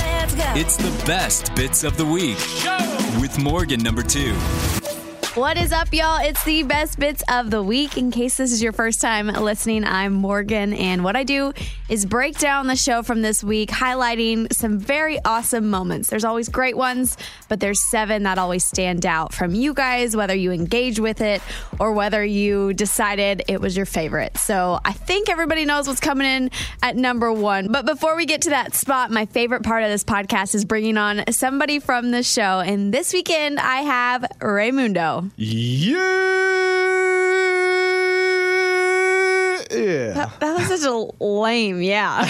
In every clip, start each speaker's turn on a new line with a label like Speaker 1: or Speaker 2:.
Speaker 1: It's the best bits of the week with Morgan number two.
Speaker 2: What is up, y'all? It's the best bits of the week. In case this is your first time listening, I'm Morgan, and what I do is break down the show from this week, highlighting some very awesome moments. There's always great ones, but there's seven that always stand out from you guys, whether you engage with it or whether you decided it was your favorite. So I think everybody knows what's coming in at number one. But before we get to that spot, my favorite part of this podcast is bringing on somebody from the show. And this weekend, I have Raymundo.
Speaker 3: Yeah. Yeah.
Speaker 2: That was such a lame, yeah.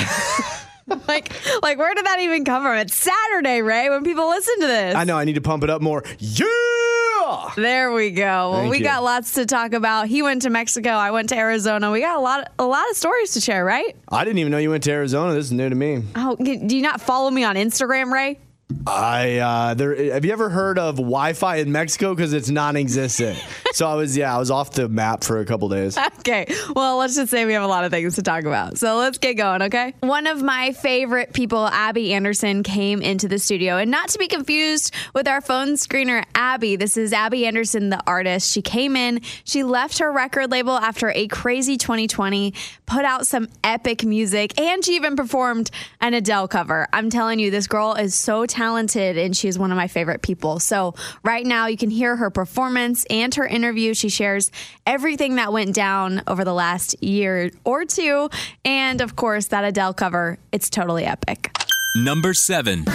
Speaker 2: like, like where did that even come from? It's Saturday, Ray. When people listen to this,
Speaker 3: I know I need to pump it up more. Yeah.
Speaker 2: There we go. Well,
Speaker 3: Thank
Speaker 2: we
Speaker 3: you.
Speaker 2: got lots to talk about. He went to Mexico. I went to Arizona. We got a lot, a lot of stories to share, right?
Speaker 3: I didn't even know you went to Arizona. This is new to me.
Speaker 2: Oh, y- do you not follow me on Instagram, Ray?
Speaker 3: I uh, there. Have you ever heard of Wi-Fi in Mexico? Because it's non-existent. so I was yeah, I was off the map for a couple days.
Speaker 2: Okay. Well, let's just say we have a lot of things to talk about. So let's get going, okay? One of my favorite people, Abby Anderson, came into the studio. And not to be confused with our phone screener, Abby. This is Abby Anderson, the artist. She came in, she left her record label after a crazy 2020, put out some epic music, and she even performed an Adele cover. I'm telling you, this girl is so talented and she is one of my favorite people. So, right now, you can hear her performance and her interview. She shares everything that went down over the last year or two. And of course, that Adele cover, it's totally epic.
Speaker 1: Number seven.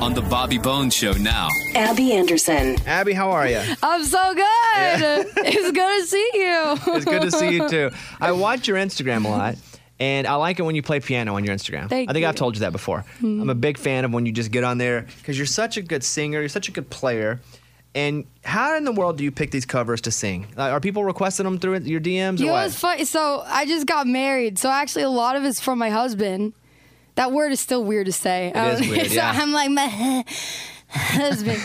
Speaker 1: On the Bobby Bones Show now.
Speaker 4: Abby Anderson.
Speaker 3: Abby, how are you?
Speaker 2: I'm so good. it's good to see you.
Speaker 5: It's good to see you too. I watch your Instagram a lot. And I like it when you play piano on your Instagram.
Speaker 2: Thank
Speaker 5: I think
Speaker 2: you.
Speaker 5: I've told you that before. I'm a big fan of when you just get on there because you're such a good singer, you're such a good player. And how in the world do you pick these covers to sing? Like, are people requesting them through your DMs
Speaker 6: You
Speaker 5: or
Speaker 6: know
Speaker 5: what?
Speaker 6: what's funny? So I just got married. So actually, a lot of it's from my husband. That word is still weird to say. It
Speaker 5: is weird,
Speaker 6: so
Speaker 5: yeah.
Speaker 6: I'm like my husband.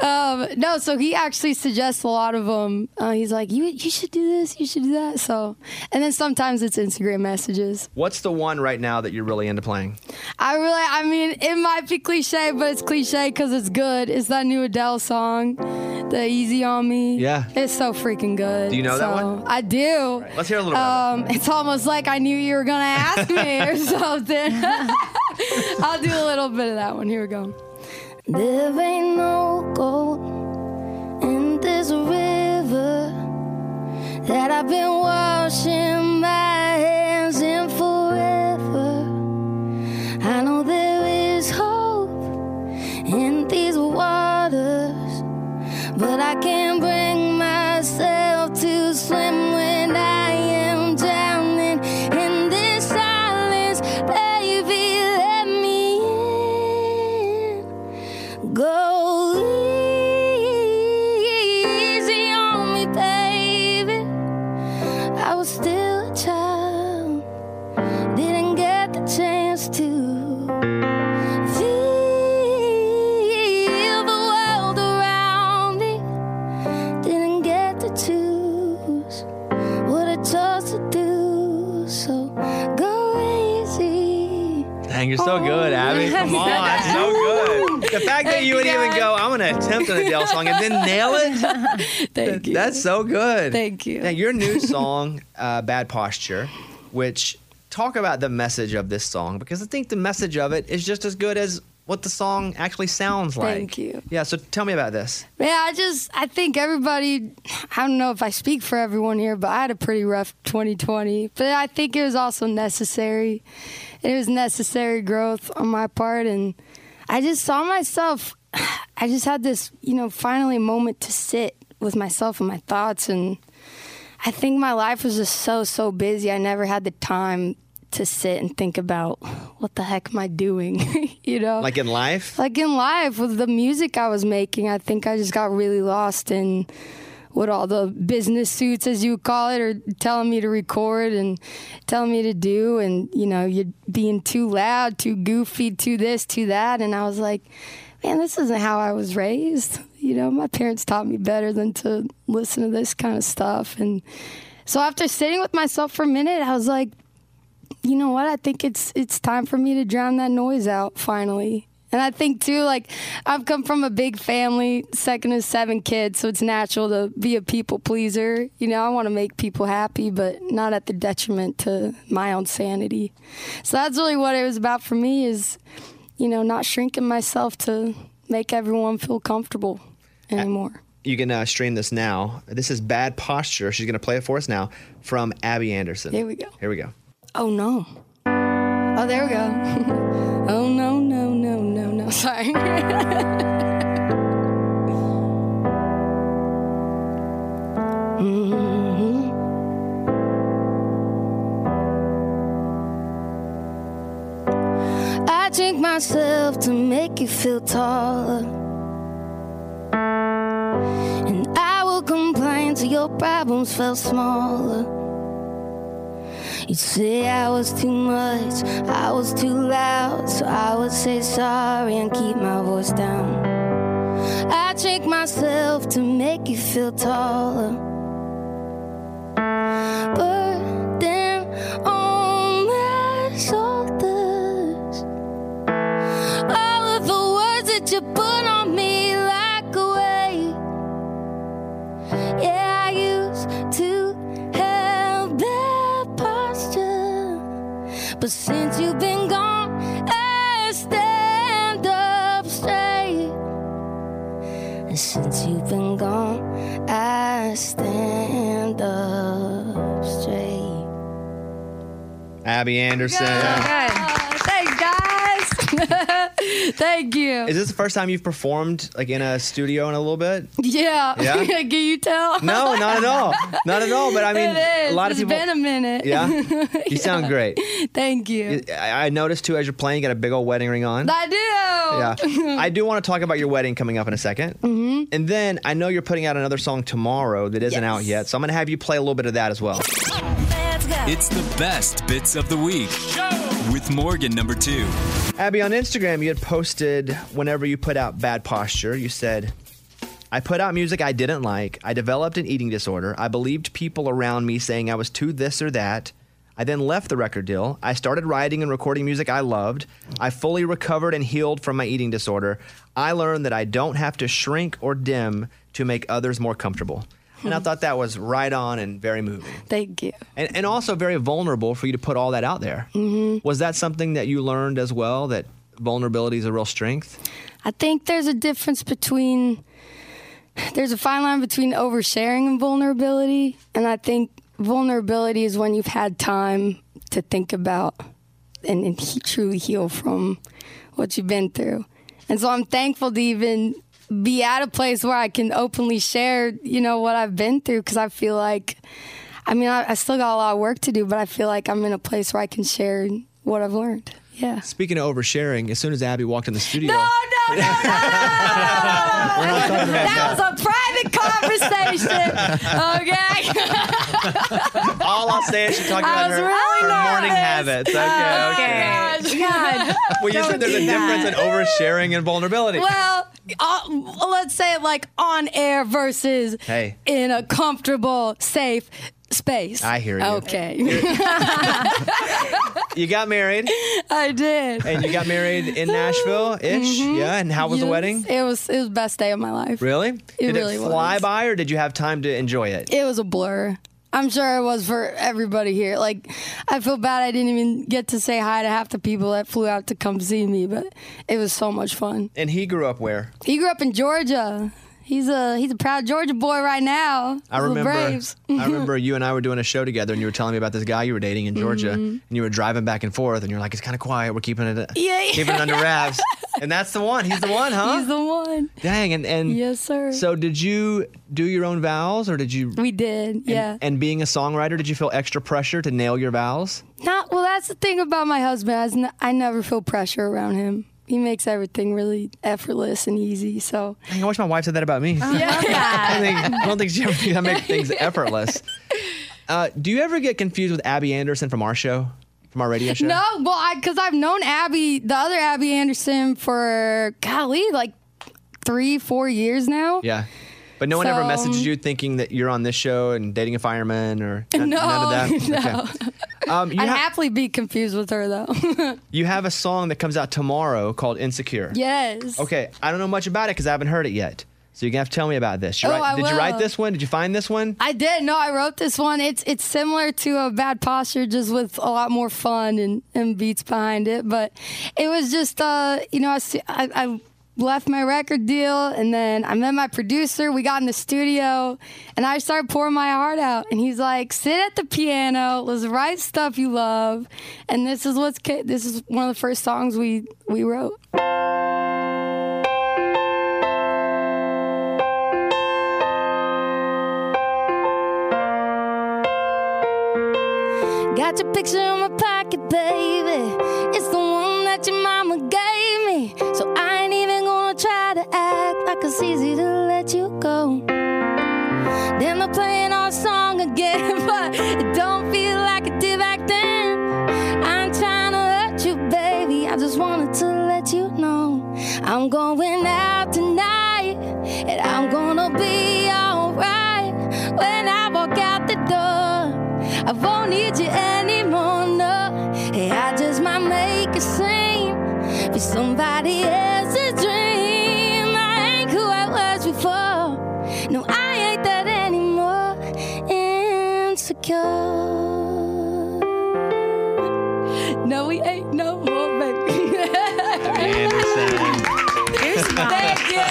Speaker 6: um, no, so he actually suggests a lot of them. Uh, he's like, you you should do this, you should do that. So, and then sometimes it's Instagram messages.
Speaker 5: What's the one right now that you're really into playing?
Speaker 6: I really, I mean, it might be cliche, but it's cliche because it's good. It's that new Adele song, the Easy on Me.
Speaker 5: Yeah.
Speaker 6: it's so freaking good.
Speaker 5: Do you know that
Speaker 6: So,
Speaker 5: one?
Speaker 6: I do.
Speaker 5: Let's hear a little bit of
Speaker 6: Um, it's almost like I knew you were gonna ask me or something. I'll do a little bit of that one. Here we go. There ain't no gold in this river that I've been washing my hands in forever. I know there is hope in these waters, but I can't bring myself to swim when I am drowning in this silence. Baby, let me in go easy on me, baby. I was still a child, didn't get the chance to feel the world around me, didn't get to choose what I chose to do. So go easy.
Speaker 5: Dang, you're so
Speaker 6: Oh,
Speaker 5: good, Abby. Come on, that's so good. The fact that you would even go, I'm going to attempt an Adele song and then nail it,
Speaker 6: Thank you.
Speaker 5: that's so good.
Speaker 6: Thank you.
Speaker 5: Now, your new song, uh, Bad Posture, which talk about the message of this song because I think the message of it is just as good as what the song actually sounds like.
Speaker 6: Thank you.
Speaker 5: Yeah, so tell me about this.
Speaker 6: Yeah, I just I think everybody. I don't know if I speak for everyone here, but I had a pretty rough 2020. But I think it was also necessary. It was necessary growth on my part, and I just saw myself. I just had this, you know, finally moment to sit with myself and my thoughts, and I think my life was just so so busy. I never had the time to sit and think about what the heck am I doing, you know?
Speaker 5: Like in life,
Speaker 6: like in life with the music I was making, I think I just got really lost in what all the business suits, as you call it, are telling me to record and telling me to do. And, you know, you're being too loud, too goofy, too this, too that. And I was like, man, this isn't how I was raised. You know, my parents taught me better than to listen to this kind of stuff. And so after sitting with myself for a minute, I was like, you know what? I think it's it's time for me to drown that noise out finally And I think too, like I've come from a big family, second to seven kids, so it's natural to be a people pleaser. You know, I want to make people happy, but not at the detriment to my own sanity. So that's really what it was about for me is, you know, not shrinking myself to make everyone feel comfortable anymore.
Speaker 5: You can uh, stream this now. This is Bad Posture. She's going to play it for us now from Abby Anderson.
Speaker 6: Here we go.
Speaker 5: Here we go.
Speaker 6: Oh no. Oh, there we go. oh no, no, no, no, no. Sorry. I drink myself to make you feel taller. And I will complain till your problems felt smaller. You'd say I was too much, I was too loud, so I would say sorry and keep my voice down. I drink myself to make you feel taller. Burden on my shoulders. All of the words that you put on me like a weight. Yeah, I used to have bad posture. But since you've been gone, I stand up straight. And since you've been gone, I stand up straight.
Speaker 5: Abby Anderson.
Speaker 2: Good.
Speaker 6: Uh,
Speaker 2: Thanks, guys.
Speaker 6: Thank you.
Speaker 5: Is this the first time you've performed like in a studio in a little bit?
Speaker 6: yeah.
Speaker 5: Yeah?
Speaker 6: Can you tell?
Speaker 5: No, not at all. Not at all. But I mean,
Speaker 6: it is.
Speaker 5: a lot
Speaker 6: It's
Speaker 5: of people.
Speaker 6: been a minute.
Speaker 5: yeah, you sound great.
Speaker 6: Thank you.
Speaker 5: I I noticed too as you're playing, you got a big old wedding ring on.
Speaker 6: I do.
Speaker 5: yeah, I do want to talk about your wedding coming up in a 2nd mm-hmm. and then I know you're putting out another song tomorrow that isn't
Speaker 6: Yes.
Speaker 5: out yet, so I'm gonna have you play a little bit of that as well.
Speaker 1: It's the best bits of the week with Morgan number two.
Speaker 5: Abby, on Instagram, you had posted whenever you put out bad posture, you said, I put out music I didn't like. I developed an eating disorder. I believed people around me saying I was too this or that. I then left the record deal. I started writing and recording music I loved. I fully recovered and healed from my eating disorder. I learned that I don't have to shrink or dim to make others more comfortable. And I thought that was right on and very moving
Speaker 6: Thank you.
Speaker 5: and, and also very vulnerable for you to put all that out there.
Speaker 6: Mm-hmm.
Speaker 5: Was that something that you learned as well that vulnerability is a real strength?
Speaker 6: I think there's a difference between there's a fine line between oversharing and vulnerability, and I think vulnerability is when you've had time to think about and, and he, truly heal from what you've been through. And so I'm thankful to even be at a place where I can openly share, you know, what I've been through because I feel like I mean, I, I still got a lot of work to do, but I feel like I'm in a place where I can share what I've learned. Yeah.
Speaker 5: Speaking of oversharing, as soon as Abby walked in the studio,
Speaker 6: No, no, no, no. that was a private conversation. Okay.
Speaker 5: all I'll say is she talked
Speaker 6: I
Speaker 5: about
Speaker 6: was
Speaker 5: her,
Speaker 6: really
Speaker 5: her morning
Speaker 6: nervous.
Speaker 5: habits. Okay, okay.
Speaker 2: God.
Speaker 5: Well, you said there's a
Speaker 2: do
Speaker 5: difference
Speaker 2: that.
Speaker 5: in oversharing and vulnerability.
Speaker 6: Well, uh, let's say it like on air versus
Speaker 5: Hey.
Speaker 6: in a comfortable, safe space.
Speaker 5: I hear you.
Speaker 6: Okay.
Speaker 5: You got married,
Speaker 6: I did. Mm-hmm.
Speaker 5: and you got married in Nashville ish. Yeah, and how was the
Speaker 6: Yes,
Speaker 5: wedding?
Speaker 6: It was it was the best day of my life.
Speaker 5: Really? did
Speaker 6: really
Speaker 5: it
Speaker 6: was.
Speaker 5: fly by, or did you have time to enjoy it?
Speaker 6: It was a blur. I'm sure it was for everybody here. Like, I feel bad I didn't even get to say hi to half the people that flew out to come see me, but it was so much fun.
Speaker 5: And he grew up where?
Speaker 6: He grew up in Georgia. He's a he's a proud Georgia boy right now.
Speaker 5: I
Speaker 6: The
Speaker 5: remember.
Speaker 6: Braves.
Speaker 5: I remember you and I were doing a show together, and you were telling me about this guy you were dating in Georgia,
Speaker 6: Mm-hmm.
Speaker 5: and you were driving back and forth, and you're like, "It's kind of quiet. We're keeping it, uh,
Speaker 6: Yeah, yeah.
Speaker 5: keeping it under wraps." and that's the one. He's the one, huh?
Speaker 6: He's the one.
Speaker 5: Dang. And and
Speaker 6: Yes, sir.
Speaker 5: So did you do your own vows, or did you?
Speaker 6: We did, yeah.
Speaker 5: And being a songwriter, did you feel extra pressure to nail your vows?
Speaker 6: Not well. That's the thing about my husband. I, was n- I never feel pressure around him. He makes everything really effortless and easy. So
Speaker 5: Dang, I wish my wife said that about me. I, think, I don't think she ever thinks I make things effortless. Uh, do you ever get confused with Abby Anderson from our show, from our radio show?
Speaker 6: No, well, because I've known Abby, the other Abby Anderson, for golly, like three, four years now.
Speaker 5: Yeah. But no one ever
Speaker 6: So-
Speaker 5: messages you thinking that you're on this show and dating a fireman or
Speaker 6: No,
Speaker 5: none of that.
Speaker 6: no.
Speaker 5: Okay. Um, you,
Speaker 6: I'd
Speaker 5: ha-
Speaker 6: happily be confused with her though.
Speaker 5: you have a song that comes out tomorrow called Insecure.
Speaker 6: yes.
Speaker 5: Okay, I don't know much about it because I haven't heard it yet. So you're gonna have to tell me about this. You
Speaker 6: Oh,
Speaker 5: write-
Speaker 6: I
Speaker 5: did you write
Speaker 6: will.
Speaker 5: this one? Did you find this one?
Speaker 6: I did. No, I wrote this one. It's it's similar to a bad posture, just with a lot more fun and, and beats behind it. But it was just, uh, you know, I, s- I- I left my record deal, and then I met my producer. We got in the studio, and I started pouring my heart out. And he's like, "Sit at the piano, let's write stuff you love." And this is what's ca- this is one of the first songs we we wrote. Got your picture in my pocket, baby. It's the one that your mama gave me. So I ain't even gonna try to act like it's easy to let you go. Then they're playing our song again, but it don't feel like it did back then. I'm trying to hurt you, baby. I just wanted to let you know I'm going out tonight, and I'm gonna be alright when I walk out the door. I won't need you anymore, no. Hey, I just might make a scene for somebody else's dream. I ain't who I was before. No, I ain't that anymore. Insecure. No, we ain't no more, baby. Thank you.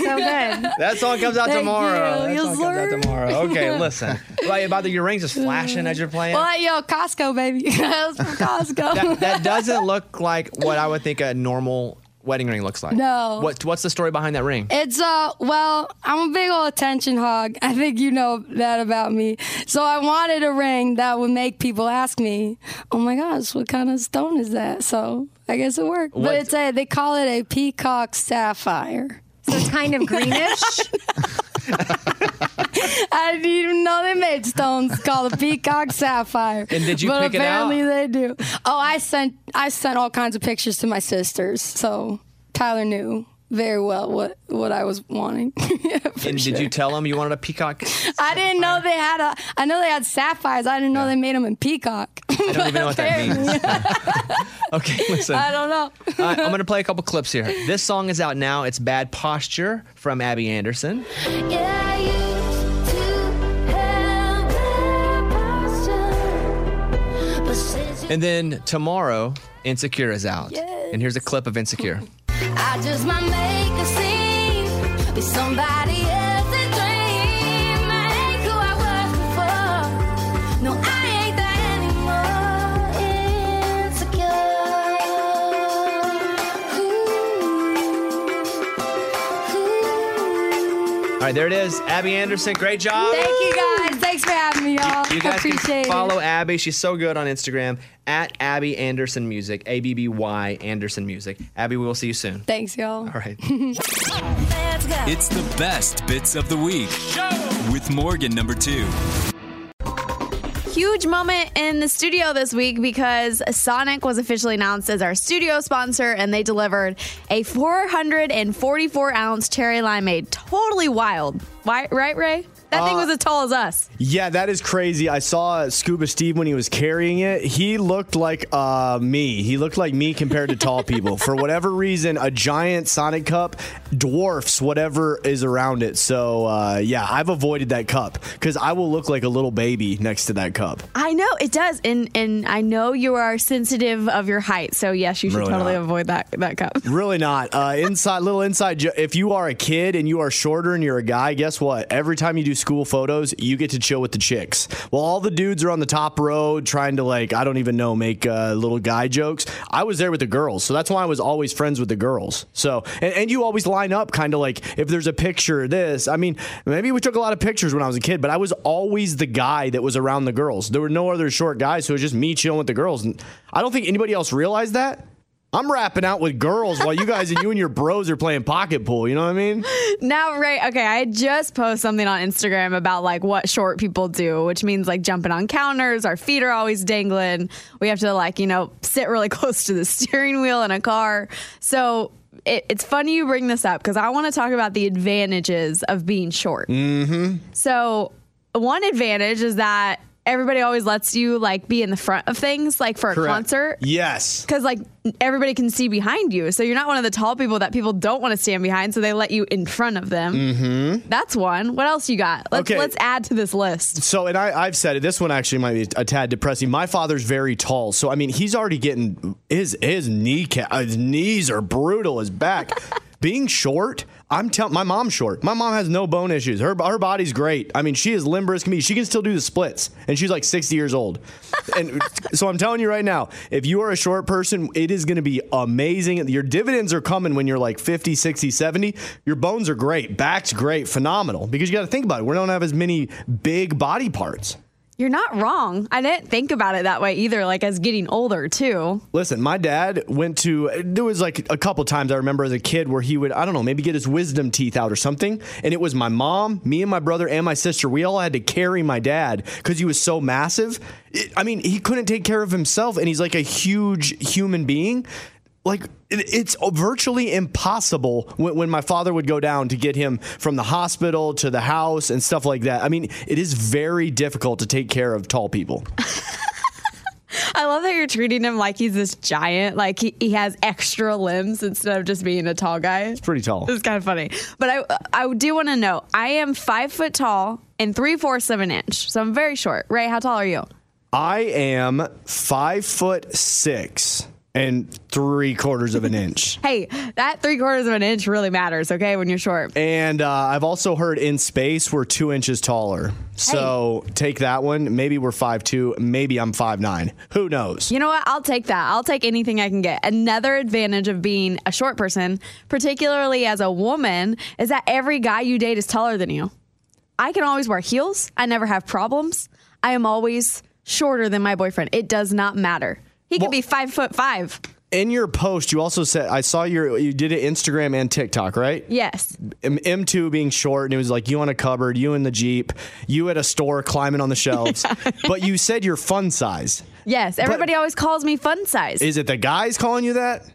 Speaker 2: So good.
Speaker 5: That song comes out
Speaker 6: Thank
Speaker 5: tomorrow.
Speaker 6: you.
Speaker 5: That
Speaker 6: You
Speaker 5: song comes out
Speaker 6: slurp.
Speaker 5: tomorrow. Okay, listen. Like, by the your rings is flashing as you're playing.
Speaker 6: Well, yo, Costco, baby. that was from Costco.
Speaker 5: That, that doesn't look like what I would think a normal wedding ring looks like.
Speaker 6: No.
Speaker 5: What What's the story behind that ring?
Speaker 6: It's uh well, I'm a big old attention hog. I think you know that about me. So I wanted a ring that would make people ask me, "Oh my gosh, what kind of stone is that?" So I guess it worked.
Speaker 5: What-
Speaker 6: But it's a they call it a peacock sapphire.
Speaker 2: So it's kind of greenish.
Speaker 6: I didn't even know they made stones called a peacock sapphire.
Speaker 5: And did you
Speaker 6: but
Speaker 5: pick it out?
Speaker 6: apparently they do. Oh, I sent I sent all kinds of pictures to my sisters, so Tyler knew very well what what I was wanting. Yeah, for
Speaker 5: And
Speaker 6: sure.
Speaker 5: did you tell them you wanted a peacock?
Speaker 6: I didn't know they had a. I know they had sapphires. I didn't know they made them in peacock.
Speaker 5: I don't even know what that means. okay, listen.
Speaker 6: I don't know.
Speaker 5: All right, I'm going to play a couple clips here. This song is out now. It's Bad Posture from Abby Anderson.
Speaker 6: Yeah, I used to have that posture, but since you-
Speaker 5: And then tomorrow, Insecure is out.
Speaker 6: Yes.
Speaker 5: And here's a clip of Insecure.
Speaker 6: I just might make a scene, be somebody else's dream. I ain't who I was before. No, I ain't that anymore. Insecure. Ooh, ooh.
Speaker 5: All right, there it is. Abby Anderson, great job.
Speaker 6: Thank you guys. Thanks for having me, y'all.
Speaker 5: You guys
Speaker 6: Appreciate
Speaker 5: can
Speaker 6: it.
Speaker 5: follow Abby. She's so good on Instagram at Abby Anderson Music, A B B Y Anderson Music. Abby, we will see you soon.
Speaker 6: Thanks, y'all.
Speaker 5: All right.
Speaker 6: Let's go.
Speaker 1: It's the best bits of the week with Morgan number two.
Speaker 2: Huge moment in the studio this week because Sonic was officially announced as our studio sponsor and they delivered a 444 ounce cherry limeade. Totally wild. Why, right, Ray? That thing was as tall as us.
Speaker 3: Yeah, that is crazy. I saw Scuba Steve when he was carrying it. He looked like uh, me. He looked like me compared to tall people. For whatever reason, a giant Sonic cup dwarfs whatever is around it. So, uh, yeah, I've avoided that cup because I will look like a little baby next to that cup.
Speaker 2: I know it does, and and I know you are sensitive of your height, so yes, you should
Speaker 3: Really
Speaker 2: totally
Speaker 3: not.
Speaker 2: avoid that that cup.
Speaker 3: Really not. Uh, inside, little inside. jo- If you are a kid and you are shorter and you're a guy, guess what? Every time you do school photos, you get to chill with the chicks. While all the dudes are on the top row trying to like, I don't even know, make uh, little guy jokes. I was there with the girls, so that's why I was always friends with the girls. So, and, and you always line up, kind of like if there's a picture. of This, I mean, maybe we took a lot of pictures when I was a kid, but I was always the guy that was around the girls. There were no other short guys, so it was just me chilling with the girls. And I don't think anybody else realized that. I'm rapping out with girls while you guys and you and your bros are playing pocket pool. You know what I mean?
Speaker 2: Now, Ray, okay, I just posted something on Instagram about like what short people do, which means like jumping on counters, our feet are always dangling. We have to like, you know, sit really close to the steering wheel in a car. So it, it's funny you bring this up because I want to talk about the advantages of being short. Mm-hmm. So one advantage is that everybody always lets you like be in the front of things, like for a
Speaker 3: Correct.
Speaker 2: concert.
Speaker 3: Yes.
Speaker 2: Because like everybody can see behind you, so you're not one of the tall people that people don't want to stand behind, so they let you in front of them. Mm-hmm. That's one. What else you got? Let's
Speaker 3: Mm. Okay.
Speaker 2: let's add to this list.
Speaker 3: So, and I, I've said it. This one actually might be a tad depressing. My father's very tall, so I mean, he's already getting his his kneecap, uh, his knees are brutal. His back, being short. I'm telling my mom's short. My mom has no bone issues. Her her body's great. I mean, she is limber as can be. She can still do the splits, and she's like 60 years old. And so I'm telling you right now, if you are a short person, it is going to be amazing. Your dividends are coming when you're like 50, 60, 70. Your bones are great, back's great, phenomenal. Because you got to think about it. We don't have as many big body parts.
Speaker 2: You're not wrong. I didn't think about it that way either. Like as getting older too.
Speaker 3: Listen, my dad went to there was like a couple times I remember as a kid where he would I don't know maybe get his wisdom teeth out or something, and it was my mom, me and my brother and my sister. We all had to carry my dad because he was so massive. It- I mean, he couldn't take care of himself, and he's like a huge human being. Like it- it's virtually impossible when, when my father would go down to get him from the hospital to the house and stuff like that. I mean, it is very difficult to take care of tall people.
Speaker 2: I love that you're treating him like he's this giant, like he, he has extra limbs instead of just being a tall guy. It's
Speaker 3: Pretty tall.
Speaker 2: It's kind of funny, but I I do want to know. I am five foot tall and three fourths of an inch, so I'm very short. Ray, how tall are you?
Speaker 3: I am five foot six and three quarters of an inch.
Speaker 2: Hey, that three quarters of an inch really matters, okay? When you're short,
Speaker 3: And uh, I've also heard in space we're two inches taller. So take that one. Maybe we're five two. Maybe I'm five nine. Who knows?
Speaker 2: you know what? I'll take that. I'll take anything I can get. Another advantage of being a short person, particularly as a woman, is that every guy you date is taller than you. I can always wear heels. I never have problems. I am always shorter than my boyfriend. It does not matter. He could
Speaker 3: Well-
Speaker 2: be five foot five.
Speaker 3: In your post, you also said I saw your you did it Instagram and TikTok, right?
Speaker 2: Yes.
Speaker 3: M- M2 being short, and it was like you on a cupboard, you in the Jeep, you at a store climbing on the shelves. But you said you're fun size.
Speaker 2: Yes. Everybody always calls me fun size.
Speaker 3: Is it the guys calling you that?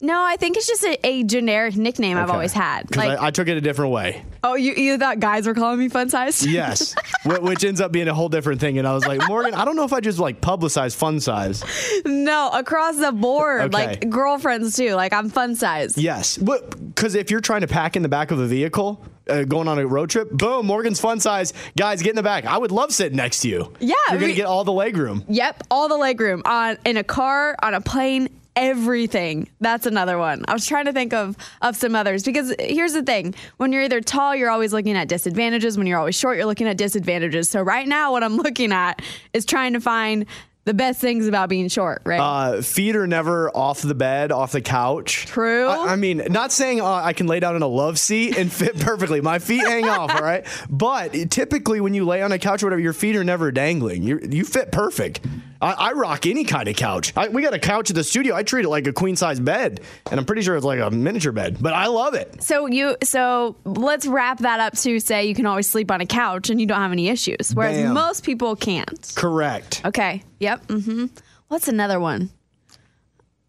Speaker 2: no, I think it's just a, a generic nickname I've always had.
Speaker 3: Because
Speaker 2: Like,
Speaker 3: I took it a different way.
Speaker 2: oh, you, you thought guys were calling me fun size?
Speaker 3: Yes, Wh- which ends up being a whole different thing. And I was like, Morgan, I don't know if I just like publicize fun size.
Speaker 2: No, across the board,
Speaker 3: Okay.
Speaker 2: like girlfriends too. Like I'm fun size.
Speaker 3: Yes, because if you're trying to pack in the back of a vehicle uh, going on a road trip, boom, Morgan's fun size. Guys, get in the back. I would love sitting next to you.
Speaker 2: Yeah,
Speaker 3: you're gonna
Speaker 2: we-
Speaker 3: get all the leg room.
Speaker 2: Yep, all the legroom on in a car, on a plane, everything. That's another one. I was trying to think of of some others because here's the thing: when you're either tall, you're always looking at disadvantages. When you're always short, you're looking at disadvantages. So right now, what I'm looking at is trying to find the best things about being short. Right?
Speaker 3: Uh, feet are never off the bed, off the couch.
Speaker 2: True.
Speaker 3: I, I mean, not saying uh, I can lay down in a love seat and fit perfectly. My feet hang off, all right? But typically, when you lay on a couch or whatever, your feet are never dangling. you you fit perfect. I, I rock any kind of couch. I, we got a couch at the studio. I treat it like a queen size bed, and I'm pretty sure it's like a miniature bed, but I love it.
Speaker 2: so you so let's wrap that up to say you can always sleep on a couch and you don't have any issues, whereas
Speaker 3: Bam.
Speaker 2: most people can't.
Speaker 3: Correct.
Speaker 2: Okay. Yep. Mm-hmm. What's another one?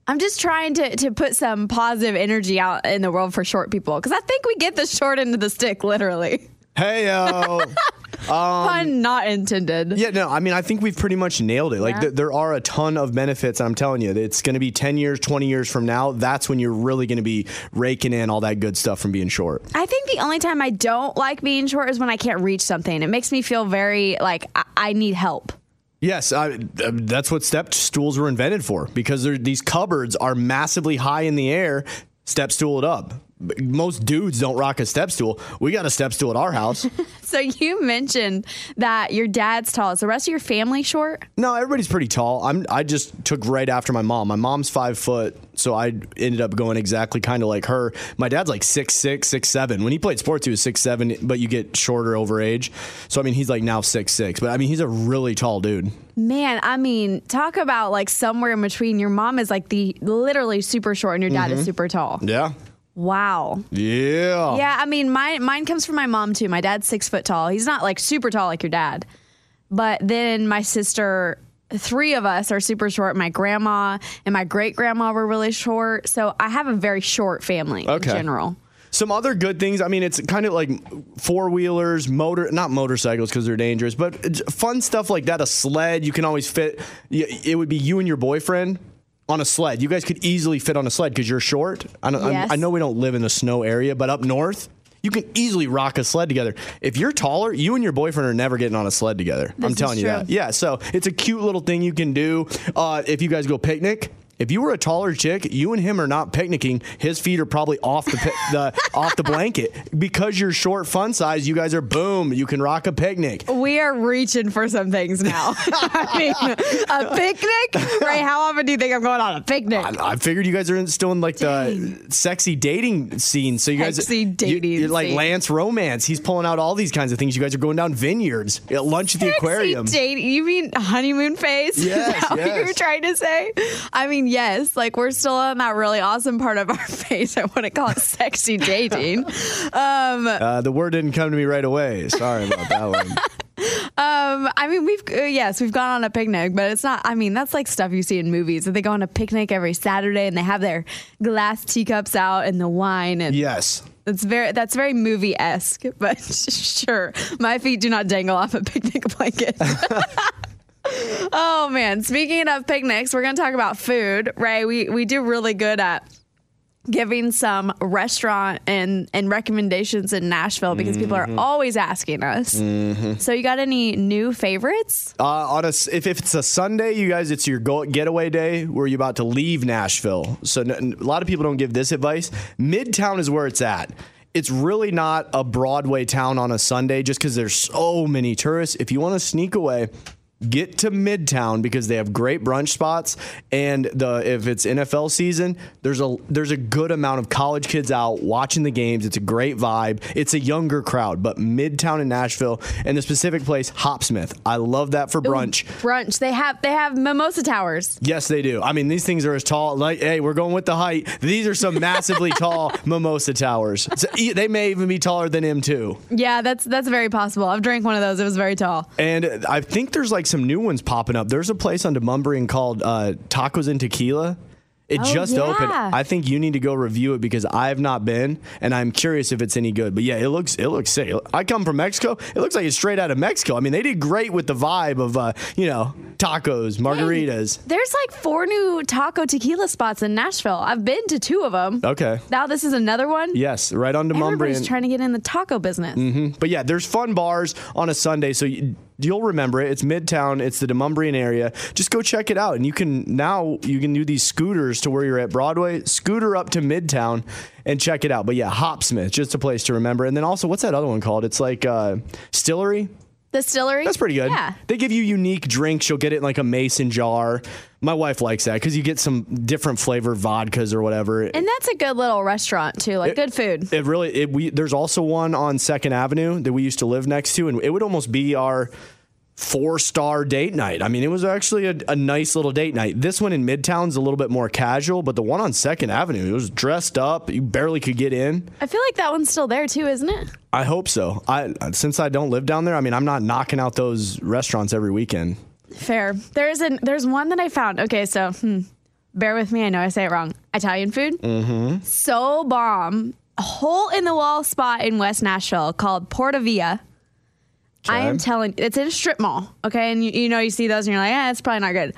Speaker 2: I'm just trying to, to put some positive energy out in the world for short people because I think we get the short end of the stick, literally.
Speaker 3: Hey, yo. Um,
Speaker 2: Pun not intended.
Speaker 3: Yeah, no, I mean, I think we've pretty much nailed it. Like,
Speaker 2: Yeah.
Speaker 3: th- there are a ton of benefits. And I'm telling you, it's going to be 10 years, 20 years from now. That's when you're really going to be raking in all that good stuff from being short.
Speaker 2: I think the only time I don't like being short is when I can't reach something. It makes me feel very like I, I need help.
Speaker 3: Yes, I, th- that's what step stools were invented for because they're- these cupboards are massively high in the air. Step stool it up. B- Most dudes don't rock a step stool. We got a step stool at our house.
Speaker 2: So you mentioned that your dad's tall. Is the rest of your family short?
Speaker 3: no, everybody's pretty tall. I'm. I just took right after my mom. My mom's five foot, so I ended up going exactly kind of like her. My dad's like six six, six seven. When he played sports, he was six seven, but you get shorter over age. So I mean, he's like now six six. But I mean, he's a really tall dude.
Speaker 2: Man, I mean, talk about like somewhere in between. Your mom is like the literally super short and your dad is super tall.
Speaker 3: Yeah.
Speaker 2: Wow.
Speaker 3: Yeah.
Speaker 2: Yeah, I mean, mine mine comes from my mom too. My dad's six foot tall. He's not like super tall like your dad, but then my sister three of us are super short. My grandma and my great grandma were really short. So I have a very short family
Speaker 3: Okay.
Speaker 2: in general.
Speaker 3: Some other good things. I mean, it's kind of like four wheelers, motor, not motorcycles because they're dangerous, but it's fun stuff like that. A sled, you can always fit. y- It would be you and your boyfriend on a sled. You guys could easily fit on a sled because you're short. I, don't, I'm-
Speaker 2: Yes.
Speaker 3: I know we don't live in a snow area, but up north, you can easily rock a sled together. If you're taller, you and your boyfriend are never getting on a sled together. I'm
Speaker 2: is
Speaker 3: telling you
Speaker 2: true.
Speaker 3: that. Yeah, so it's a cute little thing you can do uh, if you guys go picnic. If you were a taller chick, you and him are not picnicking. His feet are probably off the, pi- the off the blanket because you're short, fun size. You guys are boom. You can rock a picnic.
Speaker 2: We are reaching for some things now. I mean, a picnic? Right? How often do you think I'm going on a picnic?
Speaker 3: I, I figured you guys are in, still in like the sexy dating scene. So you guys,
Speaker 2: Sexy dating
Speaker 3: you, are like
Speaker 2: scene.
Speaker 3: Lance Romance. He's pulling out all these kinds of things. You guys are going down vineyards at lunch at the
Speaker 2: Sexy
Speaker 3: aquarium.
Speaker 2: date- you mean honeymoon phase?
Speaker 3: Yes,
Speaker 2: Is that what you
Speaker 3: yes.
Speaker 2: were trying to say? I mean, yes, like we're still on that really awesome part of our phase. I want to call it sexy dating. Um,
Speaker 3: Uh, the word didn't come to me right away. Sorry about that one.
Speaker 2: um, I mean, we've, uh, yes, we've gone on a picnic, but it's not, I mean, that's like stuff you see in movies. That They go on a picnic every Saturday and they have their glass teacups out and the wine and
Speaker 3: Yes.
Speaker 2: That's very that's very movie esque, but sure, my feet do not dangle off a picnic blanket. oh man! Speaking of picnics, we're gonna talk about food, right? We we do really good at giving some restaurant and and recommendations in Nashville because people are always asking us.
Speaker 3: Mm-hmm.
Speaker 2: So you got any new favorites?
Speaker 3: Uh, on a s if, if it's a Sunday, you guys, it's your go- getaway day where you're about to leave Nashville. So n- n- a lot of people don't give this advice. Midtown is where it's at. It's really not a Broadway town on a Sunday just because there's so many tourists. If you want to sneak away, get to Midtown because they have great brunch spots and the if it's NFL season, there's a there's a good amount of college kids out watching the games. It's a great vibe. It's a younger crowd, but Midtown in Nashville and the specific place Hopsmith. I love that for brunch.
Speaker 2: Brunch. They have they have mimosa towers.
Speaker 3: Yes, they do. I mean, these things are as tall. Like, hey, we're going with the height. These are some massively tall mimosa towers. So, e- they may even be taller than M two.
Speaker 2: Yeah, that's that's very possible. I've drank one of those. It was very tall.
Speaker 3: And I think there's like some new ones popping up. There's a place on Demumbrian called uh, Tacos and Tequila. It just
Speaker 2: Oh, yeah.
Speaker 3: opened. I think you need to go review it because I've not been, and I'm curious if it's any good. But yeah, it looks it looks sick. I come from Mexico. It looks like it's straight out of Mexico. I mean, they did great with the vibe of uh, you know tacos, margaritas.
Speaker 2: There's like four new taco tequila spots in Nashville. I've been to two of them.
Speaker 3: Okay.
Speaker 2: Now this is another one.
Speaker 3: Yes, right on
Speaker 2: Everybody's
Speaker 3: Demumbrian.
Speaker 2: trying to get in the taco business.
Speaker 3: Mm-hmm. But yeah, there's fun bars on a Sunday, so you, you'll remember it. It's Midtown, it's the Demumbrian area. Just go check it out, and you can now you can do these scooters to where you're at Broadway, scooter up to Midtown, and check it out. But yeah, Hopsmith, just a place to remember. And then also, what's that other one called? It's like uh, Stillery.
Speaker 2: Distillery.
Speaker 3: That's pretty good.
Speaker 2: Yeah.
Speaker 3: They give you unique drinks. You'll get it in like a mason jar. My wife likes that because you get some different flavored vodkas or whatever.
Speaker 2: And that's a good little restaurant too. Like good food.
Speaker 3: It really it we there's also one on Second Avenue that we used to live next to, and it would almost be our four star date night. I mean, it was actually a, a nice little date night. This one in Midtown's a little bit more casual, but the one on Second Avenue, it was dressed up. You barely could get in.
Speaker 2: I feel like that one's still there too, isn't it?
Speaker 3: I hope so. I since I don't live down there, I mean, I'm not knocking out those restaurants every weekend.
Speaker 2: Fair. There is an there's one that I found. Okay, so hmm, bear with me. I know I say it wrong. Italian food. Mm-hmm. So bomb. A hole in the wall spot in West Nashville called Porta Via. I am telling it's in a strip mall. Okay, and you, you know you see those and you're like, eh, it's probably not good.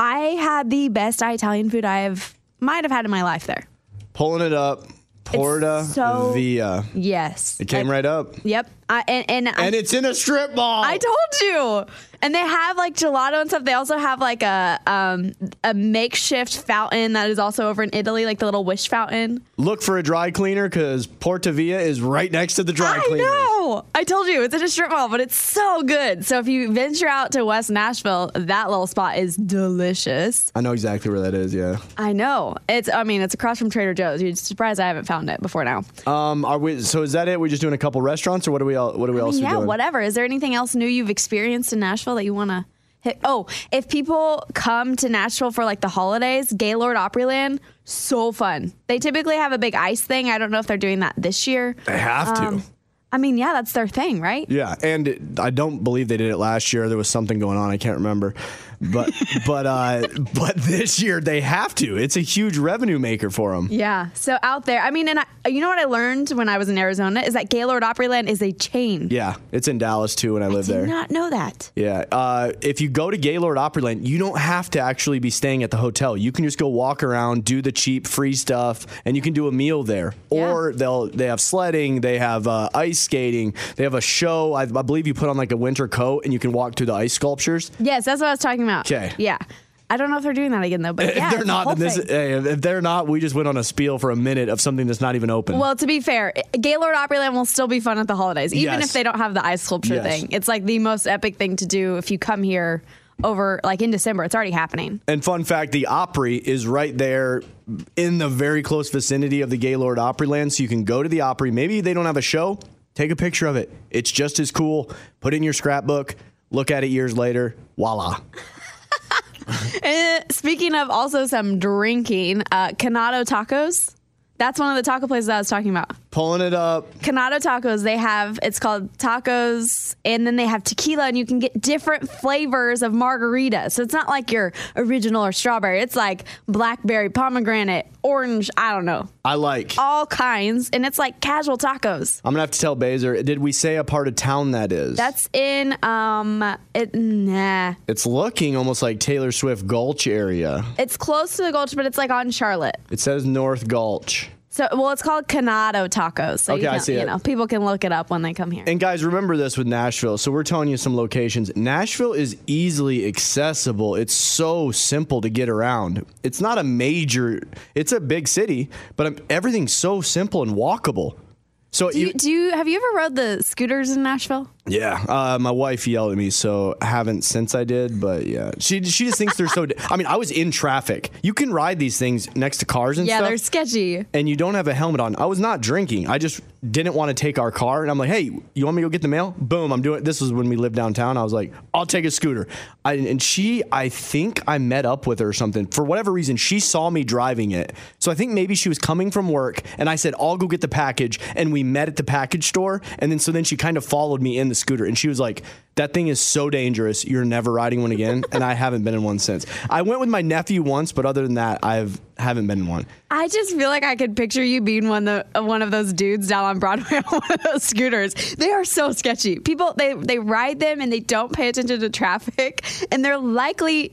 Speaker 2: I had the best Italian food I have might have had in my life there.
Speaker 3: Pulling it up, Porta
Speaker 2: so-
Speaker 3: Via.
Speaker 2: Yes.
Speaker 3: It came right up,
Speaker 2: Yep. I, and and, I,
Speaker 3: and it's in a strip mall.
Speaker 2: I told you. And they have like gelato and stuff. They also have like a um a makeshift fountain that is also over in Italy, like the little wish fountain.
Speaker 3: Look for a dry cleaner because Porta Via is right next to the dry
Speaker 2: I
Speaker 3: cleaner.
Speaker 2: know. I told you it's in a strip mall, but it's so good. So if you venture out to West Nashville, that little spot is delicious.
Speaker 3: I know exactly where that is. Yeah.
Speaker 2: I know. It's I mean, it's across from Trader Joe's. You'd be surprised I haven't found it before now.
Speaker 3: Um. Are we? So is that it? We're just doing a couple restaurants, or what are we? All, what are we
Speaker 2: I
Speaker 3: also
Speaker 2: mean, yeah,
Speaker 3: doing?
Speaker 2: whatever. Is there anything else new you've experienced in Nashville that you want to hit? Oh, if people come to Nashville for like the holidays, Gaylord Opryland, so fun. They typically have a big ice thing. I don't know if they're doing that this year. Um,
Speaker 3: They have to.
Speaker 2: I mean, yeah, that's their thing, right?
Speaker 3: yeah, and it, I don't believe they did it last year. There was something going on. I can't remember. But but uh but this year they have to. It's a huge revenue maker for them.
Speaker 2: Yeah. So out there, I mean, and I, you know what I learned when I was in Arizona is that Gaylord Opryland is a chain.
Speaker 3: Yeah, it's in Dallas too, and I live
Speaker 2: Did
Speaker 3: there.
Speaker 2: not know that.
Speaker 3: Yeah. Uh, if you go to Gaylord Opryland, you don't have to actually be staying at the hotel. You can just go walk around, do the cheap free stuff, and you can do a meal there.
Speaker 2: Yeah.
Speaker 3: Or they'll they have sledding, they have uh, ice skating, they have a show. I, I believe you put on like a winter coat and you can walk through the ice sculptures.
Speaker 2: Yes, that's what I was talking about.
Speaker 3: 'Kay.
Speaker 2: Yeah. I don't know if they're doing that again though, but yeah,
Speaker 3: if they're
Speaker 2: it's a
Speaker 3: not,
Speaker 2: whole
Speaker 3: then this.
Speaker 2: thing.
Speaker 3: Hey, if they're not, we just went on a spiel for a minute of something that's not even open.
Speaker 2: Well, to be fair, Gaylord Opryland will still be fun at the holidays, even
Speaker 3: Yes.
Speaker 2: if they don't have the ice sculpture
Speaker 3: Yes.
Speaker 2: thing. It's like the most epic thing to do if you come here over like in December. It's already happening.
Speaker 3: And fun fact, the Opry is right there in the very close vicinity of the Gaylord Opryland. So you can go to the Opry. Maybe they don't have a show. Take a picture of it. It's just as cool. Put it in your scrapbook. Look at it years later. Voila.
Speaker 2: Uh, speaking of also some drinking, uh, Canado Tacos. That's one of the taco places I was talking about.
Speaker 3: Pulling it up.
Speaker 2: Canado Tacos, they have, it's called tacos, and then they have tequila, and you can get different flavors of margarita. So it's not like your original or strawberry. It's like blackberry, pomegranate, orange, I don't know,
Speaker 3: I like.
Speaker 2: all kinds. And it's like casual tacos.
Speaker 3: I'm gonna have to tell Baser. Did we say a part of town that is?
Speaker 2: That's in, um, it, nah.
Speaker 3: it's looking almost like Taylor Swift Gulch area.
Speaker 2: It's close to the Gulch, but it's like on Charlotte.
Speaker 3: It says North Gulch.
Speaker 2: So, well, it's called Canado Tacos. So,
Speaker 3: Okay,
Speaker 2: you,
Speaker 3: I
Speaker 2: can,
Speaker 3: see
Speaker 2: you
Speaker 3: it.
Speaker 2: know, people can look it up when they come here.
Speaker 3: And guys, remember this with Nashville. So we're telling you some locations. Nashville is easily accessible. It's so simple to get around. It's not a major. It's a big city, but um, everything's so simple and walkable. So e-,
Speaker 2: do, you, do you, have you ever rode the scooters in Nashville?
Speaker 3: yeah, uh, my wife yelled at me, so I haven't since I did. But yeah, she she just thinks they're so. d- I mean, I was in traffic. You can ride these things next to cars and
Speaker 2: Yeah,
Speaker 3: stuff
Speaker 2: they're sketchy.
Speaker 3: and you don't have a helmet on. I was not drinking. I just didn't want to take our car. And I'm like, hey, you want me to go get the mail? Boom, I'm doing This was when we lived downtown. I was like, I'll take a scooter. I, and she, I think I met up with her or something. For whatever reason, she saw me driving it. So I think maybe she was coming from work and I said, I'll go get the package. And we met at the package store. And then so then she kind of followed me in the scooter and she was like, that thing is so dangerous. You're never riding one again. and I haven't been in one since. I went with my nephew once, but other than that, I've haven't been in one.
Speaker 2: I just feel like I could picture you being one of the, one of those dudes down on Broadway on one of those scooters. They are so sketchy. People they they ride them and they don't pay attention to traffic, and they're likely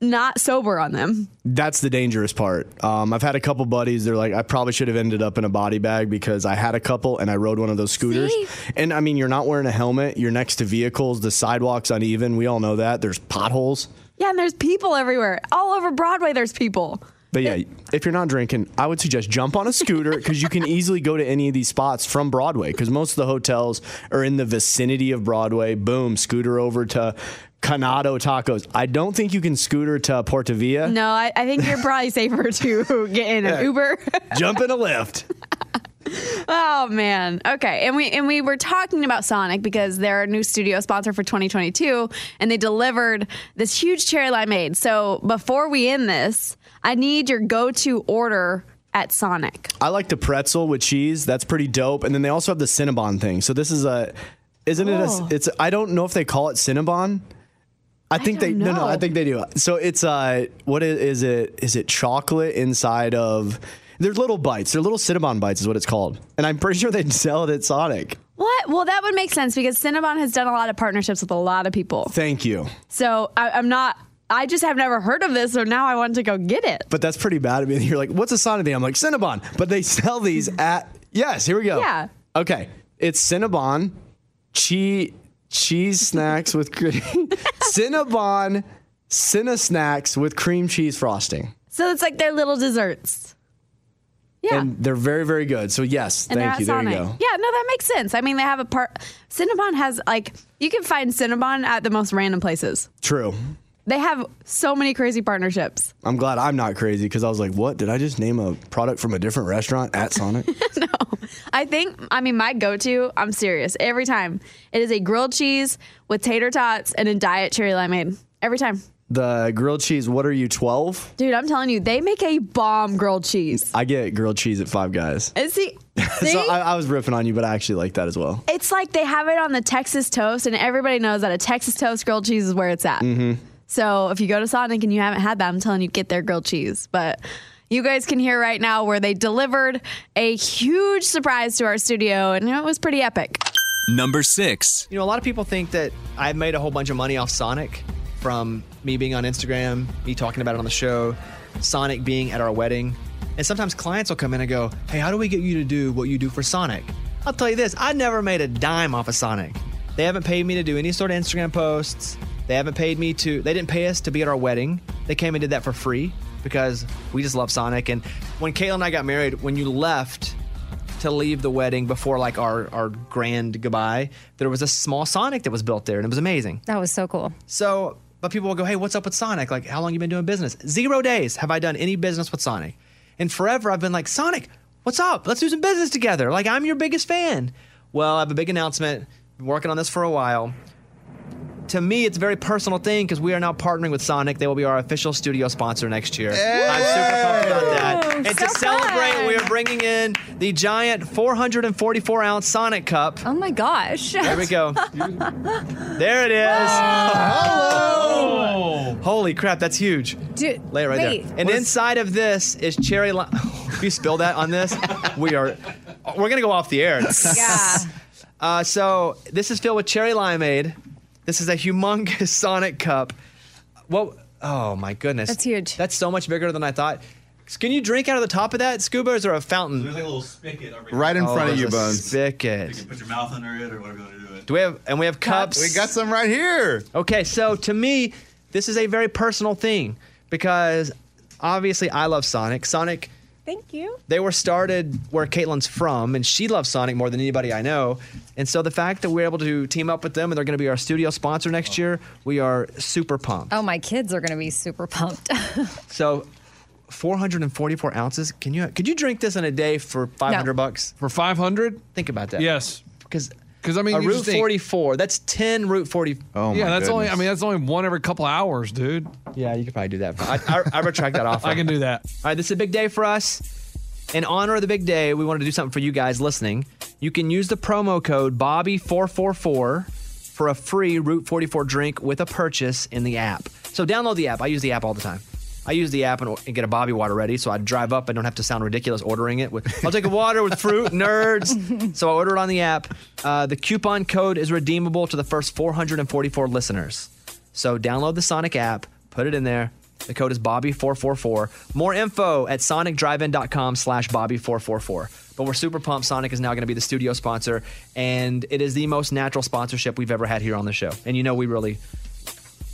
Speaker 2: not sober on them.
Speaker 3: That's the dangerous part. Um, I've had a couple buddies. They're like, I probably should have ended up in a body bag because I had a couple and I rode one of those scooters.
Speaker 2: See?
Speaker 3: And I mean, you're not wearing a helmet. You're next to vehicles. The sidewalk's uneven. We all know that. There's potholes.
Speaker 2: Yeah, and there's people everywhere, all over Broadway. There's people.
Speaker 3: But yeah, if you're not drinking, I would suggest jump on a scooter because you can easily go to any of these spots from Broadway because most of the hotels are in the vicinity of Broadway. Boom, scooter over to Canado Tacos. I don't think you can scooter to Porta Villa.
Speaker 2: No, I, I think you're probably safer to get in an Uber.
Speaker 3: Jump in a lift.
Speaker 2: Oh man. Okay. And we and we were talking about Sonic because they're a new studio sponsor for 2022 and they delivered this huge cherry limeade. So before we end this, I need your go-to order at Sonic.
Speaker 3: I like the pretzel with cheese. That's pretty dope. And then they also have the Cinnabon thing. So this is a, isn't
Speaker 2: Oh.
Speaker 3: it? A, it's I don't know if they call it Cinnabon. I think they
Speaker 2: don't
Speaker 3: no no I
Speaker 2: know.
Speaker 3: think they do. So it's uh what i- is it is it chocolate inside of they're little bites. They're little Cinnabon bites is what it's called. And I'm pretty sure they sell it at Sonic.
Speaker 2: What? Well, that would make sense because Cinnabon has done a lot of partnerships with a lot of people.
Speaker 3: Thank you.
Speaker 2: So I, I'm not. I just have never heard of this, so now I want to go get it.
Speaker 3: But that's pretty bad of me. You're like, what's a Sonic thing? I'm like Cinnabon. But they sell these at yes. Here we go.
Speaker 2: Yeah.
Speaker 3: Okay. It's Cinnabon, cheese cheese snacks with cre- Cinnabon, Cinna snacks with cream cheese frosting,
Speaker 2: So it's like their little desserts. Yeah.
Speaker 3: and they're very very good. So yes,
Speaker 2: And
Speaker 3: thank you.
Speaker 2: they're at
Speaker 3: There you
Speaker 2: Sonic.
Speaker 3: go.
Speaker 2: Yeah, no, that makes sense. I mean, they have a part. Cinnabon has like you can find Cinnabon at the most random places.
Speaker 3: True.
Speaker 2: They have so many crazy partnerships.
Speaker 3: I'm glad I'm not crazy because I was like, what? Did I just name a product from a different restaurant at Sonic?
Speaker 2: I think. I mean, my go-to. I'm serious. Every time it is a grilled cheese with tater tots and a diet cherry limeade. Every time,
Speaker 3: the grilled cheese. What are you 12?
Speaker 2: dude. I'm telling you, they make a bomb grilled cheese.
Speaker 3: I get grilled cheese at Five Guys.
Speaker 2: And see, see?
Speaker 3: So I, I was riffing on you, but I actually like that as well.
Speaker 2: it's like they have it on the Texas toast, and everybody knows that a Texas toast grilled cheese is where it's at. So if you go to Sonic and you haven't had that, I'm telling you, get their grilled cheese. But you guys can hear right now where they delivered a huge surprise to our studio, and it was pretty epic.
Speaker 1: Number six.
Speaker 5: You know, a lot of people think that I've made a whole bunch of money off Sonic from me being on Instagram, me talking about it on the show, Sonic being at our wedding. And sometimes clients will come in and go, Hey, how do we get you to do what you do for Sonic? I'll tell you this I never made a dime off of Sonic. They haven't paid me to do any sort of Instagram posts. They haven't paid me to, they didn't pay us to be at our wedding. They came and did that for free because we just love Sonic. And when Caitlin and I got married, when you left, to leave the wedding before like our, our grand goodbye, there was a small Sonic that was built there and it was amazing.
Speaker 4: That was so cool.
Speaker 5: So, but people will go, hey, what's up with Sonic? Like, how long you been doing business? Zero days have I done any business with Sonic. And forever I've been like, Sonic, what's up? Let's do some business together. Like, I'm your biggest fan. Well, I have a big announcement. Been working on this for a while. To me, it's a very personal thing because we are now partnering with Sonic. They will be our official studio sponsor next year. I'm super pumped about that. And to celebrate, we are bringing in the giant 444 ounce Sonic cup.
Speaker 4: Oh my gosh.
Speaker 5: There we go. there it is. Hello. Holy crap, that's huge.
Speaker 4: Dude,
Speaker 5: Lay it right
Speaker 4: wait.
Speaker 5: there. And inside of this is cherry lime. if you spill that on this, we are we're gonna go off the air.
Speaker 4: Yeah.
Speaker 5: Uh, so this is filled with cherry limeade. This is a humongous Sonic cup. What? Oh my goodness.
Speaker 4: That's huge.
Speaker 5: That's so much bigger than I thought. Can you drink out of the top of that, Scuba? Or is there a fountain?
Speaker 7: There's like a little spigot over
Speaker 8: Right in
Speaker 5: Oh,
Speaker 8: front of
Speaker 5: there's
Speaker 8: you,
Speaker 5: a
Speaker 8: Bones.
Speaker 5: Spigot.
Speaker 7: You can put your mouth under it or whatever you want to do it.
Speaker 5: Do we have and we have cups?
Speaker 8: We got some right here.
Speaker 5: Okay, so to me, this is a very personal thing because obviously I love Sonic. Sonic,
Speaker 4: Thank you.
Speaker 5: they were started where Caitlin's from, and she loves Sonic more than anybody I know. And so the fact that we're able to team up with them and they're going to be our studio sponsor next year, we are super pumped.
Speaker 4: Oh, my kids are going to be super pumped.
Speaker 5: So. 444 ounces. Can you could you drink this in a day for 500 bucks?
Speaker 9: For 500?
Speaker 5: Think about that.
Speaker 9: Yes.
Speaker 5: because
Speaker 9: 'Cause, I mean,
Speaker 5: a
Speaker 9: you
Speaker 5: Route
Speaker 9: just think-
Speaker 5: 44. That's 10 Route 40.
Speaker 8: Oh my
Speaker 9: yeah, that's only, I
Speaker 8: goodness.
Speaker 9: mean, that's only one every couple hours, dude.
Speaker 5: Yeah, you could probably do that. For, I, I, I retract that offer.
Speaker 9: I can do that.
Speaker 5: All right, this is a big day for us. In honor of the big day, we wanted to do something for you guys listening. You can use the promo code Bobby444 for a free Route 44 drink with a purchase in the app. So download the app. I use the app all the time. I use the app and, and get a Bobby water ready so I drive up. I don't have to sound ridiculous ordering it. With, I'll take a water with fruit, nerds. So I order it on the app. Uh, the coupon code is redeemable to the first 444 listeners. So download the Sonic app, put it in there. The code is Bobby444. More info at sonicdrivein.com slash Bobby444. But we're super pumped. Sonic is now going to be the studio sponsor, and it is the most natural sponsorship we've ever had here on the show. And you know, we really,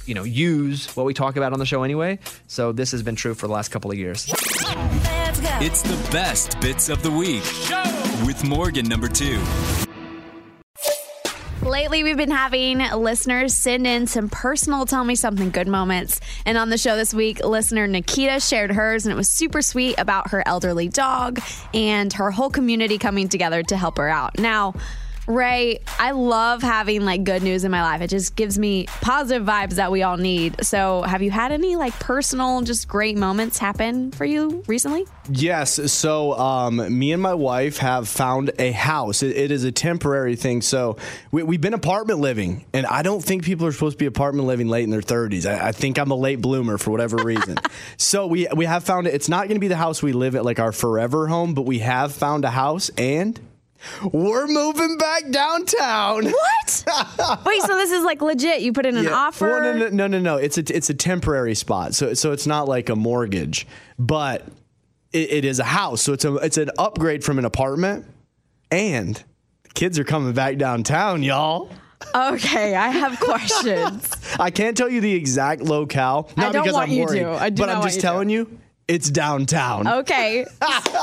Speaker 5: you know, use what we talk about on the show anyway. So this has been true for the last couple of years.
Speaker 1: It's the best bits of the week with Morgan number two.
Speaker 2: Lately, we've been having listeners send in some personal tell me something good moments. And on the show this week, listener Nikita shared hers, and it was super sweet about her elderly dog and her whole community coming together to help her out. Now, Ray, I love having like good news in my life. It just gives me positive vibes that we all need. So, have you had any like personal, just great moments happen for you recently?
Speaker 3: Yes. So, um, me and my wife have found a house. It, it is a temporary thing. So, we, we've been apartment living, and I don't think people are supposed to be apartment living late in their 30s. I, I think I'm a late bloomer for whatever reason. so, we, we have found it. It's not going to be the house we live at, like our forever home, but we have found a house, and we're moving back downtown.
Speaker 2: What? Wait, so this is like legit. You put in an
Speaker 3: Yeah.
Speaker 2: offer.
Speaker 3: Well, no, no, no, no, no. It's a it's a temporary spot, so so it's not like a mortgage, but it, it is a house, so it's a it's an upgrade from an apartment, and the kids are coming back downtown, y'all.
Speaker 2: Okay, I have questions.
Speaker 3: I can't tell you the exact locale, not
Speaker 2: don't
Speaker 3: because
Speaker 2: want
Speaker 3: I'm
Speaker 2: you
Speaker 3: worried,
Speaker 2: to. I do
Speaker 3: but
Speaker 2: not
Speaker 3: I'm
Speaker 2: want
Speaker 3: just
Speaker 2: you to.
Speaker 3: telling you, it's downtown.
Speaker 2: Okay.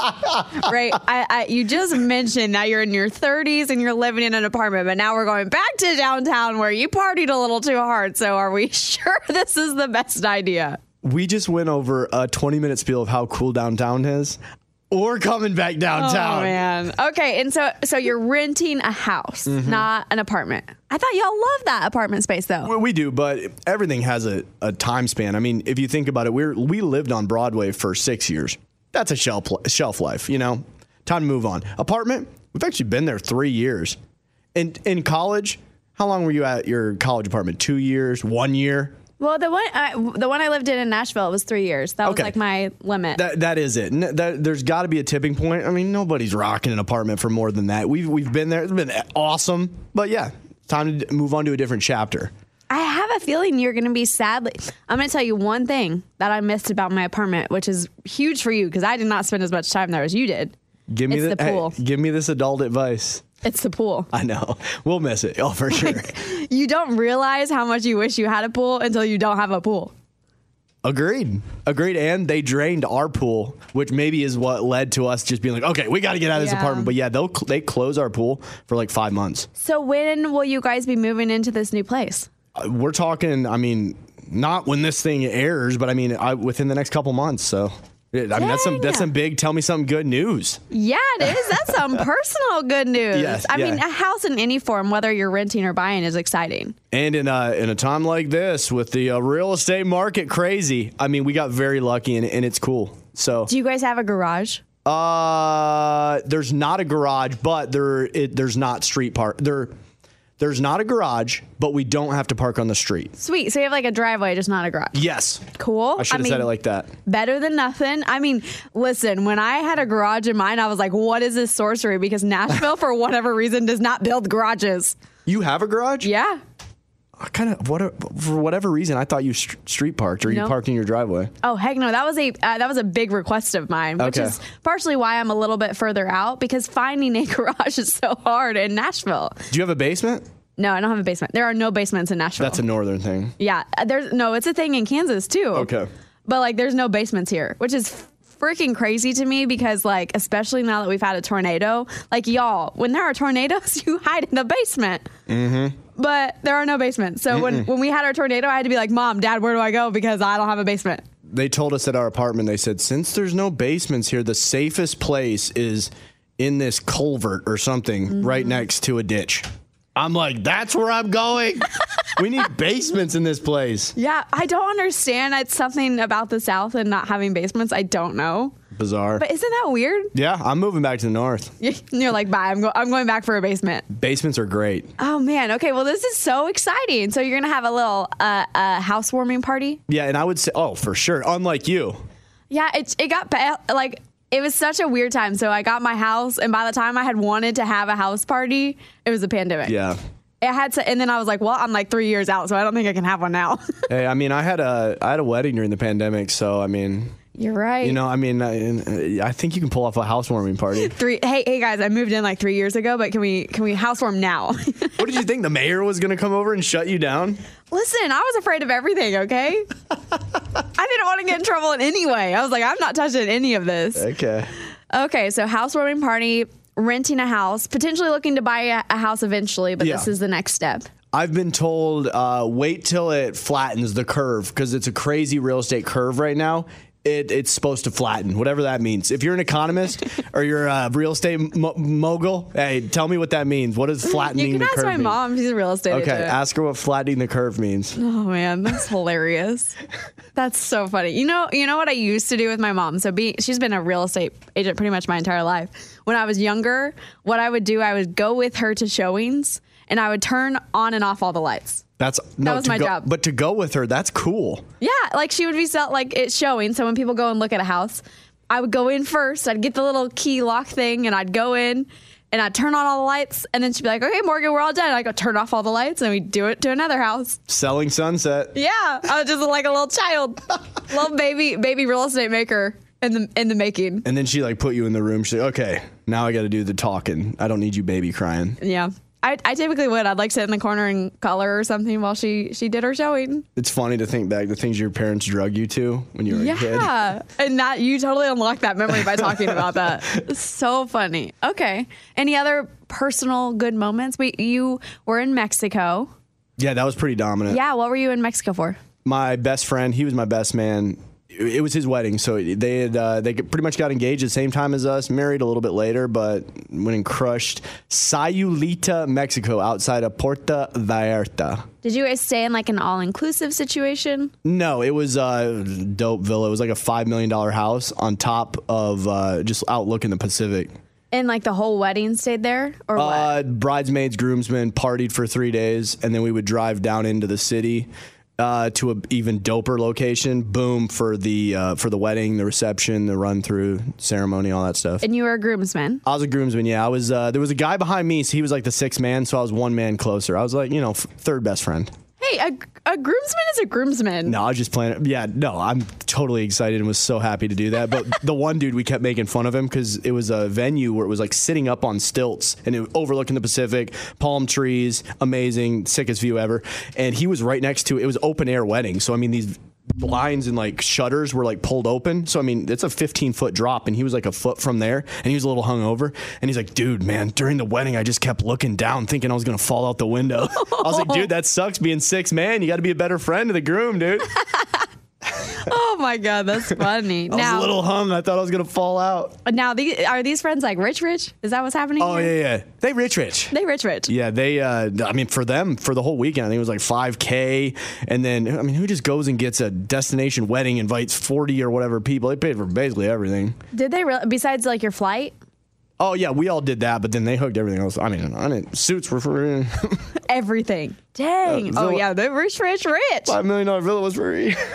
Speaker 2: right. I, I, you just mentioned now you're in your 30s and you're living in an apartment, but now we're going back to downtown where you partied a little too hard. So are we sure this is the best idea?
Speaker 3: We just went over a 20 minute spiel of how cool downtown is. We're coming back downtown.
Speaker 2: Oh man. Okay, and so so you're renting a house,
Speaker 3: Mm-hmm.
Speaker 2: not an apartment. I thought y'all love that apartment space though.
Speaker 3: Well, we do, but everything has a, a time span. I mean, if you think about it, we're we lived on Broadway for six years. That's a shelf li- shelf life, you know. Time to move on. Apartment, we've actually been there three years. And in college, how long were you at your college apartment? Two years, one year.
Speaker 2: Well, the one uh, the one I lived in in Nashville was three years. That
Speaker 3: Okay.
Speaker 2: was like my limit.
Speaker 3: That, that is it. N- that- there's got to be a tipping point. I mean, nobody's rocking an apartment for more than that. We've we've been there. It's been awesome, but yeah, time to d- move on to a different chapter.
Speaker 2: I have a feeling you're going to be sadly. I'm going to tell you one thing that I missed about my apartment, which is huge for you because I did not spend as much time there as you did.
Speaker 3: Give me
Speaker 2: It's the
Speaker 3: hey,
Speaker 2: pool.
Speaker 3: give me this adult advice.
Speaker 2: It's the pool.
Speaker 3: I know we'll miss it. Oh, for sure.
Speaker 2: You don't realize how much you wish you had a pool until you don't have a pool.
Speaker 3: Agreed. Agreed. And they drained our pool, which maybe is what led to us just being like, okay, we got to get out of this
Speaker 2: Yeah.
Speaker 3: apartment. But yeah, they'll cl- they close our pool for like five months.
Speaker 2: So when will you guys be moving into this new place?
Speaker 3: Uh, We're talking. I mean, not when this thing airs, but I mean, I, within the next couple months. So. Yeah, I mean that's some that's
Speaker 2: Dang.
Speaker 3: some big tell me some good news.
Speaker 2: Yeah, it is. That's some personal good news.
Speaker 3: Yes,
Speaker 2: I mean,
Speaker 3: yeah.
Speaker 2: a house in any form, whether you're renting or buying, is exciting.
Speaker 3: And in a in a time like this with the uh, real estate market crazy, I mean we got very lucky and, and it's cool. So
Speaker 2: Do you guys have a garage?
Speaker 3: Uh, there's not a garage, but there it, there's not street park. There, there's not a garage, but we don't have to park on the street.
Speaker 2: Sweet. So you have like a driveway, just not a garage.
Speaker 3: Yes,
Speaker 2: Cool.
Speaker 3: I should have
Speaker 2: mean,
Speaker 3: said it like that.
Speaker 2: better than nothing. I mean, listen, when I had a garage in mine, I was like, what is this sorcery? Because Nashville, for whatever reason, does not build garages.
Speaker 3: You have a garage?
Speaker 2: Yeah.
Speaker 3: I kind of what for whatever reason I thought you str street parked or you
Speaker 2: No.
Speaker 3: parked in your driveway.
Speaker 2: Oh heck no! That was a uh, that was a big request of mine, which
Speaker 3: Okay.
Speaker 2: is partially why I'm a little bit further out because finding a garage is so hard in Nashville.
Speaker 3: Do you have a basement?
Speaker 2: No, I don't have a basement. There are no basements in Nashville.
Speaker 3: That's a northern thing.
Speaker 2: yeah. uh, There's no. It's a thing in Kansas too.
Speaker 3: Okay.
Speaker 2: But like, there's no basements here, which is freaking crazy to me because like, especially now that we've had a tornado, like y'all, when there are tornadoes, you hide in the basement. Mm-hmm. But there are no basements. So when when we had our tornado, I had to be like, Mom, Dad, where do I go? Because I don't have a basement.
Speaker 3: They told us at our apartment. They said since there's no basements here, the safest place is in this culvert or something
Speaker 2: Mm-hmm.
Speaker 3: right next to a ditch. I'm like, that's where I'm going. we need basements in this place.
Speaker 2: Yeah, I don't understand. It's something about the South and not having basements. I don't know.
Speaker 3: Bizarre.
Speaker 2: But isn't that weird?
Speaker 3: yeah, I'm moving back to the north.
Speaker 2: You're like, bye. I'm, go- I'm going back for a basement.
Speaker 3: Basements are great.
Speaker 2: Oh man. Okay. Well, this is so exciting. So you're gonna have a little uh, uh, housewarming party.
Speaker 3: Yeah, and I would say, oh, for sure. Unlike you,
Speaker 2: Yeah, it it got ba- like it was such a weird time. So I got my house, and by the time I had wanted to have a house party, it was a pandemic.
Speaker 3: yeah.
Speaker 2: it had to. And then I was like, well, I'm like three years out, so I don't think I can have one now.
Speaker 3: Hey, I mean, I had a I had a wedding during the pandemic, so I mean,
Speaker 2: You're right.
Speaker 3: you know, I mean, uh, I, I think you can pull off a housewarming party.
Speaker 2: Three. Hey, hey guys, I moved in like three years ago, but can we can we housewarm now?
Speaker 3: what did you think? The mayor was gonna come over and shut you down?
Speaker 2: Listen, I was afraid of everything. Okay, I didn't want to get in trouble in any way. I was like, I'm not touching any of this.
Speaker 3: Okay.
Speaker 2: Okay, so housewarming party, renting a house, potentially looking to buy a, a house eventually, but
Speaker 3: Yeah.
Speaker 2: this is the next step.
Speaker 3: I've been told uh, wait till it flattens the curve because it's a crazy real estate curve right now. It, it's supposed to flatten, whatever that means. If you're an economist or you're a real estate mo- mogul, hey, tell me what that means. What does flattening
Speaker 2: You can
Speaker 3: the
Speaker 2: ask
Speaker 3: curve
Speaker 2: my
Speaker 3: mean?
Speaker 2: mom; she's a real estate
Speaker 3: Okay,
Speaker 2: agent.
Speaker 3: ask her what flattening the curve means.
Speaker 2: oh man, that's hilarious. That's so funny. You know, you know what I used to do with my mom. So, be, she's been a real estate agent pretty much my entire life. When I was younger, what I would do, I would go with her to showings, and I would turn on and off all the lights.
Speaker 3: That's no,
Speaker 2: was
Speaker 3: to
Speaker 2: my
Speaker 3: go-
Speaker 2: job.
Speaker 3: But to go with her, that's cool.
Speaker 2: Yeah, like she would be sell like it's showing. So when people go and look at a house, I would go in first. I'd get the little key lock thing, and I'd go in, and I'd turn on all the lights. And then she'd be like, "Okay, Morgan, we're all done." And I go turn off all the lights, and we would do it to another house.
Speaker 3: Selling sunset.
Speaker 2: Yeah, I was just like a little child, little baby, baby real estate maker in the in the making.
Speaker 3: And then she like put you in the room. She's like, okay, now I got to do the talking. I don't need you baby crying.
Speaker 2: Yeah. I, I typically would. I'd like sit in the corner and color or something while she she did her showing.
Speaker 3: It's funny to think back the things your parents drug you to when you were a kid.
Speaker 2: Yeah, and that you totally unlocked that memory by talking about that. So funny. Okay. Any other personal good moments? We you were in Mexico.
Speaker 3: Yeah, that was pretty dominant.
Speaker 2: Yeah. What were you in Mexico for?
Speaker 3: my best friend, he was my best man. It it was his wedding, so they had uh, they pretty much got engaged at the same time as us, married a little bit later, but went and crushed Sayulita, Mexico, outside of Puerto Vallarta.
Speaker 2: Did you guys stay in like an all inclusive situation?
Speaker 3: No, it was a dope villa. It was like a five million dollar house on top of uh, just outlook in the Pacific.
Speaker 2: And like the whole wedding stayed there or what?
Speaker 3: Uh, bridesmaids, groomsmen partied for three days, and then we would drive down into the city. uh, to an even doper location. Boom for the uh, for the wedding, the reception, the run through ceremony, all that stuff.
Speaker 2: And you were a groomsman.
Speaker 3: I was a groomsman. Yeah, I was. Uh, there was a guy behind me. So he was like the sixth man, so I was one man closer. I was like, you know, f- third best friend.
Speaker 2: Hey, a, a groomsman is a groomsman.
Speaker 3: No, I was just playing. Yeah, no, I'm totally excited and was so happy to do that. But the one dude we kept making fun of him because it was a venue where it was like sitting up on stilts and it was overlooking the Pacific, palm trees, amazing, sickest view ever. And he was right next to it was open air wedding, so I mean these blinds and like shutters were like pulled open. So I mean it's a 15 foot drop, and he was like a foot from there, and he was a little hungover. And he's like, dude, man, during the wedding I just kept looking down, thinking I was gonna fall out the window. I was like, dude, that sucks being six man. You got to be a better friend to the groom, dude.
Speaker 2: Oh my god, that's funny.
Speaker 3: I was
Speaker 2: now,
Speaker 3: a little hung. I thought I was gonna fall out.
Speaker 2: now the, are these friends like rich, rich? Is that what's happening?
Speaker 3: Oh
Speaker 2: here?
Speaker 3: yeah, yeah. They rich, rich.
Speaker 2: They rich, rich.
Speaker 3: Yeah, they. Uh, I mean, for them, for the whole weekend, I think it was like five k, and then I mean, who just goes and gets a destination wedding, invites forty or whatever people? They paid for basically everything.
Speaker 2: Did they really? Besides like your flight,
Speaker 3: Oh yeah, we all did that, but then they hooked everything else. I mean, I didn't. Suits were free.
Speaker 2: everything. Dang.
Speaker 3: Uh,
Speaker 2: oh
Speaker 3: so-
Speaker 2: yeah, they're rich, rich, rich.
Speaker 3: Five million dollar villa was free.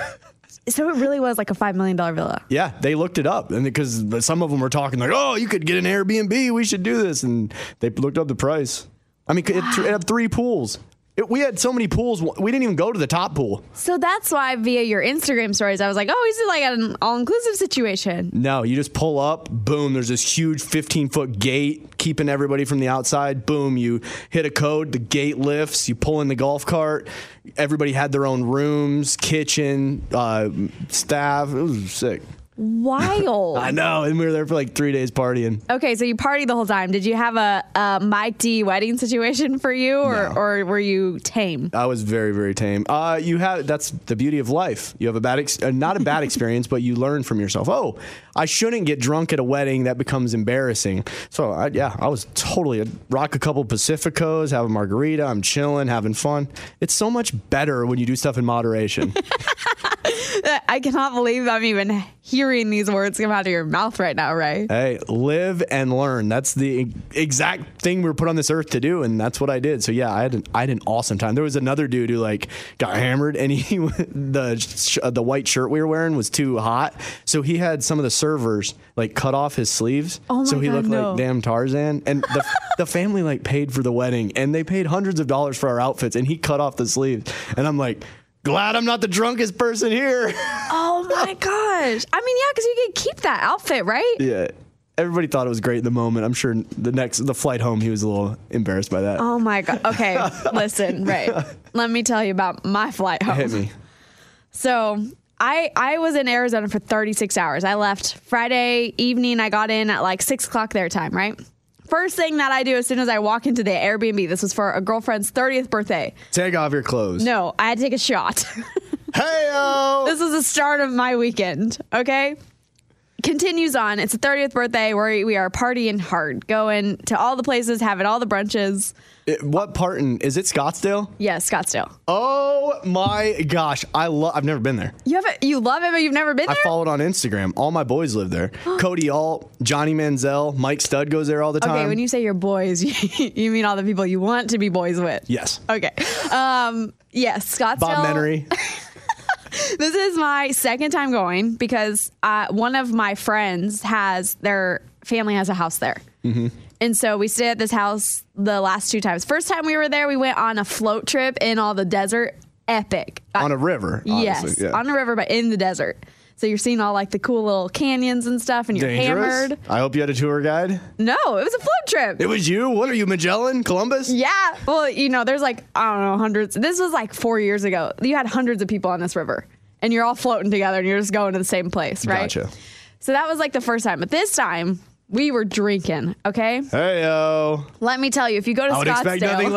Speaker 2: So it really was like a five million dollar villa.
Speaker 3: Yeah, they looked it up, and because some of them were talking like, "Oh, you could get an Airbnb. We should do this," and they looked up the price. I mean, it, it had three pools. It, we had so many pools. We didn't even go to the top pool.
Speaker 2: So that's why via your Instagram stories, I was like, oh, he's like at an all inclusive situation.
Speaker 3: No, you just pull up, boom, there's this huge 15 foot gate keeping everybody from the outside. Boom, you hit a code, the gate lifts, you pull in the golf cart. Everybody had their own rooms, kitchen, uh, staff. It was sick. I
Speaker 2: Wild.
Speaker 3: know. And we were there for like three days partying.
Speaker 2: okay, so you partied the whole time. Did you have a, a Mike D wedding situation for you, or,
Speaker 3: No.
Speaker 2: or were you tame?
Speaker 3: I was very, very tame. Uh, you have that's the beauty of life. You have a bad, ex- uh, not a bad experience, but you learn from yourself. Oh, I shouldn't get drunk at a wedding. That becomes embarrassing. So I, yeah, I was totally rock a couple Pacificos, have a margarita. I'm chilling, having fun. It's so much better when you do stuff in moderation.
Speaker 2: I cannot believe I'm even hearing these words come out of your mouth right now, Ray.
Speaker 3: hey, live and learn. That's the e-, exact thing we were put on this earth to do, and that's what I did. So yeah, I had an, I had an awesome time. There was another dude who like got hammered, and he the sh- uh, the white shirt we were wearing was too hot, so he had some of the servers like cut off his sleeves,
Speaker 2: Oh my
Speaker 3: so he
Speaker 2: God,
Speaker 3: looked
Speaker 2: no.
Speaker 3: like damn Tarzan. And the the family like paid for the wedding, and they paid hundreds of dollars for our outfits, and he cut off the sleeves, and I'm like. Glad I'm not the drunkest person here.
Speaker 2: Oh my gosh. I mean, yeah, because you could keep that outfit, right?
Speaker 3: Yeah. Everybody thought it was great in the moment. I'm sure the next the flight home he was a little embarrassed by that.
Speaker 2: Oh my god. Okay, listen, Ray. Let me tell you about my flight home.
Speaker 3: Hit me.
Speaker 2: So I I was in Arizona for 36 hours. I left Friday evening. I got in at like six o'clock their time, right? First thing that I do as soon as I walk into the Airbnb, this was for a girlfriend's 30th birthday.
Speaker 3: Take off your clothes.
Speaker 2: No, I had to take a shot.
Speaker 3: Hey
Speaker 2: this was the start of my weekend, okay? Continues on. It's the 30th birthday where we are partying hard, going to all the places, having all the brunches.
Speaker 3: What part in is it Scottsdale?
Speaker 2: Yes, Scottsdale.
Speaker 3: Oh my gosh. I love I've never been there.
Speaker 2: You have you love it, but you've never been
Speaker 3: I
Speaker 2: there?
Speaker 3: followed on Instagram. All my boys live there. Cody Alt, Johnny Manziel, Mike Stud goes there all the time.
Speaker 2: Okay, when you say your boys, you, you mean all the people you want to be boys with.
Speaker 3: Yes.
Speaker 2: Okay. Um, yes, Scottsdale.
Speaker 3: Bob Menery.
Speaker 2: This is my second time going because uh, one of my friends has their family has a house there. And so we stayed at this house the last two times. First time we were there, we went on a float trip in all the desert. Epic. Uh,
Speaker 3: on a river. honestly.
Speaker 2: yes,
Speaker 3: Yeah.
Speaker 2: on a river, but in the desert. So you're seeing all like the cool little canyons and stuff, and you're
Speaker 3: Dangerous.
Speaker 2: hammered.
Speaker 3: I hope you had a tour guide.
Speaker 2: No, it was a float trip.
Speaker 3: It was you. What are you, Magellan? Columbus?
Speaker 2: Yeah. Well, you know, there's like, I don't know, hundreds. This was like four years ago. You had hundreds of people on this river and you're all floating together and you're just going to the same place, right?
Speaker 3: Gotcha.
Speaker 2: So that was like the first time. But this time, we were drinking, okay?
Speaker 3: Hey yo.
Speaker 2: Let me tell you, if you go to
Speaker 3: I would expect nothing
Speaker 2: Scottsdale,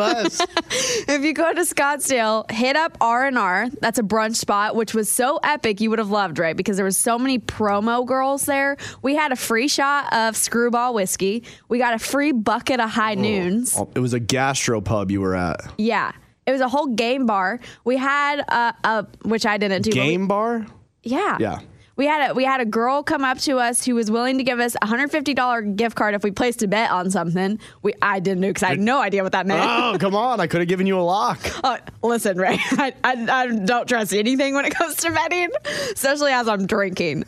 Speaker 3: less.
Speaker 2: if you go to Scottsdale, hit up R&R. That's a brunch spot, which was so epic. You would have loved, right? Because there was so many promo girls there. We had a free shot of screwball whiskey. We got a free bucket of
Speaker 3: Oh.
Speaker 2: high noons.
Speaker 3: It was a gastro pub you were at.
Speaker 2: Yeah. It was a whole game bar. We had a, a uh, which I didn't do. but we-
Speaker 3: Game bar?
Speaker 2: yeah.
Speaker 3: Yeah.
Speaker 2: We had a we had a girl come up to us who was willing to give us a hundred fifty dollar gift card if we placed a bet on something. We I didn't know because I had no idea what that meant.
Speaker 3: Oh, come on. I could have given you a lock.
Speaker 2: Uh, listen, Ray, I, I, I don't trust anything when it comes to betting, especially as I'm drinking.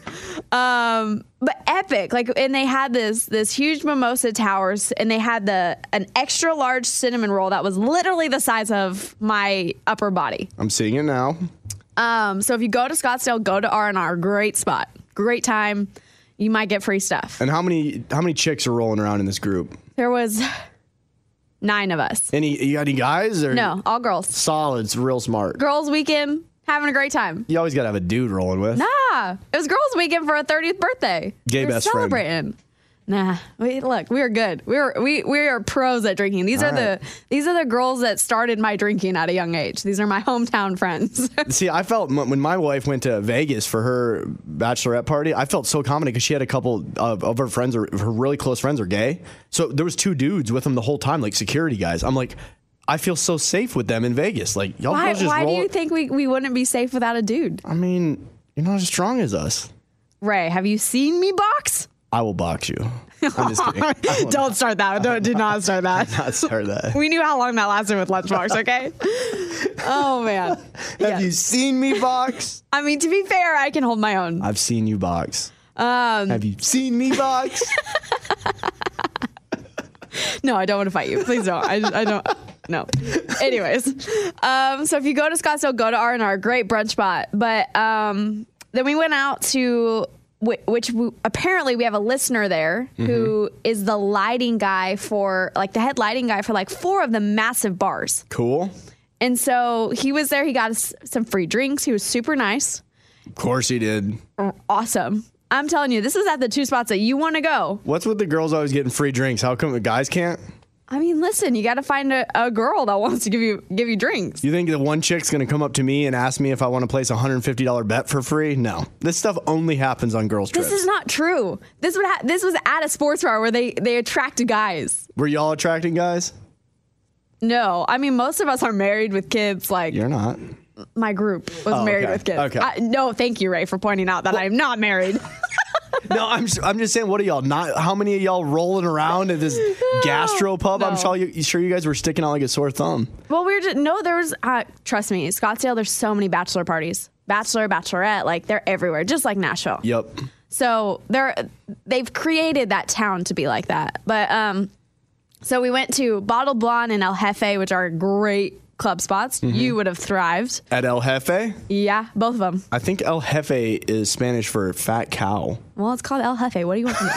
Speaker 2: Um, but epic, like, and they had this this huge mimosa towers, and they had the an extra large cinnamon roll that was literally the size of my upper body.
Speaker 3: I'm seeing it now.
Speaker 2: Um, so if you go to Scottsdale, go to R and R, great spot, great time. You might get free stuff.
Speaker 3: And how many how many chicks are rolling around in this group?
Speaker 2: There was nine of us.
Speaker 3: Any you got any guys or
Speaker 2: No, all girls.
Speaker 3: Solid, it's real smart.
Speaker 2: Girls weekend, having a great time.
Speaker 3: You always gotta have a dude rolling with.
Speaker 2: Nah, it was girls' weekend for a 30th birthday.
Speaker 3: Gay
Speaker 2: we were
Speaker 3: best friend.
Speaker 2: celebrating. Nah, we look, we are good. We were we we are pros at drinking. These are the these are the girls that started my drinking at a young age. These are my hometown friends.
Speaker 3: See, I felt m- when my wife went to Vegas for her bachelorette party, I felt so confident because she had a couple of, of her friends, or her really close friends, are gay. So there was two dudes with them the whole time, like security guys. I'm like, I feel so safe with them in Vegas. Like y'all
Speaker 2: why
Speaker 3: girls just
Speaker 2: why do
Speaker 3: roll.
Speaker 2: you think we, we wouldn't be safe without a dude?
Speaker 3: I mean, you're not as strong as us.
Speaker 2: Ray, have you seen me box?
Speaker 3: I will box you. I'm just kidding. I will
Speaker 2: Don't start that. Don't do not start that.
Speaker 3: not start that.
Speaker 2: We knew how long that lasted with lunchbox, okay? oh man.
Speaker 3: Have you seen me box?
Speaker 2: I mean, to be fair, I can hold my own.
Speaker 3: I've seen you box.
Speaker 2: Um,
Speaker 3: Have you seen me box?
Speaker 2: No, I don't want to fight you. Please don't. I, I don't. No. Anyways, um, so if you go to Scottsdale, go to R and R. Great brunch spot. But um, then we went out to wh- which we, apparently we have a listener there who is the lighting guy for like the head lighting guy for like four of the massive bars.
Speaker 3: cool.
Speaker 2: And so he was there. He got us some free drinks. He was super nice.
Speaker 3: Of course he did.
Speaker 2: Awesome. I'm telling you, this is at the two spots that you want to go.
Speaker 3: What's with the girls always getting free drinks? How come the guys can't?
Speaker 2: I mean, listen, you got to find a, a girl that wants to give you give you drinks.
Speaker 3: You think the one chick's gonna come up to me and ask me if I want to place a hundred fifty dollar bet for free? No, this stuff only happens on girls trips.
Speaker 2: This is not true. This would ha- this was at a sports bar where they they attract guys.
Speaker 3: Were y'all attracting guys?
Speaker 2: No, I mean most of us are married with kids. Like
Speaker 3: You're not.
Speaker 2: my group was
Speaker 3: Oh,
Speaker 2: married
Speaker 3: okay.
Speaker 2: with kids.
Speaker 3: Okay.
Speaker 2: I- no, thank you, Ray, for pointing out that I am not married.
Speaker 3: No, I'm. s- I'm just saying. What are y'all not? How many of y'all rolling around at this gastro pub? I'm
Speaker 2: No.
Speaker 3: sure you, you- sure you guys were sticking out like a sore thumb.
Speaker 2: well, we were just no. There was uh, trust me, Scottsdale. There's so many bachelor parties, bachelor, bachelorette. Like they're everywhere, just like Nashville.
Speaker 3: Yep.
Speaker 2: So they're they've created that town to be like that. But um, so we went to Bottle Blonde and El Jefe, which are great club spots.
Speaker 3: Mm-hmm.
Speaker 2: You would have thrived.
Speaker 3: At El Jefe,
Speaker 2: Yeah, both of them.
Speaker 3: I think El Jefe is Spanish for fat cow.
Speaker 2: Well, it's called El Jefe. What do you want from me?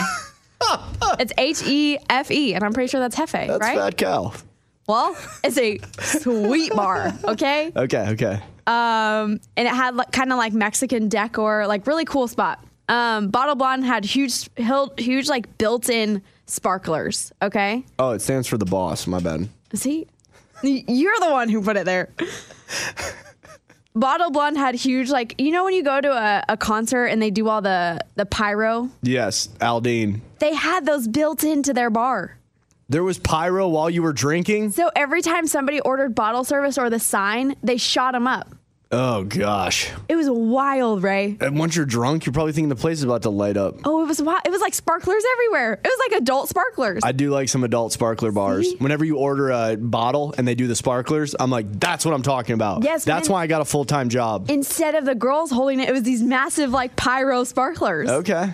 Speaker 2: it's H E F E, and I'm pretty sure that's Jefe,
Speaker 3: That's
Speaker 2: right?
Speaker 3: fat cow.
Speaker 2: Well, it's a sweet bar, okay?
Speaker 3: Okay. Okay.
Speaker 2: Um, and it had like, kind of like Mexican decor, like really cool spot. Um, Bottle Blonde had huge, hil- huge like built-in sparklers, okay?
Speaker 3: Oh, it stands for the boss. My bad.
Speaker 2: See, Y- you're the one who put it there. Bottle Blonde had huge, like you know when you go to a, a concert and they do all the the pyro,
Speaker 3: Yes, Aldine.
Speaker 2: they had those built into their bar.
Speaker 3: There was pyro while you were drinking.
Speaker 2: So every time somebody ordered bottle service or the sign, they shot them up.
Speaker 3: Oh gosh.
Speaker 2: It was wild, Ray.
Speaker 3: And once you're drunk, you're probably thinking the place is about to light up.
Speaker 2: Oh, it was wild. It was like sparklers everywhere. It was like adult sparklers.
Speaker 3: I do like some adult sparkler bars. Whenever you order a bottle and they do the sparklers, I'm like, that's what I'm talking about.
Speaker 2: Yes,
Speaker 3: That's
Speaker 2: man.
Speaker 3: why I got a full time job.
Speaker 2: Instead of the girls holding it, it was these massive like pyro sparklers.
Speaker 3: okay.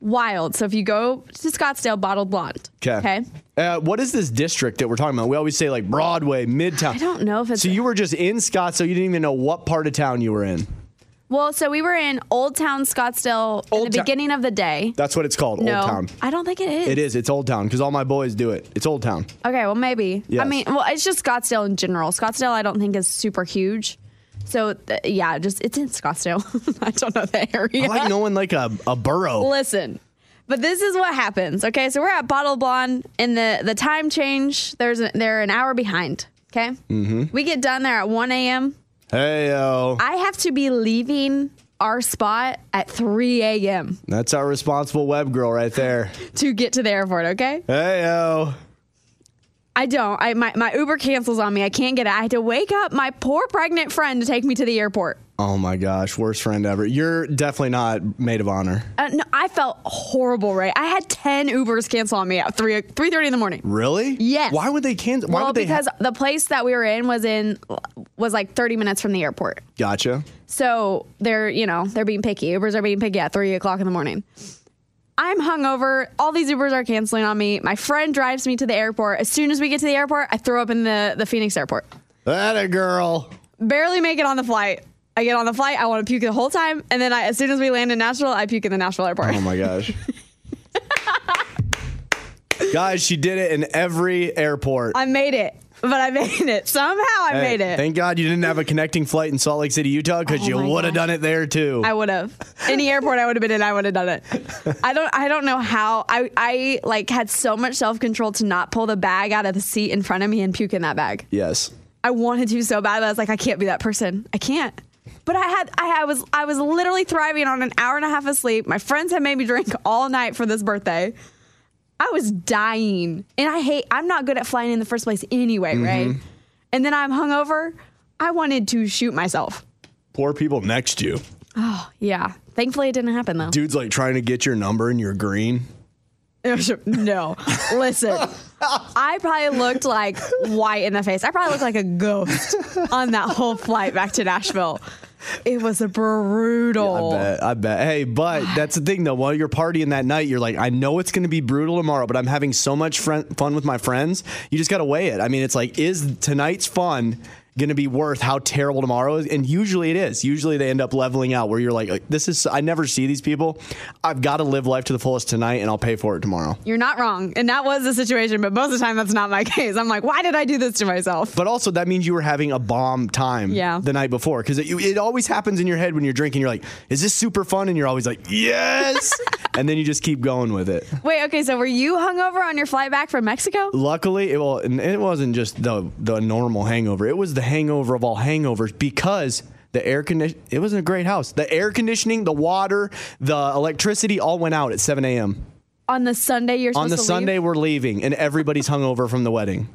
Speaker 2: Wild. So if you go to Scottsdale, bottled blonde.
Speaker 3: Okay.
Speaker 2: Okay.
Speaker 3: Uh, what is this district that we're talking about? We always say like Broadway, Midtown.
Speaker 2: I don't know if it's
Speaker 3: So you were just in Scottsdale. You didn't even know what part of town you were in.
Speaker 2: well. So we were in Old Town Scottsdale in
Speaker 3: Old
Speaker 2: the
Speaker 3: Town-
Speaker 2: beginning of the day.
Speaker 3: That's what it's called,
Speaker 2: no,
Speaker 3: Old Town.
Speaker 2: I don't think it is.
Speaker 3: It is. It's Old Town because all my boys do it. It's Old Town.
Speaker 2: Okay, well, maybe. I
Speaker 3: Yes.
Speaker 2: mean, well, it's just Scottsdale in general. Scottsdale, I don't think is super huge. So th- yeah, just it's in Scottsdale. I don't know the area.
Speaker 3: I like knowing like a, a borough.
Speaker 2: Listen, but this is what happens. Okay, so we're at Bottle Blonde, and the the time change. There's a, they're an hour behind. Okay, mm-hmm. we get done there at one a.m.
Speaker 3: Hey, yo.
Speaker 2: I have to be leaving our spot at three a.m.
Speaker 3: That's our responsible web girl right there.
Speaker 2: to get to the airport. Okay,
Speaker 3: Hey, yo.
Speaker 2: I don't. I my, my Uber cancels on me. I can't get it. I had to wake up my poor pregnant friend to take me to the airport.
Speaker 3: Oh my gosh, worst friend ever. You're definitely not maid of honor.
Speaker 2: Uh, no, I felt horrible. Right, I had ten Ubers cancel on me at three three thirty in the morning.
Speaker 3: Really?
Speaker 2: Yes.
Speaker 3: Why would they cancel? Why
Speaker 2: well,
Speaker 3: would they? ha-
Speaker 2: because the place that we were in was in was like thirty minutes from the airport.
Speaker 3: gotcha.
Speaker 2: So they're, you know, they're being picky. Ubers are being picky at three o'clock in the morning. I'm hungover. All these Ubers are canceling on me. My friend drives me to the airport. As soon as we get to the airport, I throw up in the, the Phoenix airport.
Speaker 3: That a girl.
Speaker 2: Barely make it on the flight. I get on the flight. I want to puke the whole time. And then I, as soon as we land in Nashville, I puke in the Nashville airport.
Speaker 3: Oh my gosh. Guys, she did it in every airport.
Speaker 2: I made it, but I made it. Somehow I
Speaker 3: Hey,
Speaker 2: made it. Oh
Speaker 3: Thank God you didn't have a connecting flight in Salt Lake City, Utah, because you
Speaker 2: my
Speaker 3: would have
Speaker 2: gosh.
Speaker 3: done it there too.
Speaker 2: I would have. Any airport I would have been in, I would have done it. I don't I don't know how I I like had so much self-control to not pull the bag out of the seat in front of me and puke in that bag.
Speaker 3: yes.
Speaker 2: I wanted to so bad, but I was like I can't be that person. I can't. But I had I, I was I was literally thriving on an hour and a half of sleep. My friends had made me drink all night for this birthday. I was dying. And I hate I'm not good at flying in the first place anyway, right?
Speaker 3: Mm-hmm.
Speaker 2: And then I'm hungover. I wanted to shoot myself.
Speaker 3: Poor people next to you.
Speaker 2: Oh, Yeah. Thankfully it didn't happen though.
Speaker 3: Dude's like trying to get your number and you're green.
Speaker 2: No. Listen, I probably looked like white in the face. I probably looked like a ghost on that whole flight back to Nashville. It was brutal.
Speaker 3: I bet. I bet. Hey, but that's the thing though. While you're partying that night, you're like, I know it's going to be brutal tomorrow, but I'm having so much friend, fun with my friends. You just got to weigh it. I mean, it's like, is tonight's fun going to be worth how terrible tomorrow is? And usually it is. Usually they end up leveling out where you're like, this is, I never see these people. I've got to live life to the fullest tonight and I'll pay for it tomorrow.
Speaker 2: You're not wrong. And that was the situation, but most of the time that's not my case. I'm like, why did I do this to myself?
Speaker 3: But also, that means you were having a bomb time
Speaker 2: Yeah.
Speaker 3: the night before because it, it always happens in your head when you're drinking. You're like, "Is this super fun?" And you're always like, "Yes," and then you just keep going with it.
Speaker 2: Wait, okay, so were you hungover on your flight back from Mexico?
Speaker 3: Luckily, it well, and it wasn't just the the normal hangover. It was the hangover of all hangovers because the air condition. It was a great house. The air conditioning, the water, the electricity all went out at 7 a.m.
Speaker 2: On the Sunday you're supposed
Speaker 3: On the
Speaker 2: to leave?
Speaker 3: Sunday, we're leaving, and everybody's hungover from the wedding.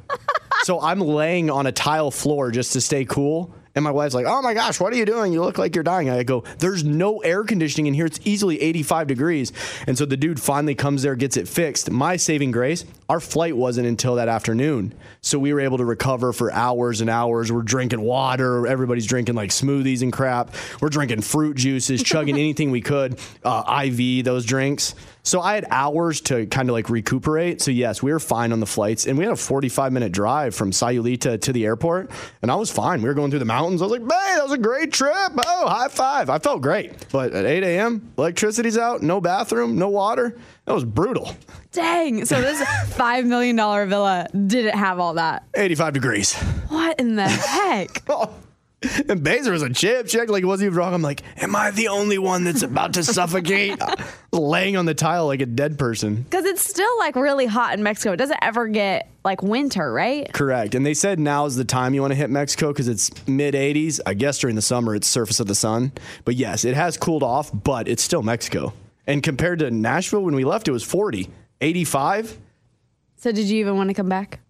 Speaker 3: so I'm laying on a tile floor just to stay cool. And my wife's like, "Oh my gosh, what are you doing? You look like you're dying." I go, "There's no air conditioning in here. It's easily 85 degrees." And so the dude finally comes there, gets it fixed. My saving grace, our flight wasn't until that afternoon, so we were able to recover for hours and hours. We're drinking water. Everybody's drinking like smoothies and crap. We're drinking fruit juices, chugging anything we could. Uh, IV those drinks. So I had hours to kind of like recuperate. So yes, we were fine on the flights, and we had a 45 minute drive from Sayulita to the airport, and I was fine. We were going through the mountains. I was like, "Man, that was a great trip! Oh, high five! I felt great." But at 8 a.m., electricity's out, no bathroom, no water. That was brutal.
Speaker 2: Dang. So this $5 million villa didn't have all that.
Speaker 3: 85 degrees.
Speaker 2: What in the heck?
Speaker 3: Oh, And Baser was a chip check, like it wasn't even wrong. I'm like, "Am I the only one that's about to suffocate?" Laying on the tile like a dead person.
Speaker 2: Because it's still like really hot in Mexico. It doesn't ever get like winter, right?
Speaker 3: Correct. And they said now is the time you want to hit Mexico because it's mid 80s. I guess during the summer it's surface of the sun. But yes, it has cooled off, but it's still Mexico. And compared to Nashville when we left, it was 40, 85.
Speaker 2: So did you even want to come back?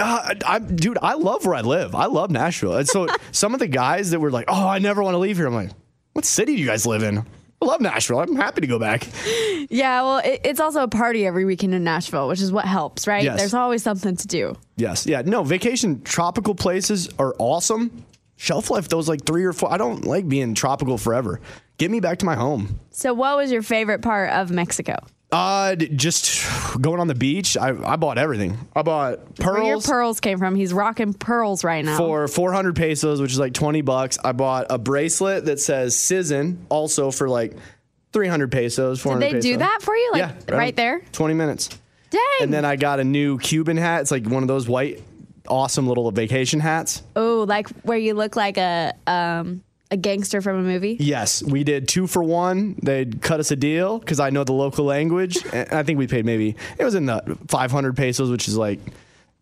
Speaker 3: Uh, I, I, dude, I love where I live. I love Nashville. And so some of the guys that were like, oh, I never want to leave here. I'm like, what city do you guys live in? I love Nashville. I'm happy to go back.
Speaker 2: Yeah, well, it, it's also a party every weekend in Nashville, which is what helps, right?
Speaker 3: Yes.
Speaker 2: There's always something to do.
Speaker 3: Yes. Yeah. No, vacation tropical places are awesome. Shelf life, those like three or four. I don't like being tropical forever. Get me back to my home.
Speaker 2: So, what was your favorite part of Mexico?
Speaker 3: Uh, d- just going on the beach. I, I bought everything. I bought
Speaker 2: Where your
Speaker 3: pearls
Speaker 2: pearls came from? He's rocking pearls right now.
Speaker 3: for 400 pesos, which is like 20 bucks. I bought a bracelet that says Sizzin also for like 300 pesos. 400
Speaker 2: Did they do
Speaker 3: pesos.
Speaker 2: that for you? Like
Speaker 3: yeah,
Speaker 2: right, there?
Speaker 3: 20 minutes.
Speaker 2: Dang.
Speaker 3: And then I got a new Cuban hat. It's like one of those white, awesome little vacation hats.
Speaker 2: oh, like where you look like a um a gangster from a movie?
Speaker 3: Yes, we did two for one. They cut us a deal because I know the local language. and I think we paid maybe it was in the 500 pesos, which is like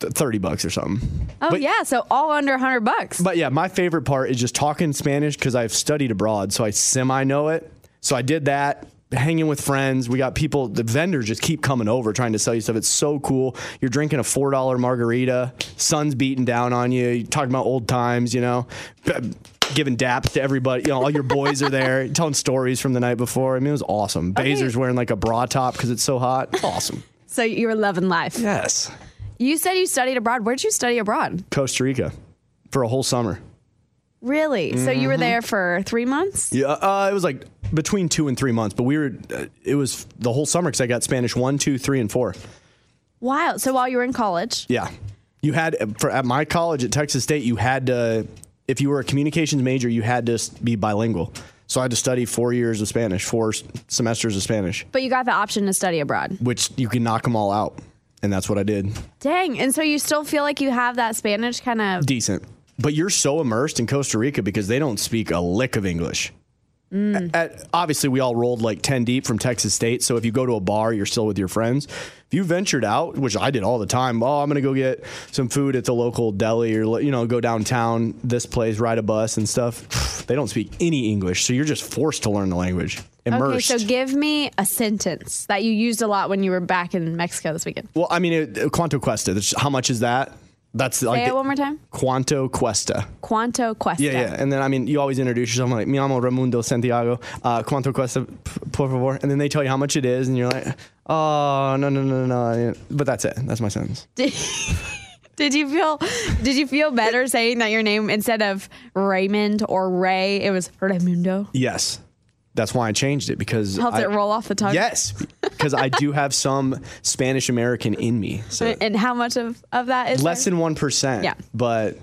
Speaker 3: th- 30 bucks or something.
Speaker 2: Oh
Speaker 3: But-
Speaker 2: yeah, so all under 100 bucks.
Speaker 3: But yeah, my favorite part is just talking Spanish because I've studied abroad, so I semi know it. So I did that, hanging with friends. We got people, the vendors just keep coming over trying to sell you stuff. It's so cool. You're drinking a four dollar margarita, sun's beating down on you. You're talking about old times, you know. B- giving daps to everybody. You know, all your boys are there telling stories from the night before. I mean, it was awesome. Bazer's wearing like a bra top because it's so hot. Awesome.
Speaker 2: So you were loving life.
Speaker 3: Yes.
Speaker 2: You said you studied abroad. Where'd you study abroad?
Speaker 3: Costa Rica for a whole summer.
Speaker 2: Really? So you
Speaker 3: Mm-hmm.
Speaker 2: were there for three months?
Speaker 3: Yeah, uh, it was like between two and three months, but we were. Uh, it was the whole summer because I got Spanish one, two, three, and four.
Speaker 2: Wow. So while you were in college,
Speaker 3: Yeah, you had uh, for at my college at Texas State, you had to if you were a communications major, you had to s- be bilingual. So I had to study four years of Spanish, four s- semesters of Spanish,
Speaker 2: but you got the option to study abroad.
Speaker 3: which you can knock them all out, and that's what I did.
Speaker 2: Dang. And so you still feel like you have that Spanish kind of.
Speaker 3: Decent, but you're so immersed in Costa Rica because they don't speak a lick of English.
Speaker 2: Mm.
Speaker 3: at, obviously we all rolled like 10 deep from Texas State. So if you go to a bar, you're still with your friends. If you ventured out, which I did all the time, oh, I'm going to go get some food at the local deli or, you know, go downtown, this place, ride a bus and stuff. They don't speak any English. So you're just forced to learn the language.
Speaker 2: Okay,
Speaker 3: Immersed.
Speaker 2: so give me a sentence that you used a lot when you were back in Mexico this weekend.
Speaker 3: well, I mean, it, it- Quanto Cuesta, that's- how much is that? That's like
Speaker 2: Say
Speaker 3: the-
Speaker 2: it one more time.
Speaker 3: Quanto Cuesta.
Speaker 2: Quanto Cuesta.
Speaker 3: Yeah, yeah. And then, I mean, you always introduce yourself. I'm like, mi amo Raimundo Santiago. Uh, cuanto cuesta, p- por favor? And then they tell you how much it is, and you're like, oh, no, no, no, no. no. But that's it. That's my sentence.
Speaker 2: Did, did you feel did you feel better saying that your name instead of Raymond or Ray, it was Raimundo?
Speaker 3: Yes. That's why I changed it because.
Speaker 2: Helped
Speaker 3: I,
Speaker 2: it roll off the tongue.
Speaker 3: Yes. Because I do have some Spanish American in me. So
Speaker 2: And how much of, of that is
Speaker 3: less
Speaker 2: there?
Speaker 3: than 1%.
Speaker 2: Yeah.
Speaker 3: But.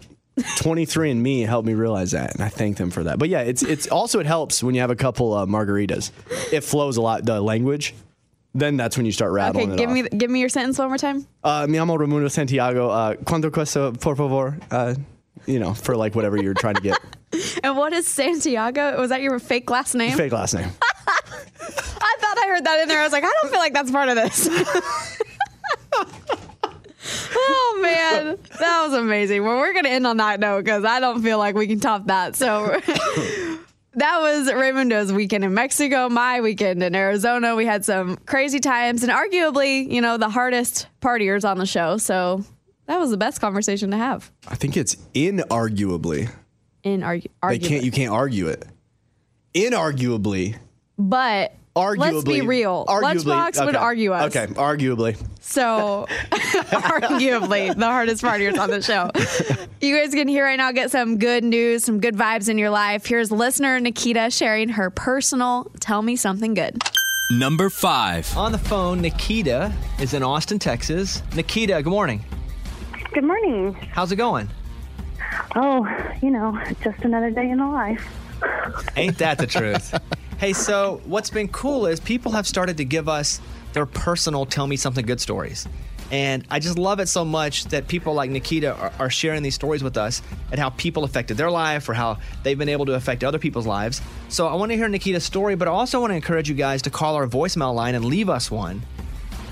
Speaker 3: 23 and me helped me realize that and I thank them for that. But yeah, it's it's also it helps when you have a couple uh, margaritas. It flows a lot the language. Then that's when you start rattling
Speaker 2: Okay,
Speaker 3: it
Speaker 2: give
Speaker 3: off.
Speaker 2: me give me your sentence one more time.
Speaker 3: uh, mi amo Raimundo Santiago. Uh, ¿Cuánto cuesta, por favor? Uh, you know, for like whatever you're trying to get.
Speaker 2: And what is Santiago? Was that your fake last name?
Speaker 3: Fake last name.
Speaker 2: I thought I heard that in there. I was like, I don't feel like that's part of this. oh man, that was amazing. Well, we're gonna end on that note because I don't feel like we can top that. So. That was Raimundo's weekend in Mexico, my weekend in Arizona. We had some crazy times and arguably, you know, the hardest partiers on the show. So that was the best conversation to have.
Speaker 3: I think it's inarguably.
Speaker 2: In argu-
Speaker 3: They
Speaker 2: arguably.
Speaker 3: can't. You can't argue it. Inarguably.
Speaker 2: but
Speaker 3: Arguably.
Speaker 2: let's be real. Lunchbox would
Speaker 3: okay,
Speaker 2: argue us.
Speaker 3: Okay, arguably.
Speaker 2: So, arguably, the hardest partiers on the show. You guys can hear right now, get some good news, some good vibes in your life. Here's listener Nikita sharing her personal Tell Me Something Good.
Speaker 1: Number five.
Speaker 5: On the phone, Nikita is in Austin, Texas. Nikita, good morning.
Speaker 8: Good morning.
Speaker 5: How's it going?
Speaker 8: Oh, you know, just another day in the life.
Speaker 5: Ain't that the truth? hey, so what's been cool is people have started to give us their personal tell me something good stories. And I just love it so much that people like Nikita are, are sharing these stories with us and how people affected their life or how they've been able to affect other people's lives. So I want to hear Nikita's story, but I also want to encourage you guys to call our voicemail line and leave us one.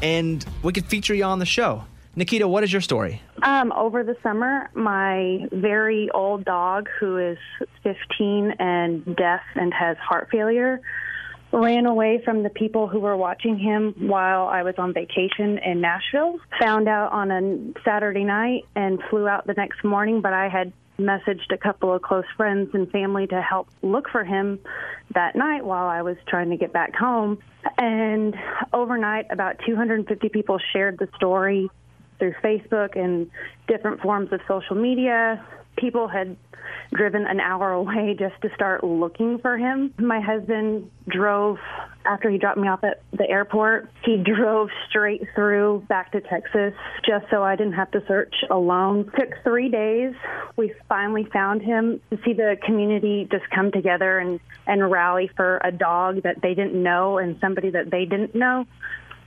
Speaker 5: And we could feature you on the show. Nikita, what is your story?
Speaker 8: Um, over the summer, my very old dog, who is 15 and deaf and has heart failure, ran away from the people who were watching him while I was on vacation in Nashville. Found out on a Saturday night and flew out the next morning, but I had messaged a couple of close friends and family to help look for him that night while I was trying to get back home. And overnight, about 250 people shared the story through Facebook and different forms of social media. People had driven an hour away just to start looking for him. My husband drove after he dropped me off at the airport. He drove straight through back to Texas just so I didn't have to search alone. Took 3 days. We finally found him. To see the community just come together and and rally for a dog that they didn't know and somebody that they didn't know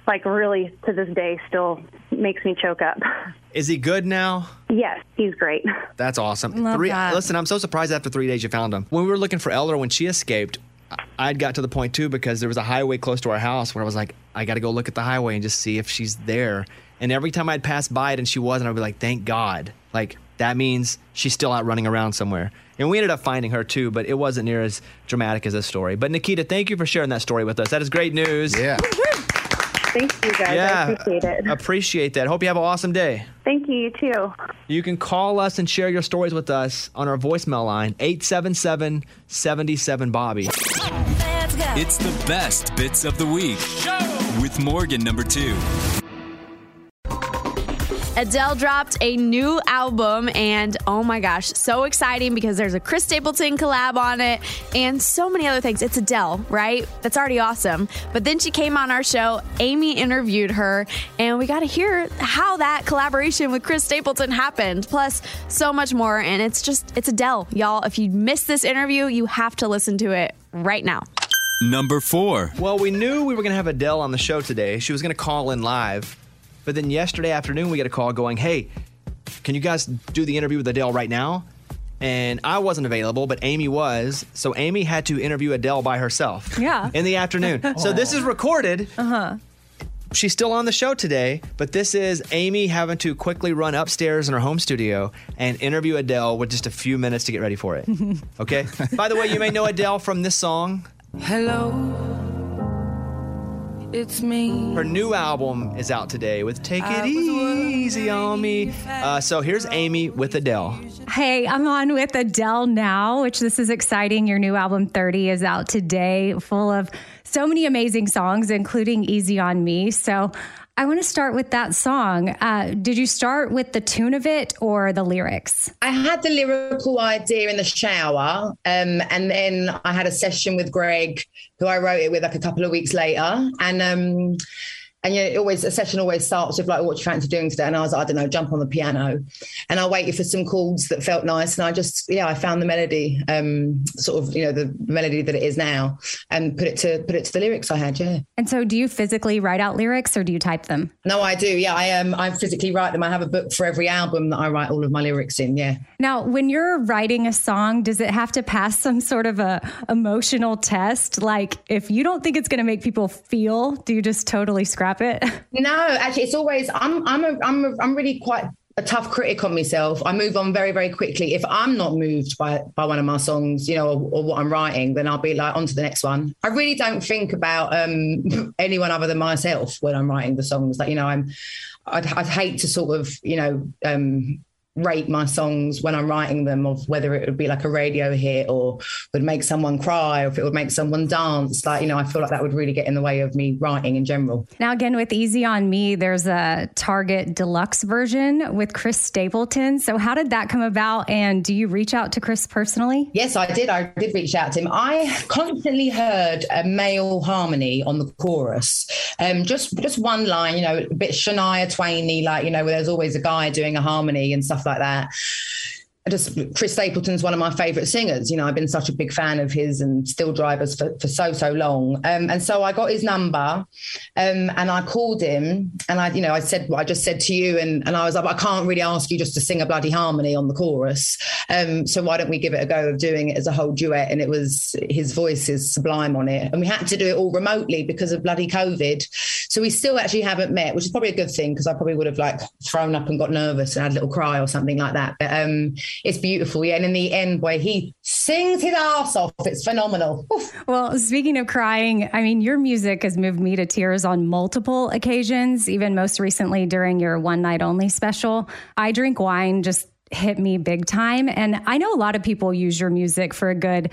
Speaker 8: like really to this day still makes me choke up.
Speaker 5: Is he good now?
Speaker 8: Yes, he's great.
Speaker 5: That's awesome.
Speaker 4: Love
Speaker 5: three,
Speaker 4: that.
Speaker 5: Listen, I'm so surprised after three days you found him. When we were looking for Eller when she escaped, I- I'd got to the point too because there was a highway close to our house where I was like, I got to go look at the highway and just see if she's there. And every time I'd pass by it and she wasn't, I'd be like, thank God. Like, that means she's still out running around somewhere. And we ended up finding her too, but it wasn't near as dramatic as this story. But Nikita, thank you for sharing that story with us. That is great news.
Speaker 10: Yeah.
Speaker 8: Thank you guys. I appreciate it.
Speaker 5: Uh, Appreciate that. Hope you have an awesome day.
Speaker 8: Thank you, you too.
Speaker 5: You can call us and share your stories with us on our voicemail line, 877 77 Bobby.
Speaker 1: It's the best bits of the week with Morgan number two.
Speaker 2: Adele dropped a new album, and oh my gosh, so exciting because there's a Chris Stapleton collab on it and so many other things. It's Adele, right? That's already awesome. But then she came on our show, Amy interviewed her, and we got to hear how that collaboration with Chris Stapleton happened, plus so much more. And it's just, it's Adele, y'all. If you missed this interview, you have to listen to it right now.
Speaker 1: Number four.
Speaker 5: Well, we knew we were going to have Adele on the show today. She was going to call in live. But then yesterday afternoon, we got a call going, hey, can you guys do the interview with Adele right now? And I wasn't available, but Amy was. So Amy had to interview Adele by herself.
Speaker 11: Yeah.
Speaker 5: In the afternoon. So this is recorded. Uh
Speaker 4: Uh-huh.
Speaker 5: huh. She's still on the show today, but this is Amy having to quickly run upstairs in her home studio and interview Adele with just a few minutes to get ready for it. Okay? By the way, you may know Adele from this song.
Speaker 12: Hello, it's me.
Speaker 5: Her new album is out today with Take
Speaker 12: I
Speaker 5: It
Speaker 12: was
Speaker 5: Easy on Me. Uh, so here's Amy with Adele.
Speaker 4: Hey, I'm on with Adele now, which this is exciting. Your new album 30 is out today, full of so many amazing songs, including Easy on Me. So I want to start with that song. Uh, did you start with the tune of it or the lyrics?
Speaker 13: I had the lyrical idea in the shower, um, and then I had a session with Greg, who I wrote it with like a couple of weeks later, and um, and you know, it always a session always starts with like what you fancy doing today, and I was like, I don't know, jump on the piano, and I waited for some chords that felt nice, and I just yeah, I found the melody, um, sort of you know the melody that it is now, and put it to put it to the lyrics I had, yeah.
Speaker 4: And so do you physically write out lyrics or do you type them?
Speaker 13: No, I do. Yeah, I Um, I physically write them. I have a book for every album that I write all of my lyrics in. Yeah.
Speaker 4: Now, when you're writing a song, does it have to pass some sort of a emotional test? Like if you don't think it's going to make people feel, do you just totally scrap it?
Speaker 13: No, actually, it's always I'm I'm a, I'm a, I'm really quite a tough critic on myself. I move on very very quickly. If I'm not moved by by one of my songs, you know, or, or what I'm writing, then I'll be like on to the next one. I really don't think about um anyone other than myself when I'm writing the songs. Like you know, I'm I'd, I'd hate to sort of you know um rate my songs when I'm writing them of whether it would be like a radio hit or would make someone cry or if it would make someone dance. Like you know, I feel like that would really get in the way of me writing in general.
Speaker 4: Now, again, with Easy on Me, there's a Target deluxe version with Chris Stapleton. So, how did that come about? And do you reach out to Chris personally?
Speaker 13: Yes, I did. I did reach out to him. I constantly heard a male harmony on the chorus, um, just just one line, you know, a bit Shania Twainy, like you know, where there's always a guy doing a harmony and stuff like that. I just Chris Stapleton's one of my favorite singers. You know, I've been such a big fan of his and Still Drivers for, for so so long. Um, and so I got his number, um, and I called him, and I, you know, I said what I just said to you, and and I was like, I can't really ask you just to sing a bloody harmony on the chorus. Um, so why don't we give it a go of doing it as a whole duet? And it was his voice is sublime on it, and we had to do it all remotely because of bloody COVID. So we still actually haven't met, which is probably a good thing because I probably would have like thrown up and got nervous and had a little cry or something like that. But um, it's beautiful, yeah. And in the end, where he sings his ass off, it's phenomenal. Oof.
Speaker 4: Well, speaking of crying, I mean, your music has moved me to tears on multiple occasions, even most recently during your one night only special. I drink wine just hit me big time. And I know a lot of people use your music for a good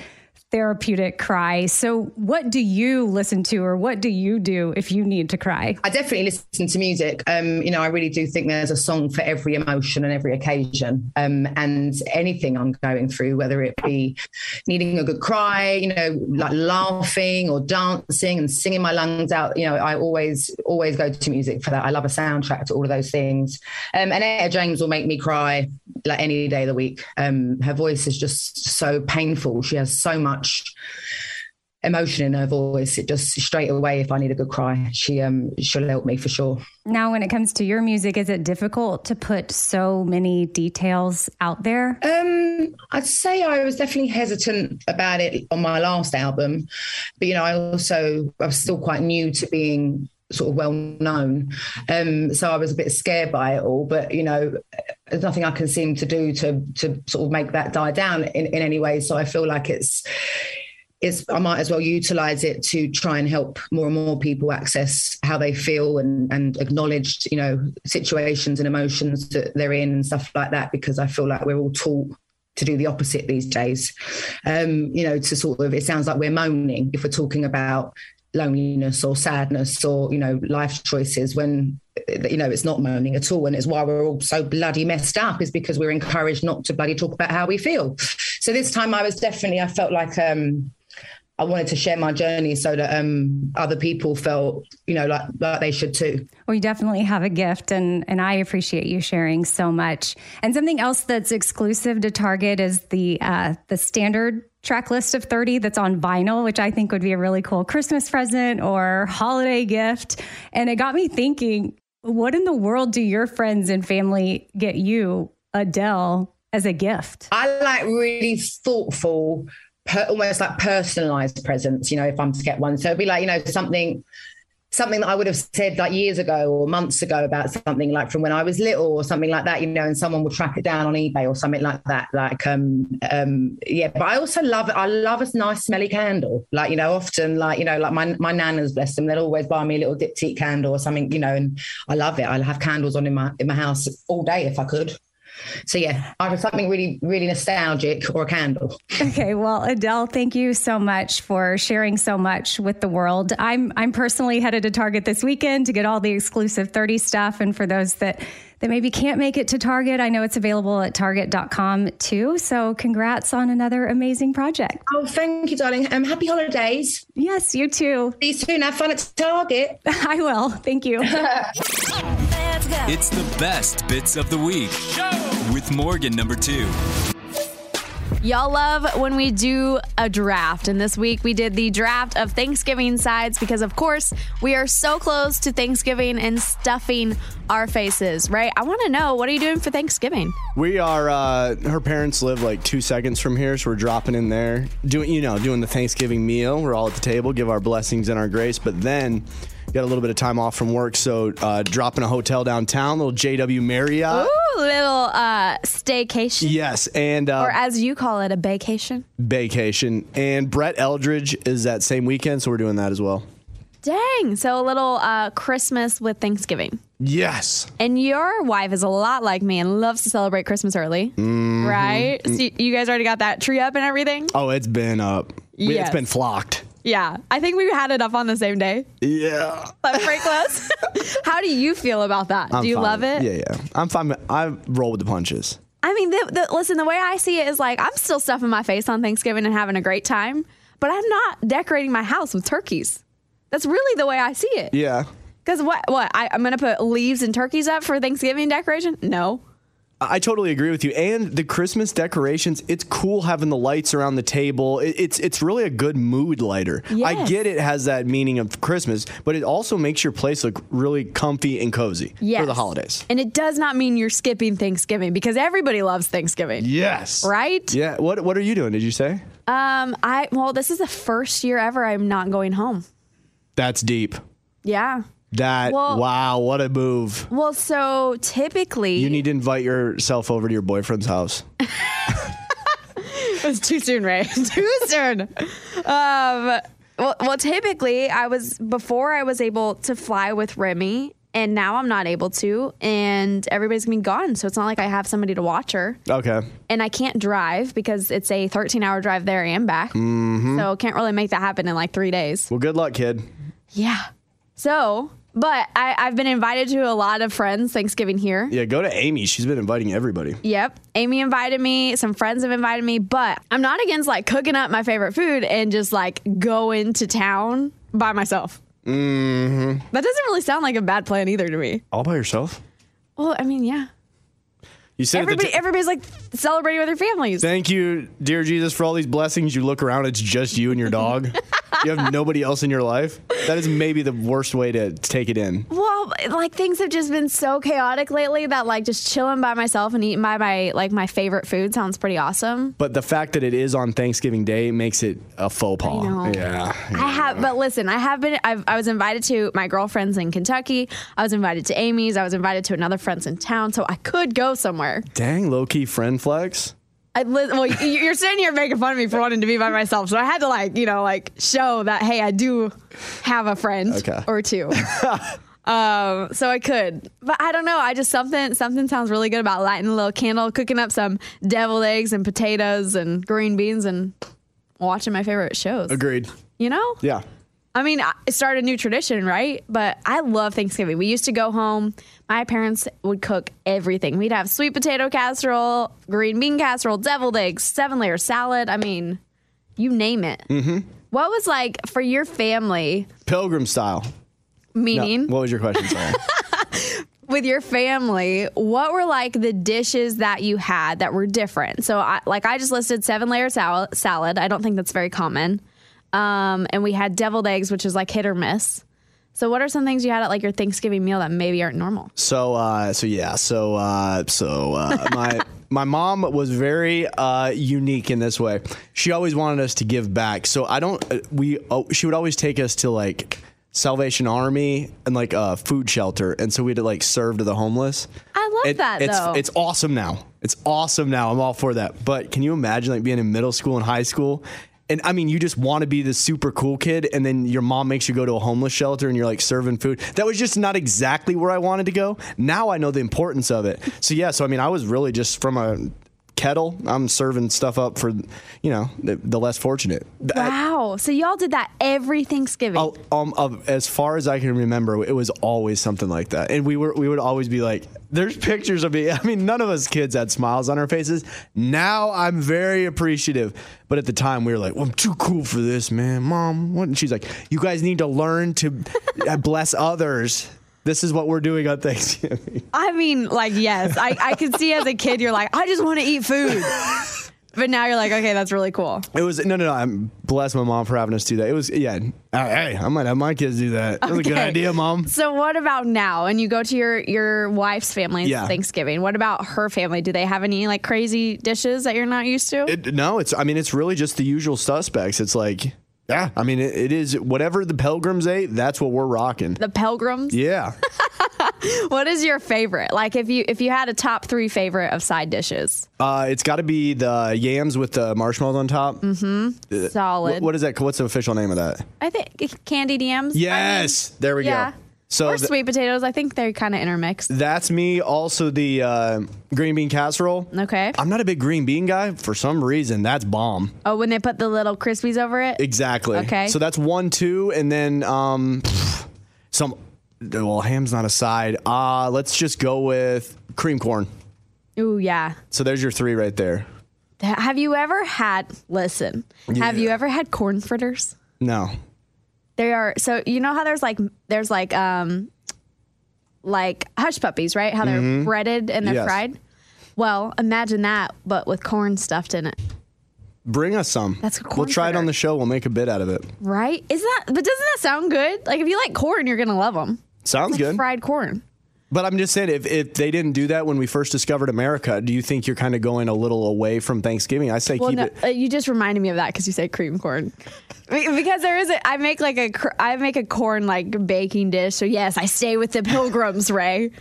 Speaker 4: therapeutic cry. So, what do you listen to or what do you do if you need to cry?
Speaker 13: I definitely listen to music. Um, you know, I really do think there's a song for every emotion and every occasion, um, and anything I'm going through, whether it be needing a good cry, you know, like laughing or dancing and singing my lungs out. You know, I always always go to music for that. I love a soundtrack to all of those things. Um, and Etta James will make me cry like any day of the week. Um, her voice is just so painful. She has so much emotion in her voice. It just straight away, if I need a good cry, she um she'll help me for sure.
Speaker 4: Now, when it comes to your music, is it difficult to put so many details out there?
Speaker 13: Um, I'd say I was definitely hesitant about it on my last album, but you know, I also I was still quite new to being sort of well known, um, so I was a bit scared by it all. But you know, there's nothing I can seem to do to to sort of make that die down in in any way. So I feel like it's is I might as well utilize it to try and help more and more people access how they feel and, and acknowledge, you know, situations and emotions that they're in and stuff like that, because I feel like we're all taught to do the opposite these days. Um, you know, to sort of, it sounds like we're moaning if we're talking about loneliness or sadness or, you know, life choices when, you know, it's not moaning at all. And it's why we're all so bloody messed up is because we're encouraged not to bloody talk about how we feel. So this time I was definitely, I felt like, um, I wanted to share my journey so that um, other people felt, you know, like, like they should too.
Speaker 14: Well, you definitely have a gift, and, and I appreciate you sharing so much. And something else that's exclusive to Target is the uh, the standard track list of 30 that's on vinyl, which I think would be a really cool Christmas present or holiday gift. And it got me thinking, what in the world do your friends and family get you, Adele, as a gift?
Speaker 13: I like really thoughtful, per, almost like personalized presents, you know, if I'm to get one. So it'd be like, you know, something something that I would have said like years ago or months ago about something like from when I was little or something like that, you know, and someone will track it down on eBay or something like that. Like, um, um, yeah, but I also love, I love a nice smelly candle. Like, you know, often like, you know, like my, my nana's blessed them. They'll always buy me a little diptyque candle or something, you know, and I love it. I'll have candles on in my, in my house all day if I could. So yeah, either something really, really nostalgic or a candle.
Speaker 14: Okay, well, Adele, thank you so much for sharing so much with the world. I'm I'm personally headed to Target this weekend to get all the exclusive 30 stuff and for those that that maybe can't make it to Target, I know it's available at target.com too. So congrats on another amazing project.
Speaker 13: Oh, thank you, darling. Um, happy holidays.
Speaker 14: Yes, you too.
Speaker 13: See you soon. Have fun at Target.
Speaker 14: I will. Thank you.
Speaker 1: It's the best bits of the week with Morgan number two.
Speaker 2: Y'all love when we do a draft. And this week we did the draft of Thanksgiving sides because, of course, we are so close to Thanksgiving and stuffing our faces, right? I want to know what are you doing for Thanksgiving?
Speaker 3: We are. Uh, her parents live like two seconds from here, so we're dropping in there, doing you know, doing the Thanksgiving meal. We're all at the table, give our blessings and our grace, but then. Got a little bit of time off from work, so uh, dropping a hotel downtown, little JW Marriott.
Speaker 2: Ooh, little uh, staycation.
Speaker 3: Yes, and uh,
Speaker 2: or as you call it, a vacation.
Speaker 3: vacation. And Brett Eldridge is that same weekend, so we're doing that as well.
Speaker 2: Dang. So a little uh, Christmas with Thanksgiving.
Speaker 3: Yes.
Speaker 2: And your wife is a lot like me and loves to celebrate Christmas early, right? So you- you guys already got that tree up and everything?
Speaker 3: Mm-hmm. Mm. Oh, it's been up. We-
Speaker 2: Yes.
Speaker 3: It's been flocked.
Speaker 2: Yeah. I think we had it up on the same day.
Speaker 3: Yeah.
Speaker 2: That break was. How do you feel about that?
Speaker 3: I'm
Speaker 2: do you
Speaker 3: fine.
Speaker 2: love it?
Speaker 3: Yeah, yeah. I'm fine. I roll with the punches.
Speaker 2: I mean, the, the, listen, the way I see it is like I'm still stuffing my face on Thanksgiving and having a great time, but I'm not decorating my house with turkeys. That's really the way I see it.
Speaker 3: Yeah.
Speaker 2: Because what? What? I, I'm gonna put leaves and turkeys up for Thanksgiving decoration? No.
Speaker 3: I I totally agree with you. And the Christmas decorations, it's cool having the lights around the table. It- it's it's really a good mood lighter. I
Speaker 2: Yes.
Speaker 3: get it has that meaning of Christmas, but it also makes your place look really comfy and cozy
Speaker 2: Yes.
Speaker 3: for the holidays.
Speaker 2: And it does not mean you're skipping Thanksgiving because everybody loves Thanksgiving.
Speaker 3: Yes.
Speaker 2: Right?
Speaker 3: Yeah. What what are you doing? Did you say?
Speaker 2: Um. I well, this is the first year ever I'm not going home.
Speaker 3: That's deep.
Speaker 2: Yeah.
Speaker 3: That
Speaker 2: Well-
Speaker 3: wow, what a move.
Speaker 2: Well, so typically
Speaker 3: You need to invite yourself over to your boyfriend's house.
Speaker 2: it's too soon, Ray. too soon. Um, well, well, typically I was before I was able to fly with Remy, and now I'm not able to, and everybody's gonna be gone. So it's not like I have somebody to watch her,
Speaker 3: Okay.
Speaker 2: and I can't drive because it's a 13 hour drive there and back.
Speaker 3: Mhm.
Speaker 2: So can't really make that happen in like three days.
Speaker 3: Well, good luck, kid.
Speaker 2: Yeah. So, but I, I've been invited to a lot of friends Thanksgiving here.
Speaker 3: Yeah, go to Amy. She's been inviting everybody.
Speaker 2: Yep. Amy invited me, some friends have invited me, but I'm not against like cooking up my favorite food and just like going to town by myself.
Speaker 3: Mm-hmm.
Speaker 2: That doesn't really sound like a bad plan either to me.
Speaker 3: All by yourself?
Speaker 2: Well, I mean, yeah.
Speaker 3: You sit at the
Speaker 2: Everybody,
Speaker 3: ta-
Speaker 2: everybody's like celebrating with their families.
Speaker 3: Thank you, dear Jesus, for all these blessings. You look around, it's just you and your dog. you have nobody else in your life. That is maybe the worst way to take it in.
Speaker 2: Well, like things have just been so chaotic lately that like just chilling by myself and eating by my like my favorite food sounds pretty awesome.
Speaker 3: But the fact that it is on Thanksgiving Day makes it a faux pas.
Speaker 2: know.
Speaker 3: Yeah.
Speaker 2: I have, but listen, I have been. I've, I was invited to my girlfriend's in Kentucky. I was invited to Amy's. I was invited to another friend's in town, so I could go somewhere.
Speaker 3: Dang, low key friend flex.
Speaker 2: I li- well, you- you're sitting here making fun of me for wanting to be by myself, so I had to like, you know, like show that hey, I do have a friend
Speaker 3: Okay.
Speaker 2: or two. um, so I could, but I don't know. I just something something sounds really good about lighting a little candle, cooking up some deviled eggs and potatoes and green beans, and watching my favorite shows.
Speaker 3: Agreed.
Speaker 2: You know,
Speaker 3: Yeah.
Speaker 2: I mean, I- it started a new tradition, right? But I love Thanksgiving. We used to go home. My parents would cook everything. We'd have sweet potato casserole, green bean casserole, deviled eggs, seven layer salad. I mean, you name it.
Speaker 3: Mm-hmm.
Speaker 2: What was like for your family,
Speaker 3: Pilgrim style. No,
Speaker 2: meaning
Speaker 3: what was your question? Sorry.
Speaker 2: with your family, what were like the dishes that you had that were different? So, I, like, I just listed seven layer sal- salad. I don't think that's very common. Um, and we had deviled eggs, which is like hit or miss. So, what are some things you had at like your Thanksgiving meal that maybe aren't normal?
Speaker 3: So uh, so yeah, so uh, so uh, my my mom was very uh, unique in this way. She always wanted us to give back. So I don't uh, we oh, she would always take us to like Salvation Army and like a food shelter, and so we'd like serve to the homeless.
Speaker 2: I love
Speaker 3: It-
Speaker 2: that
Speaker 3: it's,
Speaker 2: though.
Speaker 3: It's awesome now. It's awesome now. I'm all for that. But can you imagine like being in middle school and high school? And I mean, you just want to be the super cool kid, and then your mom makes you go to a homeless shelter and you're like serving food. That was just not exactly where I wanted to go. Now I know the importance of it. So, yeah, so I mean, I was really just from a kettle, I'm serving stuff up for, you know, the, the less fortunate.
Speaker 2: wow. So, y'all did that every Thanksgiving.
Speaker 3: Um, of, as far as I can remember, it was always something like that, and we were we would always be like, "There's pictures of me." I mean, none of us kids had smiles on our faces. Now I'm very appreciative, but at the time we were like, well, "I'm too cool for this, man, mom." What? And she's like, "You guys need to learn to uh, bless others. This is what we're doing on Thanksgiving."
Speaker 2: I mean, like, yes, I, I could see as a kid, you're like, I just want to eat food. But now you're like, okay, that's really cool.
Speaker 3: It was no, no, no. I'm bless my mom for having us do that. It was yeah. uh, Hey, I might have my kids do that. That was a good
Speaker 2: Okay.
Speaker 3: idea, mom.
Speaker 2: So what about now? And you go to your your wife's family
Speaker 3: Yeah.
Speaker 2: Thanksgiving. What about her family? Do they have any like crazy dishes that you're not used to?
Speaker 3: It, no, it's. I mean, it's really just the usual suspects. It's like, yeah. I mean, it, it is whatever the pilgrims ate. That's what we're rocking.
Speaker 2: the pilgrims.
Speaker 3: Yeah.
Speaker 2: What is your favorite? Like if you if you had a top three favorite of side dishes.
Speaker 3: Uh, it's got to be the yams with the marshmallows on top.
Speaker 2: Mm-hmm.
Speaker 3: Uh,
Speaker 2: Solid.
Speaker 3: wh- what is that? What's the official name of that?
Speaker 2: I think candied yams.
Speaker 3: Yes. there we
Speaker 2: yeah.
Speaker 3: go. So
Speaker 2: or
Speaker 3: th-
Speaker 2: sweet potatoes. I think they're kind of intermixed.
Speaker 3: that's me. Also, the uh, green bean casserole.
Speaker 2: Okay.
Speaker 3: I'm not a big green bean guy for some reason. That's bomb.
Speaker 2: Oh, when they put the little crispies over it.
Speaker 3: Exactly.
Speaker 2: Okay.
Speaker 3: So that's one, two, and then um, some. Well, ham's not a side. Uh, let's just go with cream corn.
Speaker 2: Ooh, yeah.
Speaker 3: So there's your three right there.
Speaker 2: Th- Have you ever had? Listen. Have you ever had corn fritters?
Speaker 3: No.
Speaker 2: They are so you know how there's like there's like um like hush puppies, right? How they're
Speaker 3: Mhm.
Speaker 2: breaded and they're
Speaker 3: Yes.
Speaker 2: fried. Well, imagine that, but with corn stuffed in it.
Speaker 3: Bring us some.
Speaker 2: That's a
Speaker 3: We'll
Speaker 2: corn
Speaker 3: try it on
Speaker 2: fritter.
Speaker 3: the show. We'll make a bit out of it.
Speaker 2: Right? Is that but doesn't that sound good? Like if you like corn, you're gonna love them.
Speaker 3: Sounds good.
Speaker 2: Fried corn.
Speaker 3: But I'm just saying, if, if they didn't do that when we first discovered America, do you think you're kind of going a little away from Thanksgiving? I say
Speaker 2: well,
Speaker 3: keep
Speaker 2: no,
Speaker 3: it.
Speaker 2: uh, you just reminded me of that because you said cream corn. Be- Because there is a, I make like a, cr- I make a corn like baking dish. So yes, I stay with the pilgrims, Ray.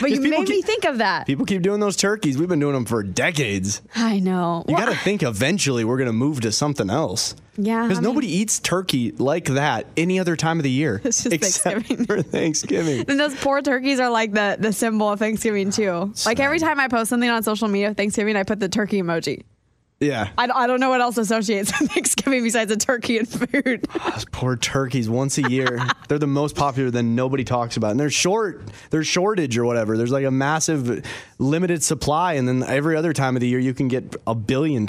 Speaker 2: But you
Speaker 3: Because people
Speaker 2: made me
Speaker 3: keep-
Speaker 2: think of that.
Speaker 3: People keep doing those turkeys. We've been doing them for decades.
Speaker 2: I know.
Speaker 3: You got to think eventually we're going to move to something else.
Speaker 2: Yeah,
Speaker 3: Because
Speaker 2: I mean-
Speaker 3: nobody eats turkey like that any other time of the year. It's just except Thanksgiving. For Thanksgiving.
Speaker 2: And those poor turkeys are like the, the symbol of Thanksgiving too. Like every time I post something on social media of Thanksgiving, I put the turkey emoji.
Speaker 3: Yeah.
Speaker 2: I, I don't know what else associates with Thanksgiving besides a turkey and food.
Speaker 3: Those poor turkeys once a year. they're the most popular then nobody talks about. And they're short. There's shortage or whatever. There's like a massive limited supply and then every other time of the year you can get a billion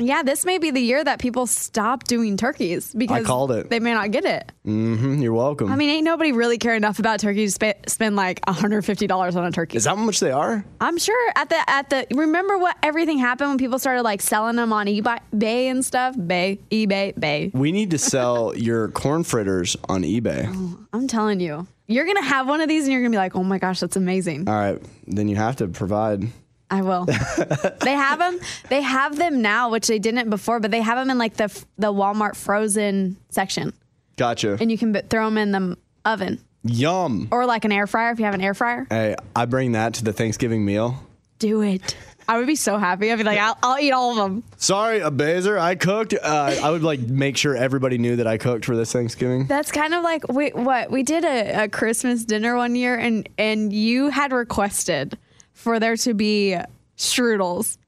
Speaker 2: yeah, this may be the year that people stop doing turkeys because
Speaker 3: called it.
Speaker 2: they may not get it.
Speaker 3: Mhm. You're welcome.
Speaker 2: I mean, ain't nobody really care enough about turkeys to sp- spend like $150 on a turkey.
Speaker 3: is that how much they are?
Speaker 2: I'm sure at the at the remember what everything happened when people started like selling them on eBay Bay and stuff, Bay, eBay, Bay.
Speaker 3: We need to sell your corn fritters on eBay.
Speaker 2: I'm telling you. You're going to have one of these and you're going to be like, "Oh my gosh, that's amazing."
Speaker 3: All right, then you have to provide.
Speaker 2: I will. they have them. They have them now, which they didn't before, but they have them in like the f- the Walmart frozen section,
Speaker 3: Gotcha.
Speaker 2: and you can b- throw them in the m- oven
Speaker 3: Yum.
Speaker 2: or like an air fryer if you have an air fryer.
Speaker 3: Hey, I bring that to the Thanksgiving meal.
Speaker 2: do it. I would be so happy. I'd be like, I'll, I'll eat all of them.
Speaker 3: Sorry, a baser. I cooked. Uh, I would like make sure everybody knew that I cooked for this Thanksgiving.
Speaker 2: That's kind of like wait, what we did a, a Christmas dinner one year, and and you had requested for there to be strudels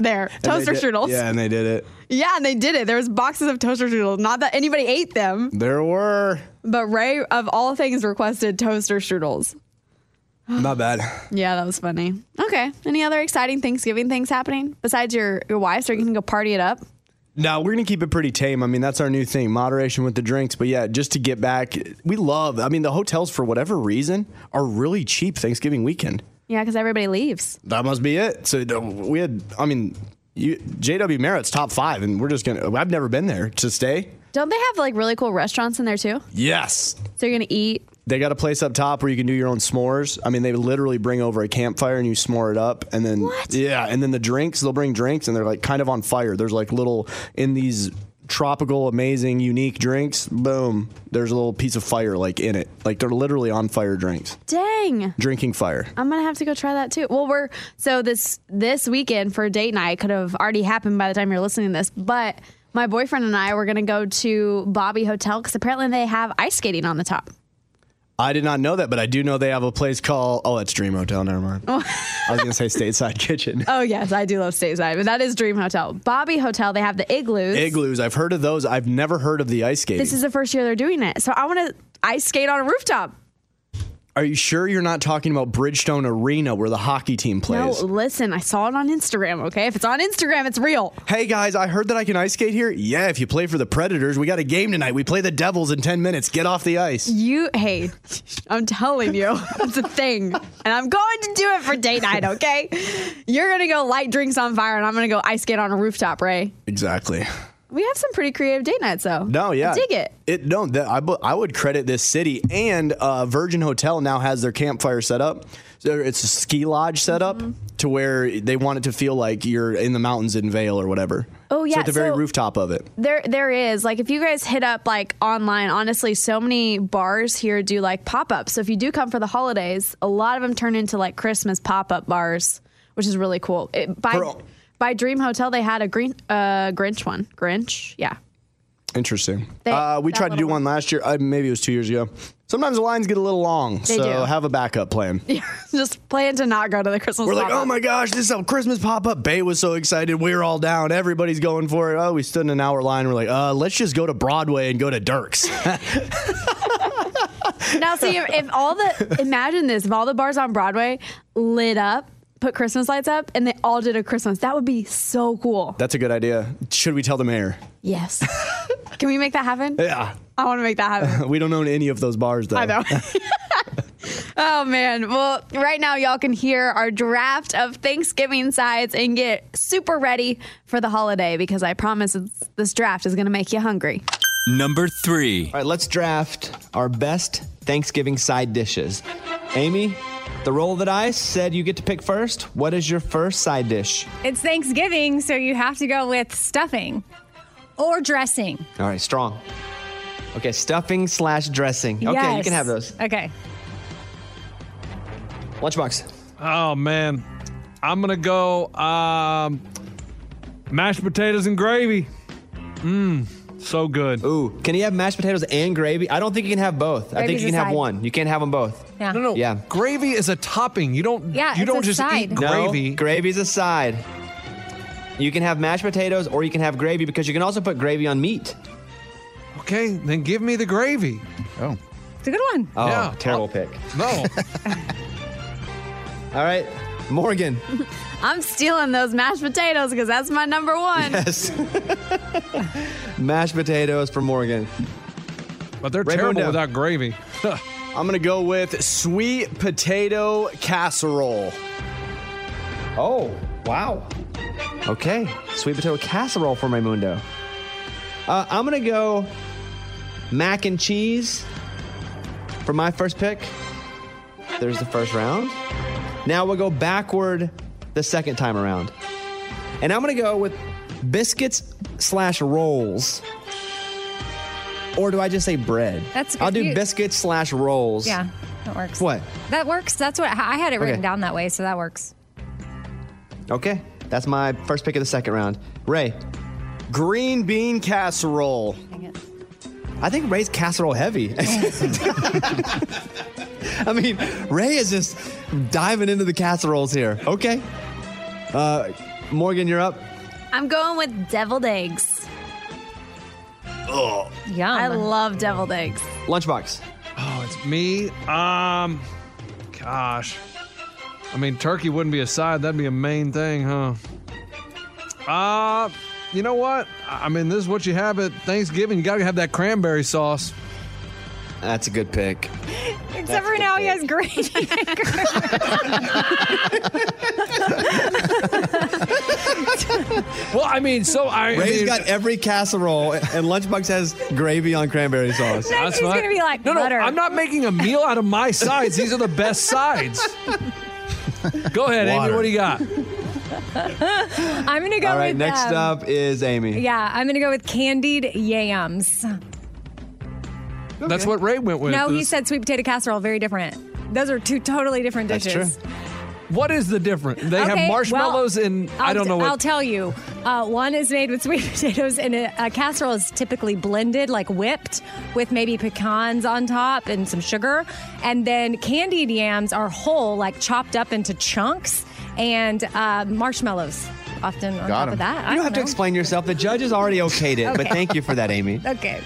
Speaker 2: there,
Speaker 3: And they
Speaker 2: toaster
Speaker 3: did-
Speaker 2: strudels.
Speaker 3: Yeah, and they did it.
Speaker 2: Yeah, and they did it. There was boxes of toaster strudels. Not that anybody ate them,
Speaker 3: There were
Speaker 2: but Ray of all things requested toaster strudels.
Speaker 3: not bad.
Speaker 2: Yeah, that was funny. Okay. Any other exciting Thanksgiving things happening besides your your wife? So you can go party it up.
Speaker 3: No, we're gonna keep it pretty tame. I mean, that's our new thing: moderation with the drinks. But yeah, just to get back, we love. I mean, the hotels for whatever reason are really cheap Thanksgiving weekend.
Speaker 2: Yeah, because everybody leaves.
Speaker 3: That must be it. So the- we had. I mean, you, JW Merritt's top five, and we're just gonna. I've never been there to stay.
Speaker 2: Don't they have like really cool restaurants in there too?
Speaker 3: Yes,
Speaker 2: So you're gonna eat.
Speaker 3: They got a place up top where you can do your own s'mores. I mean, they literally bring over a campfire and you s'more it up, and then yeah, and then the drinks. They'll bring drinks and they're like kind of on fire. There's like little in these tropical, amazing, unique drinks. Boom! There's a little piece of fire like in it. Like they're literally on fire drinks,
Speaker 2: Dang.
Speaker 3: drinking fire.
Speaker 2: I'm gonna have to go try that too. Well, we're so this this weekend for date night could have already happened by the time you're listening to this, but my boyfriend and I were gonna go to Bobby Hotel because apparently they have ice skating on the top.
Speaker 3: I did not know that, but I do know they have a place called oh, that's Dream Hotel. Never mind. I was gonna say Stateside Kitchen.
Speaker 2: Oh yes, I do love stateside, but that is Dream Hotel. Bobby Hotel, they have the igloos.
Speaker 3: Igloos. I've heard of those. I've never heard of the ice skating.
Speaker 2: This is the first year they're doing it, so I want to ice skate on a rooftop.
Speaker 3: Are you sure you're not talking about Bridgestone Arena where the hockey team plays?
Speaker 2: No, listen, I saw it on Instagram. Okay, if it's on Instagram, it's real.
Speaker 3: Hey guys, I heard that I can ice skate here. Yeah, if you play for the Predators, we got a game tonight. We play the Devils in 10 minutes. Get off the ice.
Speaker 2: You, hey, I'm telling you, it's a thing. And I'm going to do it for date night, okay? You're going to go light drinks on fire, and I'm going to go ice skate on a rooftop, Ray.
Speaker 3: Exactly.
Speaker 2: We have some pretty creative date nights, though.
Speaker 3: No, yeah.
Speaker 2: I dig it.
Speaker 3: It no, that I bu- I would credit this city and uh, Virgin Hotel now has their campfire set up. So it's a ski lodge set up
Speaker 2: Mm-hmm.
Speaker 3: to where they want it to feel like you're in the mountains in Vale or whatever.
Speaker 2: Oh,
Speaker 3: So
Speaker 2: yeah,
Speaker 3: at the very
Speaker 2: so-
Speaker 3: rooftop of it.
Speaker 2: There, there is like if you guys hit up like online. Honestly, so many bars here do like pop ups. So if you do come for the holidays, a lot of them turn into like Christmas pop up bars, which is really cool. It, by
Speaker 3: For-
Speaker 2: by Dream Hotel, they had a green uh, Grinch one. Grinch, yeah.
Speaker 3: Interesting.
Speaker 2: They-
Speaker 3: uh, we
Speaker 2: that
Speaker 3: tried to do
Speaker 2: little
Speaker 3: one last year. Uh, maybe it was two years ago. Sometimes the lines get a little long,
Speaker 2: They
Speaker 3: so
Speaker 2: do.
Speaker 3: have a backup plan.
Speaker 2: Just plan to not go to the Christmas.
Speaker 3: We're like,
Speaker 2: pop-up.
Speaker 3: oh my gosh, this is a Christmas pop up. Bay was so excited. We were all down. Everybody's going for it. Oh, we stood in an hour line. We're like, uh, let's just go to Broadway and go to Dirk's. "Oh."
Speaker 2: now see if, if all the imagine this if all the bars on broadway lit up put christmas lights up and they all did a christmas that would be so cool
Speaker 3: That's a good idea. Should we tell the mayor?
Speaker 2: yes can we make that happen
Speaker 3: Yeah.
Speaker 2: i want to make that happen
Speaker 3: We don't own any of those bars, though.
Speaker 2: I know. oh man. Well, right now y'all can hear our draft of Thanksgiving sides and get super ready for the holiday because I promise it's, this draft is going to make you hungry.
Speaker 5: Number three. All right, let's draft our best Thanksgiving side dishes. Amy, the roll that I said you get to pick first. What is your first side dish?
Speaker 4: It's Thanksgiving, so you have to go with stuffing or dressing.
Speaker 5: All right, strong. Okay, stuffing slash dressing. Okay, you
Speaker 4: Yes.
Speaker 5: can have those.
Speaker 4: Okay.
Speaker 5: Lunchbox.
Speaker 9: Oh man, I'm gonna go um, mashed potatoes and gravy. Mmm, so good.
Speaker 5: Ooh, can you have mashed potatoes and gravy? I don't think you can have both. I think
Speaker 9: Gravy's
Speaker 5: you can
Speaker 9: a
Speaker 5: have
Speaker 9: side.
Speaker 5: one. You can't have them both.
Speaker 4: Yeah.
Speaker 9: No, no.
Speaker 5: Yeah.
Speaker 9: Gravy is a topping. You don't.
Speaker 4: Oh. Yeah,
Speaker 9: you
Speaker 4: it's
Speaker 9: don't
Speaker 4: a
Speaker 9: just
Speaker 4: side.
Speaker 9: eat
Speaker 5: No,
Speaker 9: gravy.
Speaker 5: gravy's a side. You can have mashed potatoes or you can have gravy because you can also put gravy on meat.
Speaker 9: Okay, then give me the gravy.
Speaker 5: Oh.
Speaker 4: It's a good one.
Speaker 5: Oh,
Speaker 9: Yeah.
Speaker 5: terrible pick.
Speaker 9: No.
Speaker 5: All right, Morgan.
Speaker 2: I'm stealing those mashed potatoes because that's my number one.
Speaker 5: Yes. mashed potatoes for Morgan.
Speaker 9: But they're
Speaker 3: terrible
Speaker 9: without gravy.
Speaker 3: I'm gonna go with sweet potato casserole.
Speaker 5: Oh, wow. Okay, sweet potato casserole for Raymundo. Uh, I'm gonna go mac and cheese for my first pick. There's the first round. Now we'll go backward the second time around, and I'm gonna go with biscuits slash rolls. Or do I just say bread?
Speaker 4: That's
Speaker 5: I'll do
Speaker 4: good. You-
Speaker 5: biscuits slash rolls.
Speaker 4: Yeah, that works.
Speaker 5: What?
Speaker 4: That works. That's what I had it
Speaker 5: Okay.
Speaker 4: written down that way, so that works.
Speaker 5: Okay, that's my first pick of the second round. Ray,
Speaker 3: green bean casserole.
Speaker 5: I think Ray's casserole heavy. I mean, Ray is just diving into the casseroles here. Okay, uh, Morgan, you're up.
Speaker 2: I'm going with deviled eggs.
Speaker 5: Ugh.
Speaker 2: Yeah, I love deviled eggs.
Speaker 5: Lunchbox.
Speaker 9: Oh, it's me. Um, gosh. I mean, turkey wouldn't be a side. That'd be a main thing, huh? Uh, you know what? I I mean, this is what you have at Thanksgiving. You gotta have that cranberry sauce.
Speaker 5: That's a good pick.
Speaker 4: Except for now, he has green.
Speaker 9: well, I mean, so I.
Speaker 5: Ray's
Speaker 9: I mean-
Speaker 5: got every casserole, and Lunchbox has gravy on cranberry sauce.
Speaker 9: That's fine. no,
Speaker 5: butter.
Speaker 9: No, I'm not making a meal out of my sides. These are the best sides. Go ahead, Amy.
Speaker 5: Water.
Speaker 9: What do you got?
Speaker 4: I'm gonna go
Speaker 5: All right,
Speaker 4: with
Speaker 5: next
Speaker 4: um,
Speaker 5: up is Amy.
Speaker 4: Yeah, I'm gonna go with candied yams.
Speaker 9: That's what Ray went with.
Speaker 4: no, he
Speaker 9: This-
Speaker 4: said sweet potato casserole. Very different. Those are two totally different dishes.
Speaker 9: What is the difference? They
Speaker 4: Okay,
Speaker 9: have marshmallows
Speaker 4: well,
Speaker 9: and
Speaker 4: I'll
Speaker 9: I don't
Speaker 4: t-
Speaker 9: know what.
Speaker 4: I'll tell you. Uh, one is made with sweet potatoes, and a, a casserole is typically blended, like whipped, with maybe pecans on top and some sugar. And then candied yams are whole, like chopped up into chunks, and uh, marshmallows often on top of that. I
Speaker 5: You don't have to
Speaker 4: know.
Speaker 5: explain yourself. The judge has already okayed it, but
Speaker 4: Okay.
Speaker 5: thank you for that, Amy.
Speaker 4: Okay.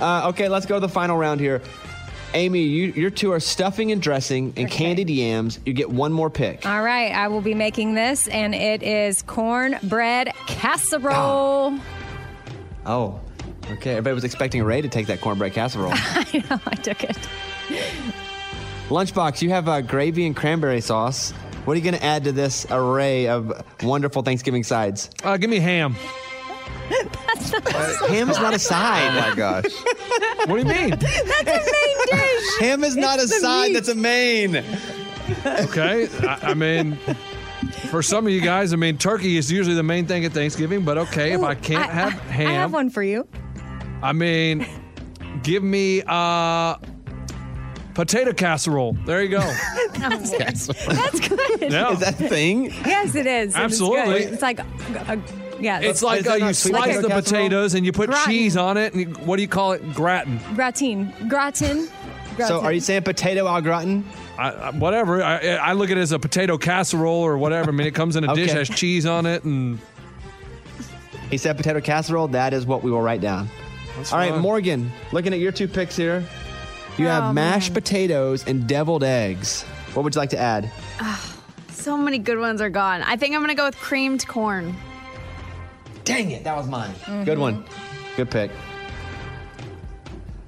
Speaker 5: Uh, okay, let's go to the final round here. Amy, you, your two are stuffing and dressing and candied yams. You get one more pick.
Speaker 4: All right, I will be making this, and it is cornbread
Speaker 9: Ah,
Speaker 4: casserole.
Speaker 5: Oh, okay. Everybody was expecting Ray to take that cornbread casserole.
Speaker 4: I know, I took it.
Speaker 5: Lunchbox, you have uh, gravy and cranberry sauce. What are you going to add to this array of wonderful Thanksgiving sides?
Speaker 9: Uh, give me ham.
Speaker 4: That's not
Speaker 5: Ham is not a side.
Speaker 9: Oh my
Speaker 5: gosh.
Speaker 9: what do you mean?
Speaker 4: That's a main dish.
Speaker 5: Ham is not
Speaker 9: It's
Speaker 5: a
Speaker 9: the
Speaker 5: side.
Speaker 9: meat.
Speaker 5: That's a main.
Speaker 9: Okay. I, I mean, for some of you guys, I mean, turkey is usually the main thing at Thanksgiving, but okay, if I can't
Speaker 4: I-
Speaker 9: have
Speaker 4: I-
Speaker 9: ham.
Speaker 4: I have one for you.
Speaker 9: I mean, give me uh, potato casserole. There you go.
Speaker 4: That's, that's good.
Speaker 9: Yeah. Is that a thing?
Speaker 4: Yes, it is. and
Speaker 9: Absolutely.
Speaker 4: It's, good. It's like, uh, yeah.
Speaker 9: It's like uh, you slice the potatoes and you put cheese on it, and you, what do you call it? Gratin.
Speaker 4: Gratin. Gratin. Gratin.
Speaker 5: saying potato au gratin?
Speaker 9: I, I, whatever. I, I look at it as a potato casserole or whatever. I mean, it comes in a dish,
Speaker 5: Okay.
Speaker 9: has cheese on it, and
Speaker 5: He said potato casserole. That is what we will write down. All right,
Speaker 9: fine.
Speaker 5: Morgan, looking at your two picks here, you
Speaker 2: Oh,
Speaker 5: have mashed potatoes and deviled eggs. What would you like to add?
Speaker 2: So many good ones are gone. I think I'm gonna go with creamed corn.
Speaker 5: Dang it, that was mine. Good one. Good pick.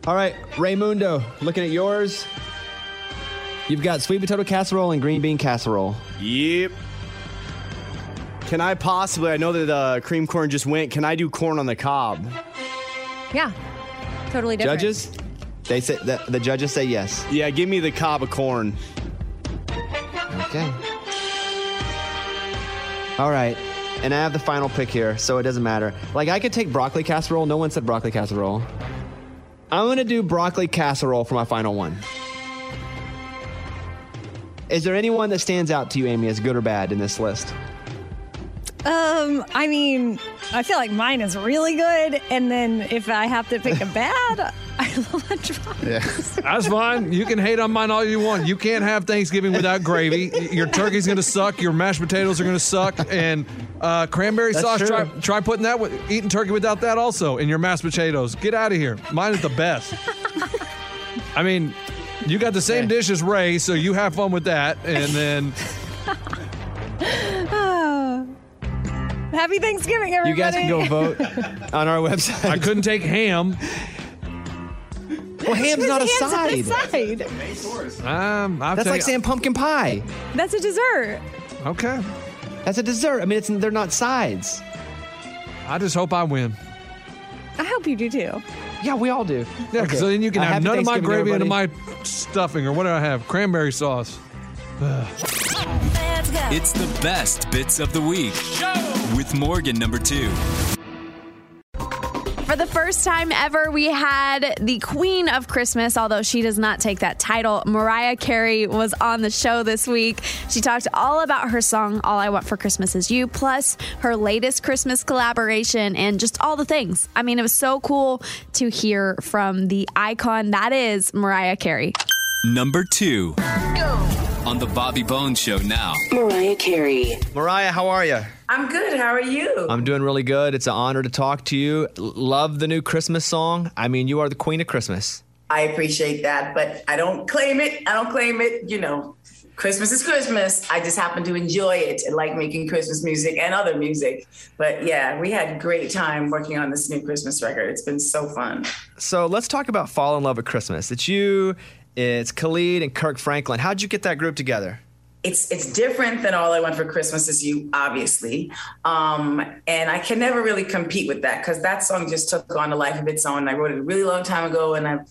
Speaker 5: All right, Raymundo, looking at yours, you've got sweet potato casserole and green bean casserole.
Speaker 3: Yep. Can I possibly? I know that uh, cream corn just went. Can I do corn on the cob?
Speaker 4: Yeah. Totally different.
Speaker 5: Judges, they say the, the judges say yes.
Speaker 3: Yeah, give me the cob of corn.
Speaker 5: Okay. All right. And I have the final pick here, so it doesn't matter. Like, I could take broccoli casserole. No one said broccoli casserole. I'm going to do broccoli casserole for my final one. Is there anyone that stands out to you, Amy, as good or bad in this list?
Speaker 4: Um, I mean, I feel like mine is really good, and then if I have to pick a bad, I love a dry.
Speaker 9: that's fine. You can hate on mine all you want. You can't have Thanksgiving without gravy. Your turkey's gonna suck. Your mashed potatoes are gonna suck, and uh, cranberry
Speaker 5: That's
Speaker 9: sauce.
Speaker 5: true.
Speaker 9: Try, try putting that with eating turkey without that also, and your mashed potatoes. Get out of here. Mine is the best. I mean, you got the same dish as Ray, so you have fun with that, and then.
Speaker 4: Ah. Happy Thanksgiving, everybody.
Speaker 5: on our website.
Speaker 9: I couldn't take ham.
Speaker 5: Well, ham's not a
Speaker 4: Ham's
Speaker 5: side.
Speaker 4: not a side.
Speaker 9: Um, I'll
Speaker 5: That's
Speaker 9: tell
Speaker 5: like
Speaker 9: you-
Speaker 5: saying pumpkin pie.
Speaker 4: That's a dessert.
Speaker 9: Okay.
Speaker 5: That's a dessert. I mean, it's they're not sides.
Speaker 9: I just hope I win.
Speaker 4: I hope you do too.
Speaker 5: Yeah, we all do.
Speaker 9: Yeah, because then you can
Speaker 5: Uh,
Speaker 9: have
Speaker 5: happy
Speaker 9: none of my
Speaker 5: Thanksgiving,
Speaker 9: gravy and my stuffing or what do I have? Cranberry sauce.
Speaker 1: It's the best bits of the week with Morgan number two.
Speaker 2: For the first time ever, we had the Queen of Christmas, although she does not take that title. Mariah Carey was on the show this week. She talked all about her song, All I Want for Christmas Is You, plus her latest Christmas collaboration and just all the things. I mean, it was so cool to hear from the icon that is Mariah Carey.
Speaker 1: Number two. On the Bobby Bones Show now.
Speaker 5: Mariah Carey. Mariah, how are you?
Speaker 10: I'm good. How are you?
Speaker 5: I'm doing really good. It's an honor to talk to you. L- love the new Christmas song. I mean, you are the queen of Christmas.
Speaker 10: I appreciate that, but I don't claim it. I don't claim it. You know, Christmas is Christmas. I just happen to enjoy it and like making Christmas music and other music. But yeah, we had a great time working on this new Christmas record. It's been so fun.
Speaker 5: So let's talk about Fall in Love at Christmas. It's you, it's Khalid, and Kirk Franklin. How'd you get that group together?
Speaker 10: it's it's different than all I want for Christmas is you, obviously. Um, and I can never really compete with that because that song just took on a life of its own. I wrote it a really long time ago, and I've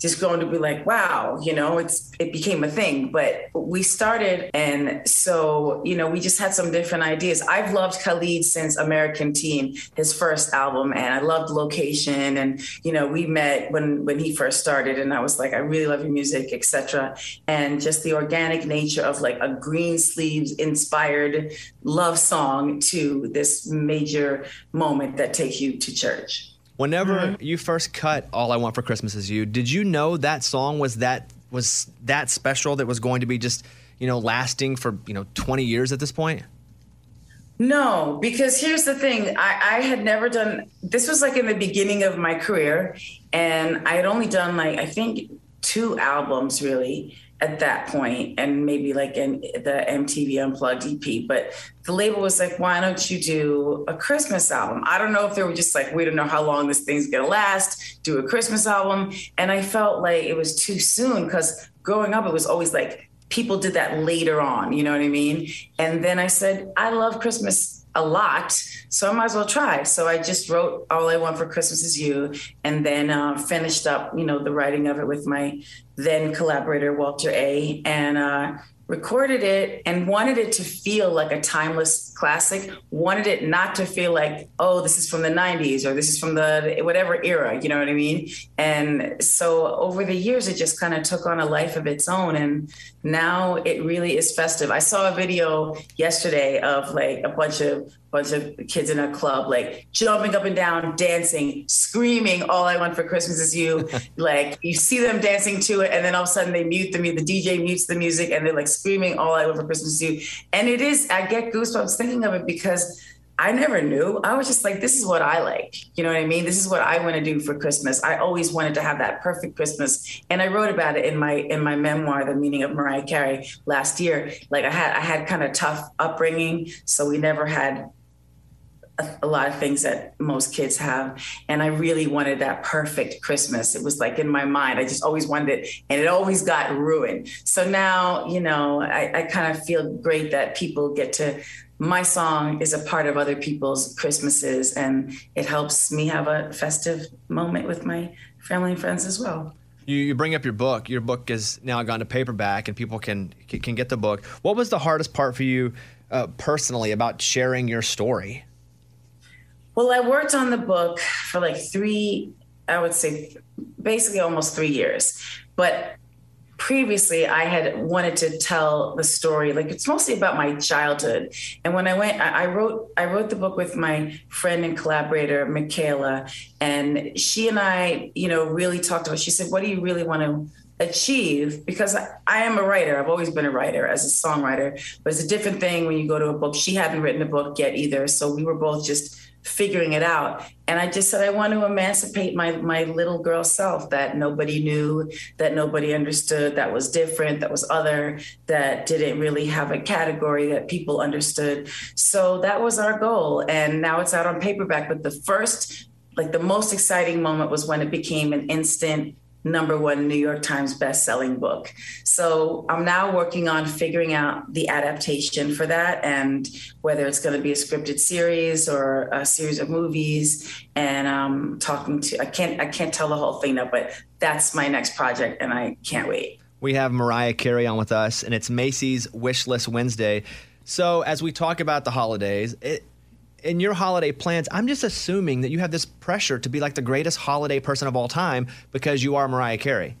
Speaker 10: just grown to be like, wow, you know, it's it became a thing. But we started, and so you know, we just had some different ideas. I've loved Khalid since American Teen, his first album, and I loved Location, and you know, we met when when he first started, and I was like, I really love your music, etc. And just the organic nature of like a green sleeves inspired love song to this major moment that takes you to church.
Speaker 5: Whenever you first cut All I Want for Christmas Is You, did you know that song was that was that special that was going to be just, you know, lasting for, you know, 20 years at this point?
Speaker 10: No, because here's the thing. I, I had never done this was like in the beginning of my career, and I had only done like I think two albums really at that point, and maybe like in the MTV Unplugged EP. But the label was like, "Why don't you do a Christmas album?" I don't know if they were just like, "We don't know how long this thing's gonna last. Do a Christmas album." And I felt like it was too soon because growing up, it was always like people did that later on, you know what I mean? And then I said, I love Christmas a lot, so I might as well try. So I just wrote All I Want for Christmas Is You, and then uh, finished up, you know, the writing of it with my then collaborator, Walter A., and uh, recorded it and wanted it to feel like a timeless classic, wanted it not to feel like, oh, this is from the 90s or this is from the whatever era, you know what I mean? And so over the years, it just kind of took on a life of its own. And now it really is festive. I saw a video yesterday of like a bunch of bunch of kids in a club like jumping up and down dancing screaming all i want for christmas is you like you see them dancing to it and then all of a sudden they mute the music the dj mutes the music and they're like screaming all i want for christmas is you and it is i get goosebumps thinking of it because I never knew. I was just like, this is what I like. You know what I mean? This is what I want to do for Christmas. I always wanted to have that perfect Christmas. And I wrote about it in my in my memoir, The Meaning of Mariah Carey, last year. Like I had I had kind of tough upbringing, so we never had a, a lot of things that most kids have. And I really wanted that perfect Christmas. It was like in my mind, I just always wanted it, and it always got ruined. So now, you know, I, I kind of feel great that people get to. My song is a part of other people's Christmases, and it helps me have a festive moment with my family and friends as well.
Speaker 5: You, you bring up your book. Your book has now gone to paperback, and people can can can get the book. What was the hardest part for you uh, personally about sharing your story?
Speaker 10: Well, I worked on the book for like three, I would say basically almost three years. But previously, I had wanted to tell the story, like it's mostly about my childhood. And when I went, I, I wrote, I wrote the book with my friend and collaborator, Michaela, and she and I, you know, really talked about, she said, what do you really want to achieve because I, I am a writer. I've always been a writer as a songwriter, but it's a different thing when you go to a book. She hadn't written a book yet either, so we were both just figuring it out. And I just said I want to emancipate my my little girl self that nobody knew, that nobody understood, that was different, that was other, that didn't really have a category that people understood. So that was our goal. And now it's out on paperback, but the first like the most exciting moment was when it became an instant number one New York Times best-selling book. So I'm now working on figuring out the adaptation for that and whether it's going to be a scripted series or a series of movies. And um, talking to I can't I can't tell the whole thing now, but that's my next project, and I can't wait.
Speaker 5: We have Mariah Carey on with us, and it's Macy's Wish List Wednesday. So, as we talk about the holidays, it, in your holiday plans, I'm just assuming that you have this pressure to be like the greatest holiday person of all time because you are Mariah Carey.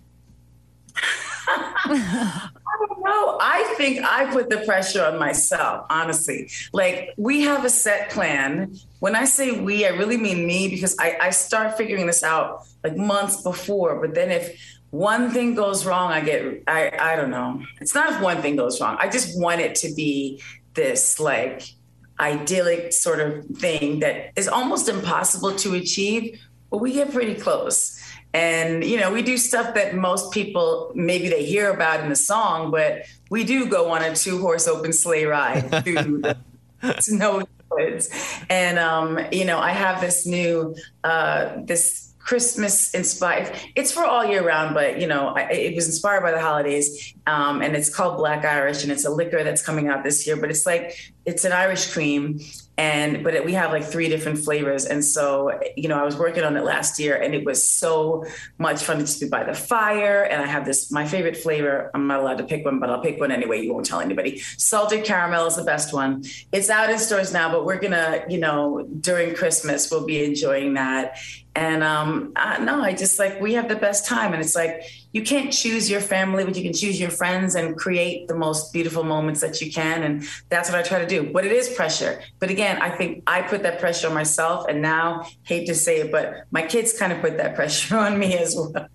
Speaker 10: No, I think I put the pressure on myself, honestly. Like, we have a set plan. When I say we, I really mean me because I, I start figuring this out like months before. But then if one thing goes wrong, I get, I, I don't know. It's not if one thing goes wrong. I just want it to be this like idyllic sort of thing that is almost impossible to achieve, but we get pretty close. And, you know, we do stuff that most people maybe they hear about in the song, but we do go on a two horse open sleigh ride through the snow woods. And, um, you know, I have this new, uh, this Christmas inspired, it's for all year round, but, you know, I, it was inspired by the holidays. Um, and it's called Black Irish and it's a liquor that's coming out this year, but it's like, it's an Irish cream and but it, we have like three different flavors and so you know i was working on it last year and it was so much fun to just be by the fire and i have this my favorite flavor i'm not allowed to pick one but i'll pick one anyway you won't tell anybody salted caramel is the best one it's out in stores now but we're gonna you know during christmas we'll be enjoying that and um I, no i just like we have the best time and it's like you can't choose your family but you can choose your friends and create the most beautiful moments that you can and that's what i try to do but it is pressure but again I think I put that pressure on myself, and now hate to say it, but my kids kind of put that pressure on me as well.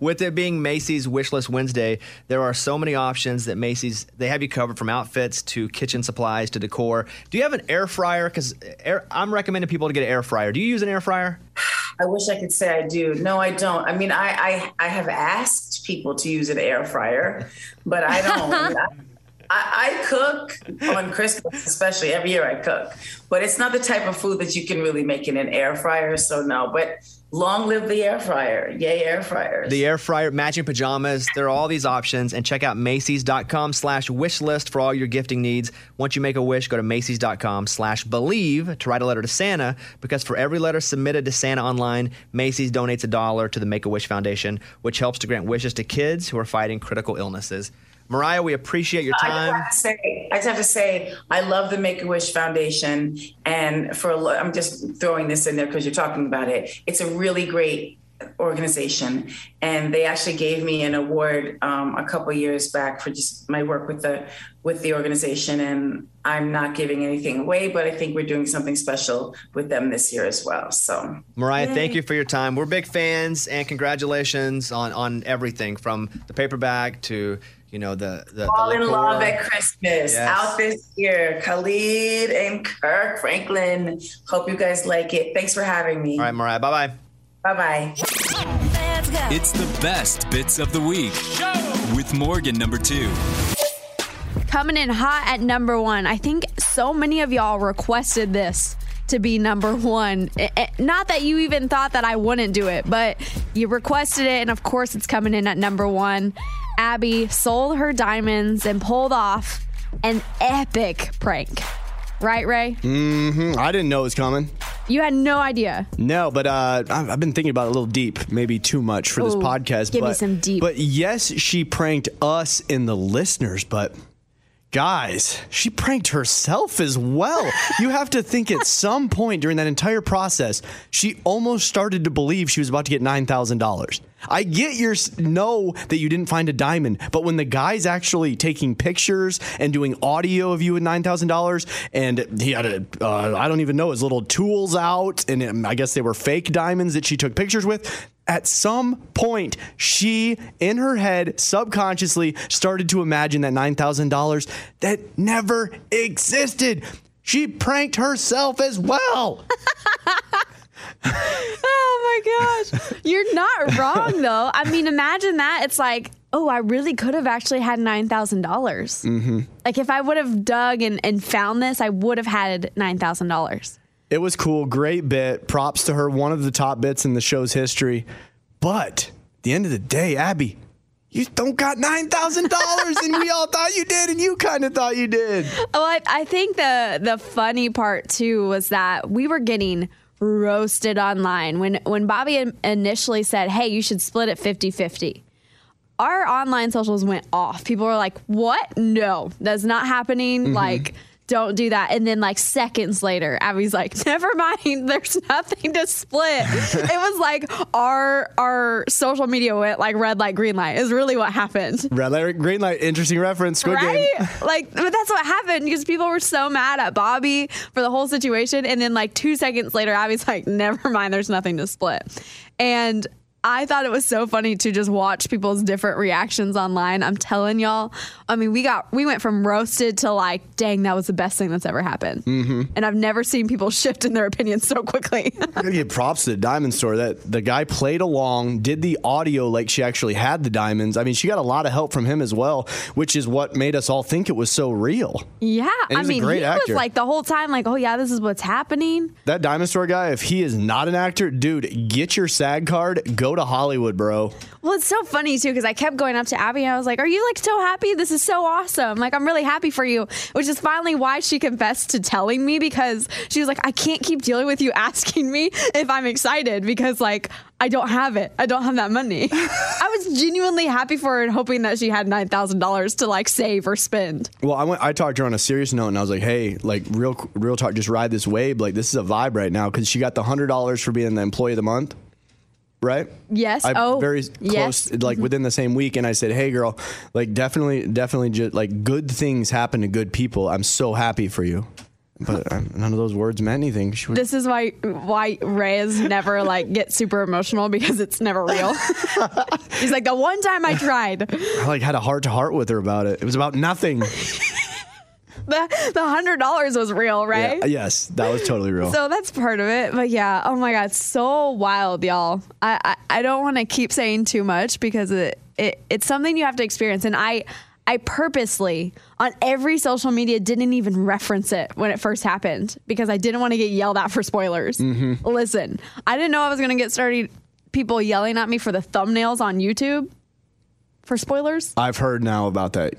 Speaker 5: With it being Macy's Wishlist Wednesday, there are so many options that Macy's they have you covered from outfits to kitchen supplies to decor. Do you have an air fryer? Because I'm recommending people to get an air fryer. Do you use an air fryer?
Speaker 10: I wish I could say I do. No, I don't. I mean, I I, I have asked people to use an air fryer, but I don't. I, I, cook on Christmas, especially every year I cook, but it's not the type of food that you can really make in an air fryer. So no, but long live the air fryer. Yay, air fryers.
Speaker 5: The air fryer, matching pajamas. There are all these options and check out Macy's.com slash wish list for all your gifting needs. Once you make a wish, go to Macy's.com slash believe to write a letter to Santa because for every letter submitted to Santa online, Macy's donates a dollar to the Make-A-Wish Foundation, which helps to grant wishes to kids who are fighting critical illnesses. Mariah, we appreciate your time.
Speaker 10: I just have to say, I, have to say, I love the Make a Wish Foundation, and for lo- I'm just throwing this in there because you're talking about it. It's a really great organization, and they actually gave me an award um, a couple years back for just my work with the with the organization. And I'm not giving anything away, but I think we're doing something special with them this year as well. So,
Speaker 5: Mariah, Yay. thank you for your time. We're big fans, and congratulations on on everything from the paperback to you know the the
Speaker 10: fall
Speaker 5: the
Speaker 10: in love at Christmas yes. out this year. Khalid and Kirk Franklin. Hope you guys like it. Thanks for having me.
Speaker 5: All right, Mariah. Bye bye.
Speaker 10: Bye bye.
Speaker 1: It's the best bits of the week with Morgan number two.
Speaker 2: Coming in hot at number one. I think so many of y'all requested this to be number one. It, it, not that you even thought that I wouldn't do it, but you requested it, and of course, it's coming in at number one. Abby sold her diamonds and pulled off an epic prank. Right, Ray?
Speaker 3: Mm-hmm. I didn't know it was coming.
Speaker 2: You had no idea.
Speaker 3: No, but uh, I've, I've been thinking about it a little deep, maybe too much for this
Speaker 2: Ooh,
Speaker 3: podcast.
Speaker 2: give me
Speaker 3: but,
Speaker 2: some deep.
Speaker 3: But yes, she pranked us and the listeners, but guys, she pranked herself as well. you have to think at some point during that entire process, she almost started to believe she was about to get $9,000. I get your s- know that you didn't find a diamond, but when the guy's actually taking pictures and doing audio of you at $9,000 and he had a, uh, I don't even know, his little tools out, and um, I guess they were fake diamonds that she took pictures with at some point, she in her head subconsciously started to imagine that $9,000 that never existed. She pranked herself as well.
Speaker 2: oh my gosh. You're not wrong, though. I mean, imagine that. It's like, oh, I really could have actually had $9,000. dollars
Speaker 3: Mm-hmm.
Speaker 2: Like, if I would have dug and, and found this, I would have had $9,000.
Speaker 3: It was cool. Great bit. Props to her. One of the top bits in the show's history. But at the end of the day, Abby, you don't got $9,000 and we all thought you did and you kind of thought you did.
Speaker 2: Oh, I, I think the, the funny part, too, was that we were getting roasted online when when Bobby in- initially said, "Hey, you should split it 50-50." Our online socials went off. People were like, "What? No, that's not happening."
Speaker 3: Mhm.
Speaker 2: Like don't do that. And then like seconds later, Abby's like, never mind, there's nothing to split. it was like our our social media went like red light, green light is really what happened.
Speaker 3: Red light, green light. Interesting reference. Squid
Speaker 2: right?
Speaker 3: Game.
Speaker 2: Like, but that's what happened because people were so mad at Bobby for the whole situation. And then, like, two seconds later, Abby's like, never mind, there's nothing to split. And I thought it was so funny to just watch people's different reactions online. I'm telling y'all, I mean, we got, we went from roasted to like, dang, that was the best thing that's ever happened.
Speaker 3: Mm-hmm.
Speaker 2: And I've never seen people shift in their opinions so quickly.
Speaker 3: I gotta give props to the diamond store that the guy played along, did the audio like she actually had the diamonds. I mean, she got a lot of help from him as well, which is what made us all think it was so real.
Speaker 2: yeah.
Speaker 3: And
Speaker 2: I
Speaker 3: he's a
Speaker 2: mean, he
Speaker 3: great
Speaker 2: was
Speaker 3: actor.
Speaker 2: like the whole time, like, oh, yeah, this is what's happening.
Speaker 3: That diamond store guy, if he is not an actor, dude, get your SAG card, go to Hollywood, bro.
Speaker 2: Well, it's so funny too because I kept going up to Abby and I was like, "Are you like so happy? This is so awesome! Like, I'm really happy for you." Which is finally why she confessed to telling me because she was like, "I can't keep dealing with you asking me if I'm excited because like I don't have it. I don't have that money." I was genuinely happy for her and hoping that she had nine thousand dollars to like save or spend.
Speaker 3: Well, I went. I talked to her on a serious note, and I was like, "Hey, like real, real talk. Just ride this wave. Like this is a vibe right now." Because she got the hundred dollars for being the employee of the month, right?
Speaker 2: Yes.
Speaker 3: I
Speaker 2: Oh,
Speaker 3: very
Speaker 2: yes. Mm-hmm.
Speaker 3: close, like within the same week. And I said, "Hey, girl, like definitely, definitely, just like good things happen to good people. I'm so happy for you." But um, none of those words meant anything. She was,
Speaker 2: This is why why Reyes never like get super emotional because it's never real. He's like the one time I tried.
Speaker 3: I like had a heart to heart with her about it. It was about nothing.
Speaker 2: the the hundred dollars was real, right?
Speaker 3: Yeah, yes, that was totally real.
Speaker 2: So that's part of it. But yeah, oh my god, so wild, y'all. I I, I don't want to keep saying too much because it, it it's something you have to experience, and I. I purposely on every social media didn't even reference it when it first happened because I didn't want to get yelled at for spoilers.
Speaker 3: Mm-hmm.
Speaker 15: Mhm.
Speaker 2: Listen, I didn't know I was going to get started people yelling at me for the thumbnails on YouTube for spoilers.
Speaker 3: I've heard now about that.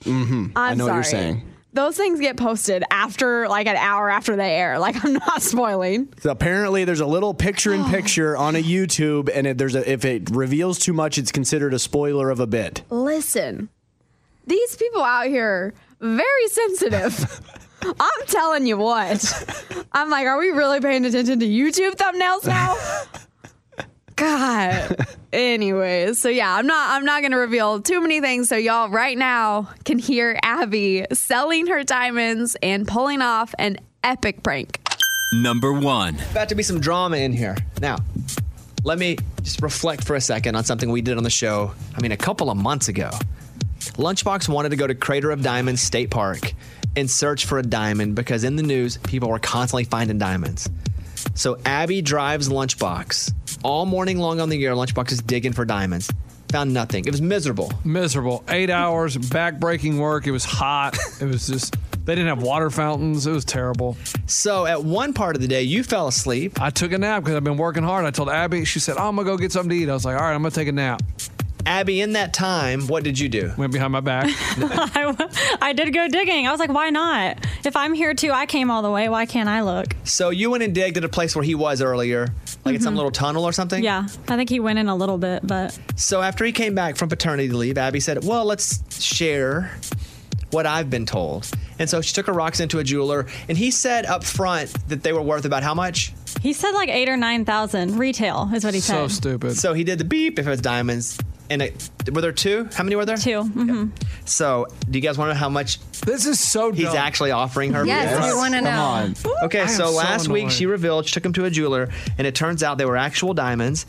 Speaker 3: Mm-hmm. I
Speaker 2: I'm
Speaker 3: know what you're
Speaker 2: sorry.
Speaker 3: saying.
Speaker 2: Those things get posted after like an hour after they air. Like I'm not spoiling.
Speaker 3: So apparently, there's a little picture-in-picture on a YouTube, and if there's a, if it reveals too much, it's considered a spoiler of a bit.
Speaker 2: Listen, these people out here very sensitive. I'm telling you what. I'm like, are we really paying attention to YouTube thumbnails now? God. Anyways, so yeah, I'm not I'm not gonna reveal too many things. So y'all right now can hear Abby selling her diamonds and pulling off an epic prank.
Speaker 1: Number one.
Speaker 5: About to be some drama in here. Now, let me just reflect for a second on something we did on the show. I mean, a couple of months ago. Lunchbox wanted to go to Crater of Diamonds State Park and search for a diamond because in the news, people were constantly finding diamonds. So Abby drives Lunchbox all morning long on the air. Lunchbox is digging for diamonds. Found nothing. It was miserable.
Speaker 9: Miserable. Eight hours, backbreaking work. It was hot. It was just, they didn't have water fountains. It was terrible.
Speaker 5: So at one part of the day, you fell asleep.
Speaker 9: I took a nap because I've been working hard. I told Abby, she said, oh, I'm going to go get something to eat. I was like, all right, I'm going to take a nap.
Speaker 5: Abby, in that time, what did you do?
Speaker 9: Went behind my back.
Speaker 15: I did go digging. I was like, why not? If I'm here too, I came all the way. Why can't I look?
Speaker 5: So you went and digged at a place where he was earlier, like in some
Speaker 15: Mhm.
Speaker 5: little tunnel or something?
Speaker 15: Yeah, I think he went in a little bit, but
Speaker 5: So after he came back from paternity leave, Abby said, Well, let's share what I've been told. And so she took her rocks into a jeweler, and he said up front that they were worth about how much?
Speaker 15: he said like eight or nine thousand retail is what he said.
Speaker 9: stupid.
Speaker 5: So he did the beep if it was diamonds. And it, were there two? How many were there?
Speaker 15: 2 Mm-hmm.
Speaker 5: So do you guys want to know how much?
Speaker 9: This is so.
Speaker 5: He's actually offering her.
Speaker 15: Yes,
Speaker 5: for
Speaker 15: we
Speaker 5: this?
Speaker 15: wanna Come know. on. I
Speaker 5: Okay,
Speaker 15: am
Speaker 5: so
Speaker 15: so
Speaker 5: last week
Speaker 15: annoyed.
Speaker 5: she revealed she took him to a jeweler, and it turns out they were actual diamonds.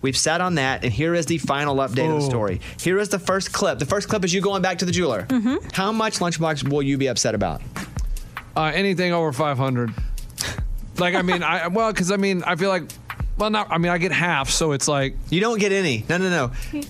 Speaker 5: We've sat on that, and here is the final update of
Speaker 15: Oh.
Speaker 5: the story. Here is the first clip. The first clip is you going back to the jeweler.
Speaker 15: Mhm.
Speaker 5: How much lunchbox will you be upset about?
Speaker 9: Uh, anything over 500. Like, I mean, I, well, because I mean, I feel like, well, not, I mean, I get half, so it's like.
Speaker 5: You don't get any. No, no, no. You,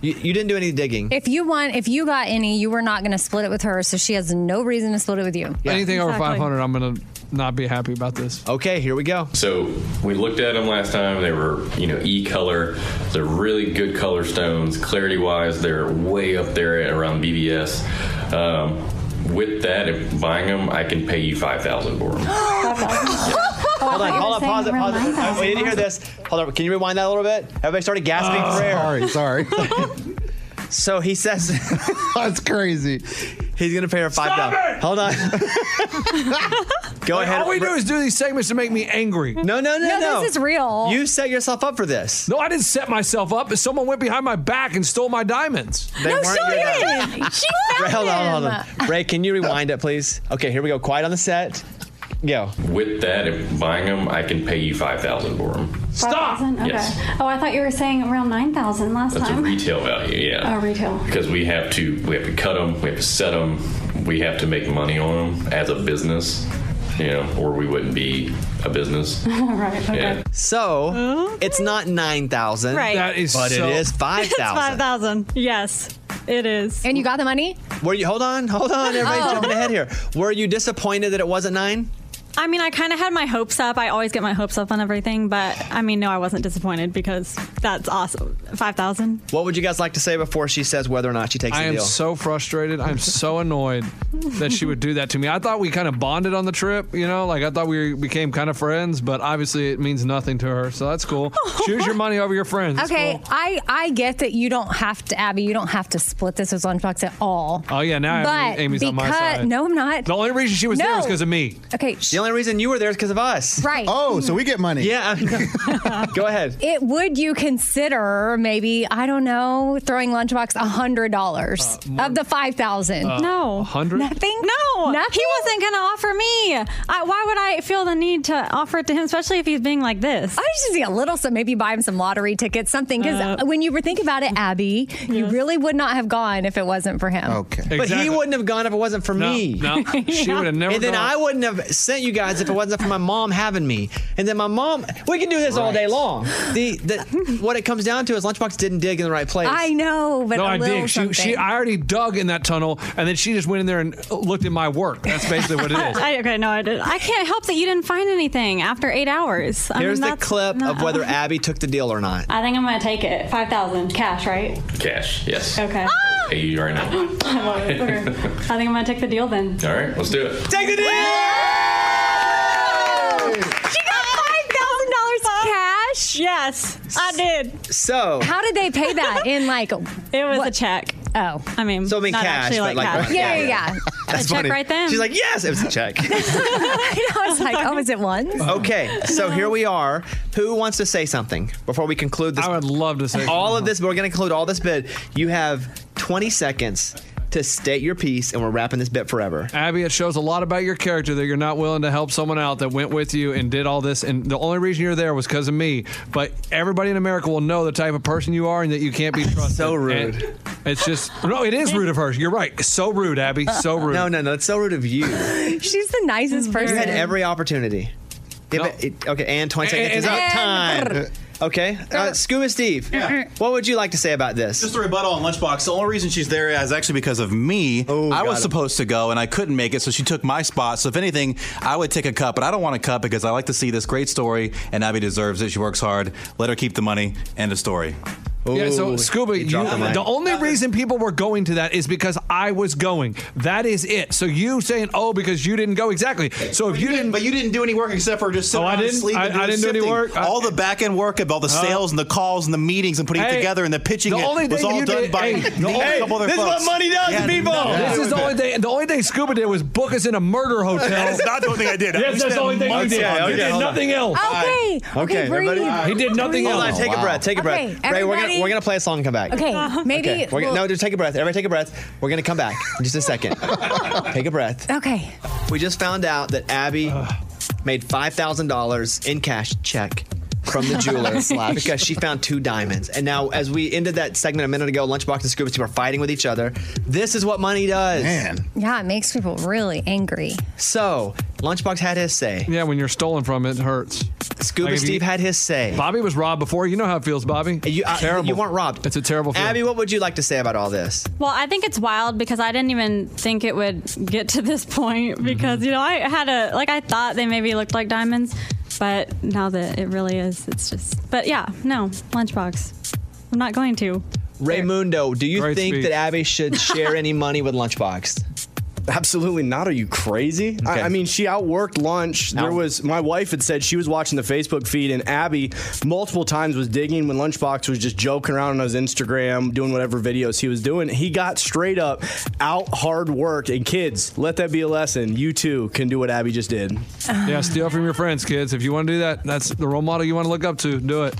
Speaker 5: you didn't do any digging.
Speaker 4: If you want, if you got any, you were not going to split it with her, so she has no reason to split it with you.
Speaker 9: Anything over 500, I'm going to not be happy about this.
Speaker 5: Okay, here we go.
Speaker 16: So we looked at them last time. They were, you know, E color. They're really good color stones. Clarity wise, they're way up there at around BBS. Um, with that, if buying them, I can pay you five thousand for them.
Speaker 5: Hold on, hold on, pause it, pause it. I- We didn't hear this. Hold on, can you rewind that a little bit? Everybody started gasping for air.
Speaker 12: Sorry, sorry.
Speaker 5: So he says,
Speaker 12: That's crazy.
Speaker 5: He's gonna pay her five dollars. Hold on. Go ahead.
Speaker 9: All we do is do these segments to make me angry.
Speaker 5: No, no,
Speaker 4: No, this is real.
Speaker 5: You set yourself up for this.
Speaker 9: No, I didn't set myself up. Someone went behind my back and stole my diamonds.
Speaker 5: They No, weren't she your diamonds.
Speaker 2: didn't. She
Speaker 5: Ray, hold on, hold on. Ray, can you rewind it, please? Okay, here we go. Quiet on the set. Go.
Speaker 16: With that, if buying them, I can pay you five thousand for them.
Speaker 15: Stop. Okay.
Speaker 16: Yes.
Speaker 15: Oh, I thought you were saying around nine thousand last
Speaker 16: That's a
Speaker 15: time.
Speaker 16: retail value, yeah.
Speaker 15: Oh, retail.
Speaker 16: Because we have to, we have to cut them, we have to set them, we have to make money on them as a business, you know, or we wouldn't be a business.
Speaker 15: right. Okay.
Speaker 16: Yeah.
Speaker 5: So it's not nine thousand.
Speaker 15: Right. That is
Speaker 5: But
Speaker 15: so-
Speaker 5: it is five
Speaker 15: It's five
Speaker 5: thousand.
Speaker 15: thousand. Yes, it is.
Speaker 4: And you got the money?
Speaker 5: Were you? Hold on, hold on. Everybody's
Speaker 15: Oh.
Speaker 5: jumping ahead here. Were you disappointed that it wasn't nine?
Speaker 15: I mean, I kind of had my hopes up. I always get my hopes up on everything, but I mean, no, I wasn't disappointed because that's awesome. Five thousand.
Speaker 5: What would you guys like to say before she says whether or not she takes
Speaker 9: I
Speaker 5: the
Speaker 9: am
Speaker 5: deal?
Speaker 9: so frustrated. I'm so annoyed that she would do that to me. I thought we kind of bonded on the trip, you know, like I thought we became kind of friends, but obviously it means nothing to her, so that's cool. Choose your money over your friends. That's
Speaker 4: Okay, I I get that you don't have to, Abby. You don't have to split this with lunchbox at all.
Speaker 9: cool. Oh yeah, now
Speaker 4: but
Speaker 9: Amy's on my
Speaker 4: because-
Speaker 9: side.
Speaker 4: No, I'm not.
Speaker 9: The only reason she was there was
Speaker 4: No.
Speaker 9: because of me.
Speaker 4: Okay,
Speaker 5: The only reason you were there is because of us.
Speaker 4: Right. Oh, so
Speaker 5: we get money. Yeah. Go ahead.
Speaker 4: it would you consider maybe I don't know throwing lunchbox a hundred dollars of the five thousand?
Speaker 9: Uh, No. $100?
Speaker 4: Nothing.
Speaker 15: No,
Speaker 4: Nothing?
Speaker 15: he wasn't going to offer me. I, why would I feel the need to offer it to him, especially if he's being like this?
Speaker 4: I just need a little, so maybe buy him some lottery tickets, something. Because
Speaker 15: Uh,
Speaker 4: when you were thinking about it, Abby, you really would not have gone if it wasn't for him. Okay.
Speaker 5: But he wouldn't have gone if it wasn't for
Speaker 9: No,
Speaker 5: me.
Speaker 9: no. She Yeah. would have never
Speaker 5: And then
Speaker 9: gone.
Speaker 5: I wouldn't have sent you guys if it wasn't for my mom having me. And then my mom. We can do this all day long. The, the what it comes down to is lunchbox didn't dig in the right place.
Speaker 4: I know, but
Speaker 9: no,
Speaker 4: a
Speaker 9: I
Speaker 4: little
Speaker 9: dig. She, she,
Speaker 4: something.
Speaker 9: I already dug in that tunnel, and then she just went in there and looked at my work. That's basically what it is.
Speaker 15: I, okay, no, I didn't. I can't help that you didn't find anything after eight hours. I mean,
Speaker 5: Here's the
Speaker 15: that's-
Speaker 5: clip of
Speaker 15: no.
Speaker 5: whether Abby took the deal or not.
Speaker 15: I think I'm going to take it. Five thousand cash, right?
Speaker 16: Cash, yes.
Speaker 15: Okay.
Speaker 16: Pay you right now.
Speaker 15: I love it. Okay. I think I'm going to take the deal then.
Speaker 16: All right, let's do it.
Speaker 5: Take the deal.
Speaker 15: She got five thousand dollars
Speaker 4: cash.
Speaker 15: Yes, I did.
Speaker 5: So
Speaker 4: How did they pay that? In like,
Speaker 15: it was a check.
Speaker 4: Oh,
Speaker 15: I mean,
Speaker 5: So I mean
Speaker 15: not
Speaker 5: cash,
Speaker 15: actually like,
Speaker 5: but like
Speaker 15: cash.
Speaker 5: money. Yeah, yeah, yeah.
Speaker 15: a check right then.
Speaker 5: She's like, yes, it was a check.
Speaker 4: I was like, oh, is it one?
Speaker 5: Okay, so here we are. Who wants to say something before we conclude this? I would
Speaker 9: love to say
Speaker 5: all of this. We're going to conclude all this bit. You have 20 seconds to state your piece, and we're wrapping this bit forever.
Speaker 9: Abby, it shows a lot about your character that you're not willing to help someone out that went with you and did all this. And the only reason you're there was because of me. But everybody in America will know the type of person you are and that you can't be trusted. so rude. it's just, no, it is rude of her. You're right. So rude, Abby. So rude. No,
Speaker 5: no, no. It's so rude of you.
Speaker 4: She's the nicest person.
Speaker 5: You had every opportunity. Give it, it- okay, and 20 seconds is
Speaker 7: And-
Speaker 5: up.
Speaker 7: and-
Speaker 5: Time. Okay, uh, Scuba Steve,
Speaker 7: Yeah.
Speaker 5: what would you like to say about this?
Speaker 7: Just a rebuttal on Lunchbox. The only reason she's there is actually because of me. I was supposed to go and I couldn't make it, so she took my spot. So if anything, I would take a cup, but I don't want a cup because I like to see this great story, and Abby deserves it. She works hard. Let her keep the money. End of story.
Speaker 9: yeah, so Scuba, you, the, only reason people were going to that is because I was going. That is it. So you saying, oh, because you didn't go. Exactly. So if you didn't.
Speaker 7: But you didn't do any work except for just sitting
Speaker 9: Oh, I
Speaker 7: around
Speaker 9: didn't-
Speaker 7: sleep
Speaker 9: I-
Speaker 7: and doing
Speaker 9: I didn't do any
Speaker 7: sifting.
Speaker 9: work. I-
Speaker 7: all the back end work of all the
Speaker 9: Huh?
Speaker 7: sales and the calls and the meetings and putting it
Speaker 9: Hey,
Speaker 7: together and the pitching
Speaker 9: the
Speaker 7: it
Speaker 9: only
Speaker 7: was
Speaker 9: thing
Speaker 7: all
Speaker 9: you
Speaker 7: done
Speaker 9: did-
Speaker 7: by
Speaker 9: hey, the
Speaker 7: me and
Speaker 9: only-
Speaker 7: a couple other
Speaker 9: this is what
Speaker 7: folks.
Speaker 9: money does to
Speaker 7: Yeah,
Speaker 9: people.
Speaker 7: no,
Speaker 9: This is the only thing. The only thing Scuba did was book us in a murder hotel.
Speaker 7: That is not the only thing I did. We
Speaker 9: Yes, that's
Speaker 7: spent
Speaker 9: the only thing you
Speaker 7: months
Speaker 9: did.
Speaker 7: on
Speaker 9: You
Speaker 7: this.
Speaker 9: did
Speaker 7: Hold on.
Speaker 9: nothing else.
Speaker 4: Okay. Okay. breathe.
Speaker 9: He did nothing
Speaker 5: Hold
Speaker 9: else.
Speaker 5: on, uh, take a breath. Take a
Speaker 4: Okay,
Speaker 5: breath. Ray, we're gonna
Speaker 4: everybody-
Speaker 5: we're gonna play a song and come back.
Speaker 4: Okay, maybe
Speaker 5: Okay, we're gonna,
Speaker 4: we'll-
Speaker 5: no, just take a breath. Everybody, take a breath. We're gonna come back in just a second. take a breath.
Speaker 4: Okay.
Speaker 5: We just found out that Abby made five thousand dollars in cash check from the jeweler
Speaker 3: Slash.
Speaker 5: because she found two diamonds. And now, as we ended that segment a minute ago, Lunchbox and Scuba Steve are fighting with each other. This is what money does. Man.
Speaker 4: Yeah, it makes people really angry.
Speaker 5: So Lunchbox had his say.
Speaker 9: Yeah, when you're stolen from it, it hurts.
Speaker 5: Scuba Steve had his say.
Speaker 9: Bobby was robbed before. You know how it feels, Bobby. You, terrible.
Speaker 5: you weren't robbed.
Speaker 9: It's a terrible feeling.
Speaker 5: Abby, what would you like to say about all this?
Speaker 15: Well, I think it's wild because I didn't even think it would get to this point because you know I had a like I thought they maybe looked like diamonds, but now that it really is, it's just. But yeah, no lunchbox. I'm not going to.
Speaker 5: Raymundo, do you think
Speaker 15: speech.
Speaker 5: that Abby should share any money with Lunchbox?
Speaker 3: Absolutely not. Are you crazy? I, I mean, she outworked lunch. There was my wife had said she was watching the Facebook feed, and Abby multiple times was digging when Lunchbox was just joking around on his Instagram, doing whatever videos he was doing. He got straight up out hard worked, and kids, let that be a lesson. You too can do what Abby just did.
Speaker 9: Yeah, steal from your friends, kids. If you want to do that, that's the role model you want to look up to. Do it.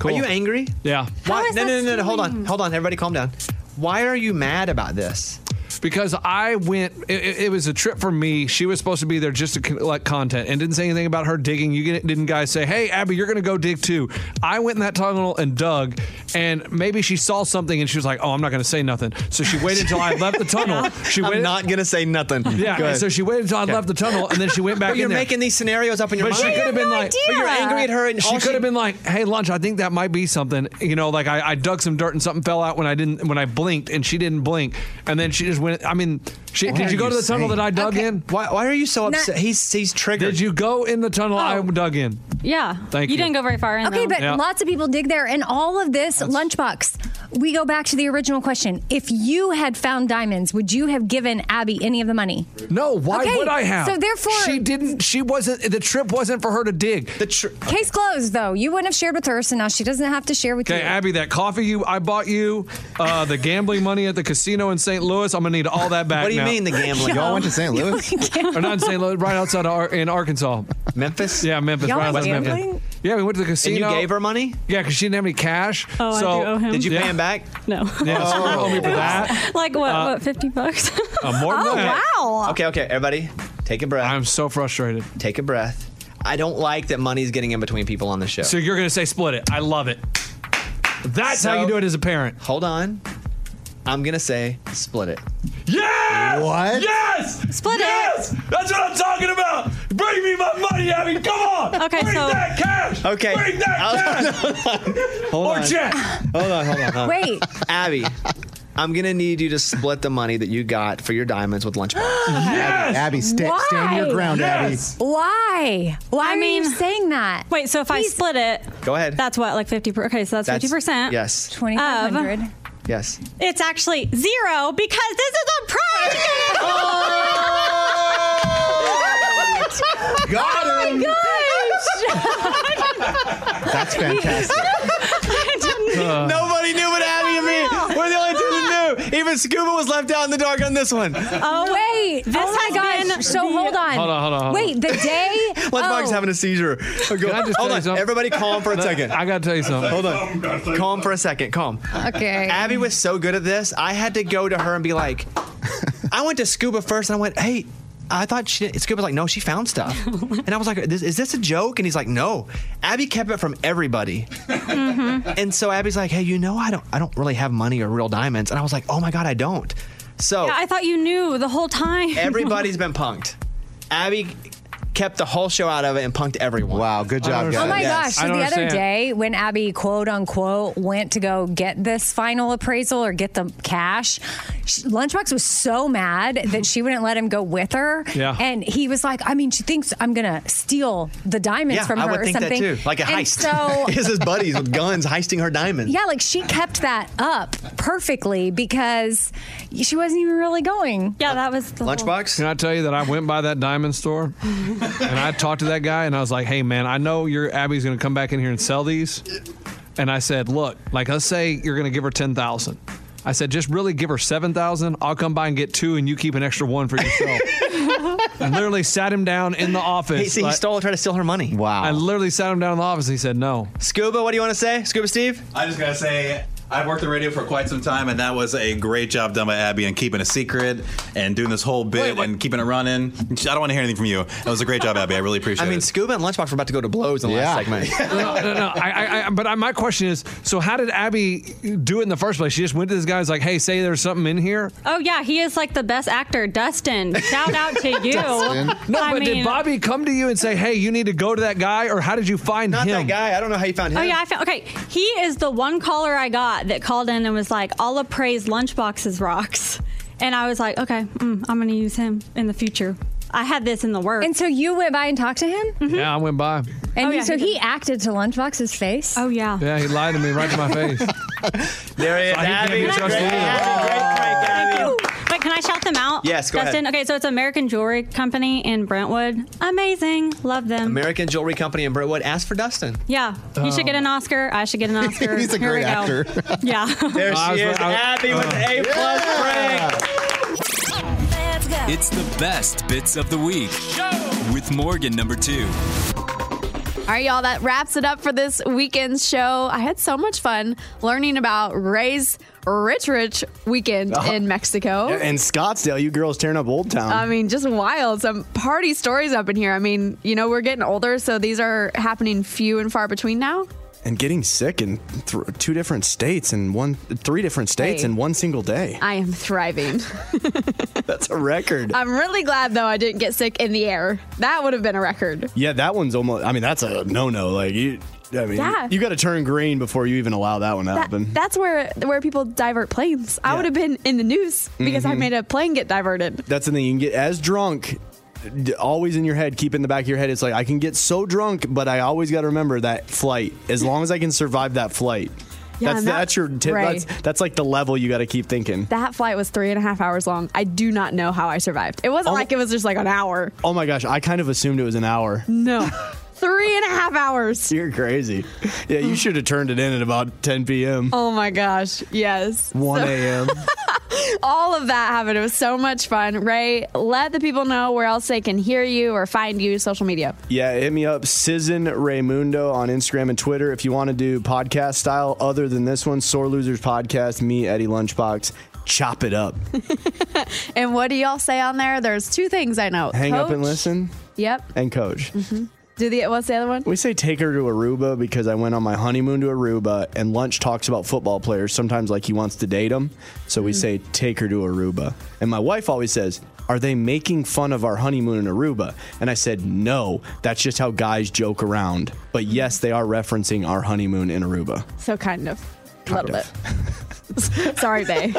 Speaker 9: Cool.
Speaker 5: Are you angry?
Speaker 9: Yeah.
Speaker 5: Why? No, no, no, no. Hold on. Hold on. Everybody calm down. Why are you mad about this?
Speaker 9: Because I went, it- it, it was a trip for me. She was supposed to be there just to collect content and didn't say anything about her digging. You get- didn't guys say, hey, Abby, you're going to go dig too. I went in that tunnel and dug, and maybe she saw something and she was like, oh, I'm not going to say nothing. So she waited until I left the tunnel. She
Speaker 5: I'm
Speaker 9: waited.
Speaker 5: not gonna say nothing.
Speaker 9: Yeah,
Speaker 5: Go ahead.
Speaker 9: so she waited until I
Speaker 5: Okay.
Speaker 9: left the tunnel, and then she went back
Speaker 5: But
Speaker 9: in
Speaker 5: you're
Speaker 9: there.
Speaker 5: making these scenarios up in your
Speaker 9: But
Speaker 5: mind.
Speaker 9: she could have been like,
Speaker 5: But you're angry at her, and
Speaker 9: she
Speaker 5: all
Speaker 9: could have been like, "Hey, lunch. I think that might be something. You know, like I, I dug some dirt and something fell out when I didn't when I blinked, and she didn't blink, and then she just went. I mean, she,
Speaker 5: What
Speaker 9: did
Speaker 5: are
Speaker 9: you go
Speaker 5: you
Speaker 9: to the tunnel
Speaker 5: saying?
Speaker 9: that I dug in?
Speaker 5: Why, why are you so
Speaker 15: Not- upset?
Speaker 5: He's he's triggered.
Speaker 9: Did you go in the tunnel
Speaker 4: Oh.
Speaker 9: I dug in?
Speaker 15: Yeah.
Speaker 9: Thank you.
Speaker 15: didn't go very far in.
Speaker 4: Okay,
Speaker 15: though.
Speaker 4: but lots of people dig there. And all of this lunchbox, we go back to the original question. If you had found diamonds, would you have given Abby any of the money?
Speaker 9: No, why
Speaker 4: Okay,
Speaker 9: would I have?
Speaker 4: so therefore-
Speaker 9: she didn't. She wasn't. The trip wasn't for her to dig. The
Speaker 5: trip.
Speaker 4: Case closed, though. You wouldn't have shared with her, so now she doesn't have to share with
Speaker 9: Okay,
Speaker 4: you.
Speaker 9: Abby, that coffee you I bought you, uh, the gambling money at the casino in St. Louis, I'm gonna need all that back.
Speaker 5: What do you
Speaker 9: now.
Speaker 5: mean the gambling? Y'all went to St. Louis?
Speaker 9: or not in St. Louis, right outside of Ar- in Arkansas,
Speaker 5: Memphis.
Speaker 9: Yeah, Memphis.
Speaker 5: Y'all
Speaker 9: right
Speaker 5: went
Speaker 9: outside of
Speaker 5: gambling?
Speaker 9: Memphis. Yeah, we went to the
Speaker 5: And
Speaker 9: casino.
Speaker 5: you gave her money?
Speaker 9: Yeah, because she didn't have any cash.
Speaker 15: Oh, I
Speaker 9: so
Speaker 15: do owe him.
Speaker 5: Did you pay him back? Oh.
Speaker 15: No.
Speaker 9: Yeah, so you owe me for that.
Speaker 15: like what?
Speaker 9: Uh,
Speaker 15: what? Fifty bucks?
Speaker 9: Uh, more than
Speaker 15: oh
Speaker 9: that.
Speaker 15: wow!
Speaker 5: Okay, okay, everybody, take a breath. I'm
Speaker 9: so frustrated.
Speaker 5: Take a breath. I don't like that money's getting in between people on the show.
Speaker 9: So you're gonna say split it? I love it. That's how you do it as a parent.
Speaker 5: Hold on. I'm gonna say split it.
Speaker 9: Yes!
Speaker 5: What?
Speaker 9: Yes!
Speaker 15: Split
Speaker 9: it! That's what I'm talking about! Bring me my money, Abby! Come on!
Speaker 15: Okay, Bring so- that
Speaker 9: cash!
Speaker 5: Okay.
Speaker 9: Bring that cash!
Speaker 5: Hold
Speaker 9: or
Speaker 5: on.
Speaker 9: check!
Speaker 5: Hold on, hold on. hold on.
Speaker 4: Wait.
Speaker 5: Abby, I'm gonna need you to split the money that you got for your diamonds with lunch.
Speaker 4: Yes!
Speaker 15: Abby, sta- stand your ground, Yes!
Speaker 4: Why? Why
Speaker 15: I
Speaker 4: are
Speaker 15: mean-
Speaker 4: you saying that?
Speaker 15: Wait, so if I split it, um,
Speaker 5: Go ahead.
Speaker 15: that's what like fifty. Per- okay, so that's fifty percent.
Speaker 5: Yes.
Speaker 15: Of,
Speaker 5: Yes.
Speaker 15: it's actually zero because this is a prank.
Speaker 12: Got
Speaker 15: Oh my
Speaker 12: him.
Speaker 15: gosh!
Speaker 12: That's fantastic.
Speaker 15: I didn't-
Speaker 5: Nobody knew what Abby and me. We're the only two that knew. Even Scuba was left out in the dark on this one.
Speaker 15: Oh
Speaker 4: wait!
Speaker 15: This
Speaker 4: oh my
Speaker 15: has
Speaker 4: gosh!
Speaker 15: been
Speaker 4: so hold on.
Speaker 5: Hold on, hold on, hold on.
Speaker 4: Wait, the day.
Speaker 5: Lunchbox
Speaker 4: oh.
Speaker 5: is having a seizure. Oh, go-
Speaker 9: Can I just tell
Speaker 5: Hold
Speaker 9: you
Speaker 5: on,
Speaker 9: something?
Speaker 5: everybody, calm for a
Speaker 9: Let-
Speaker 5: second.
Speaker 9: I gotta tell you something.
Speaker 5: Hold on, calm for a second. Calm.
Speaker 4: Okay.
Speaker 5: Abby was so good at this. I had to go to her and be like, I went to Scuba first, and I went, hey. I thought she didn't. Scuba's like, no, she found stuff. And I was like, this, is this a joke? And he's like, no. Abby kept it from everybody.
Speaker 4: Mm-hmm.
Speaker 5: And so Abby's like, hey, you know, I don't, I don't really have money or real diamonds. And I was like, oh my God, I don't. So
Speaker 15: Yeah, I thought you knew the whole time.
Speaker 5: Everybody's been punked. Abby kept the whole show out of it and punked everyone. Wow, good
Speaker 4: Oh my gosh. So the other day when Abby, quote unquote, went to go get this final appraisal or get the cash, sh Lunchbox was so mad that she wouldn't let him go with her.
Speaker 5: Yeah.
Speaker 4: And he was like, I mean, she thinks I'm going to steal the diamonds
Speaker 5: Yeah,
Speaker 4: from
Speaker 5: I
Speaker 4: her
Speaker 5: would
Speaker 4: or
Speaker 5: think
Speaker 4: something.
Speaker 5: that too. Like a
Speaker 4: And
Speaker 5: heist.
Speaker 4: So
Speaker 5: Here's his buddies with guns heisting her diamonds.
Speaker 4: Yeah, like she kept that up perfectly because she wasn't even really going.
Speaker 15: Yeah, that was the
Speaker 9: Can I tell you that I went by that diamond store and I talked to that guy and I was like, "Hey, man, I know your Abby's going to come back in here and sell these." And I said, "Look, like let's say you're going to give her ten thousand. I said, just really give her seven thousand. I'll come by and get two, and you keep an extra one for yourself." I literally sat him down in the office.
Speaker 5: He- see, he stole- tried to steal her money. Wow.
Speaker 9: I literally sat him down in the office. and He said, "No."
Speaker 5: Scuba, what do you want to say? Scuba Steve?
Speaker 7: I just gotta say, I've worked the radio for quite some time, and that was a great job done by Abby in keeping a secret and doing this whole bit and keeping it running. I don't want to hear anything from you. That was a great job, Abby. I really appreciate
Speaker 5: I mean,
Speaker 7: it.
Speaker 5: Scuba and Lunchbox were about to go to blows in the
Speaker 7: Yeah.
Speaker 5: last segment.
Speaker 9: no, no, no. I, I, I, but I, my question is, so how did Abby do it in the first place? She just went to this guy, and was like, "Hey, say there's something in here."
Speaker 15: Oh yeah, he is like the best actor, Dustin. Shout out to you.
Speaker 9: No, but
Speaker 15: I
Speaker 9: did
Speaker 15: mean-
Speaker 9: Bobby come to you and say, "Hey, you need to go to that guy," or how did you find him? Not that
Speaker 5: guy. I don't know how you found
Speaker 15: Oh yeah, I found. Okay, he is the one caller I got that called in and was like, "I'll appraise lunchboxes rocks," and I was like, "Okay, mm, I'm going to use him in the future." I had this in the works. Mm-hmm.
Speaker 4: And so you went by and talked to him?
Speaker 9: Yeah, I went by.
Speaker 4: And
Speaker 15: Oh,
Speaker 4: he-
Speaker 15: yeah,
Speaker 4: so
Speaker 15: he
Speaker 4: he,
Speaker 15: did.
Speaker 4: acted to Lunchbox's face.
Speaker 15: Oh yeah.
Speaker 9: Yeah, he lied to me right to my face.
Speaker 5: there he is,
Speaker 9: Abby.
Speaker 15: But can I shout shout them out?
Speaker 5: Yes, go ahead.
Speaker 15: Dustin. Okay, so it's American Jewelry Company in Brentwood. Amazing. Love them.
Speaker 5: American Jewelry Company in Brentwood. Ask for Dustin.
Speaker 15: yeah. You should get an Oscar. I should get an Oscar.
Speaker 5: Um, He's a
Speaker 15: Here we go.
Speaker 5: great actor.
Speaker 15: Yeah.
Speaker 5: There she is, Abby with an A plus
Speaker 1: It's the best bits of the week with Morgan number two.
Speaker 2: All right, y'all, that wraps it up for this weekend's show. I had so much fun learning about Ray's Rich Rich weekend in Mexico.
Speaker 3: Yeah, And Scottsdale, you girls tearing up Old Town.
Speaker 2: I mean, just wild. Some party stories up in here. I mean, you know, we're getting older, so these are happening few and far between now.
Speaker 3: and getting sick in th- two different states and one, three different states
Speaker 2: Hey.
Speaker 3: in one single day.
Speaker 2: I am thriving.
Speaker 3: That's a record.
Speaker 2: I'm really glad, though, I didn't get sick in the air. That would have been a record.
Speaker 3: yeah, that one's almost. I mean, that's a no-no. Like you, I mean,
Speaker 2: Yeah.
Speaker 3: you got to turn green before you even allow that one to
Speaker 2: That-
Speaker 3: happen.
Speaker 2: that's where where people divert planes. I would have been in the news because I
Speaker 3: Mhm.
Speaker 2: made a plane get diverted.
Speaker 3: That's the thing. You can get as drunk, d- always in your head, keep in the back of your head. It's like, I can get so drunk, but I always got to remember that flight. As long as I can survive that flight.
Speaker 2: Yeah,
Speaker 3: that's,
Speaker 2: and that-
Speaker 3: that's your tip.
Speaker 2: Ray.
Speaker 3: That's, that's like the level you got to keep thinking.
Speaker 2: That flight was three and a half hours long. I do not know how I survived. It wasn't like it was just like an hour.
Speaker 3: Oh my gosh, I kind of assumed it was an hour.
Speaker 2: No. Three and a half hours.
Speaker 3: You're crazy. Yeah, you should have turned it in at about 10 p.m.,
Speaker 2: Oh my gosh. Yes.
Speaker 3: 1
Speaker 2: So-
Speaker 3: a.m.
Speaker 2: All of that happened. It was so much fun. Ray, let the people know where else they can hear you or find you, social media.
Speaker 3: Yeah, hit me up, Sizzin Raymundo on Instagram and Twitter. If you want to do podcast style other than this one, Sore Losers Podcast, me, Eddie Lunchbox, chop it up.
Speaker 2: And what do y'all say on there? There's two things I know.
Speaker 3: Hang up and
Speaker 2: Coach-
Speaker 3: listen
Speaker 2: Yep. Mm-hmm.
Speaker 3: and coach.
Speaker 2: Do the what's the other one?
Speaker 3: We say take her to Aruba because I went on my honeymoon to Aruba and lunch talks about football players, sometimes like he wants to date them. So we say take her to Aruba. And my wife always says, Are they making fun of our honeymoon in Aruba? And I said, No, that's just how guys joke around. But yes, they are referencing our honeymoon in Aruba.
Speaker 2: So kind of. little bit. Sorry, they.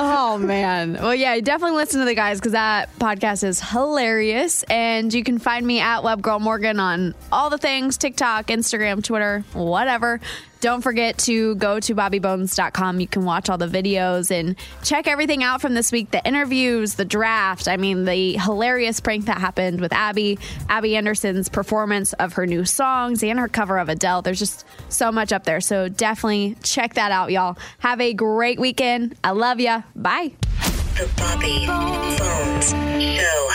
Speaker 2: Oh man. Well, yeah, definitely listen to the guys because that podcast is hilarious. And you can find me at WebGirl Morgan on all the things TikTok, Instagram, Twitter, whatever. Don't forget to go to bobbybones.com. You can watch all the videos and check everything out from this week the interviews, the draft. I mean, the hilarious prank that happened with Abby, Abby Anderson's performance of her new songs, and her cover of Adele. There's just so much up there. So definitely check that out, y'all. Have a great weekend. I love ya. Bye.
Speaker 12: The Bobby Bones Show.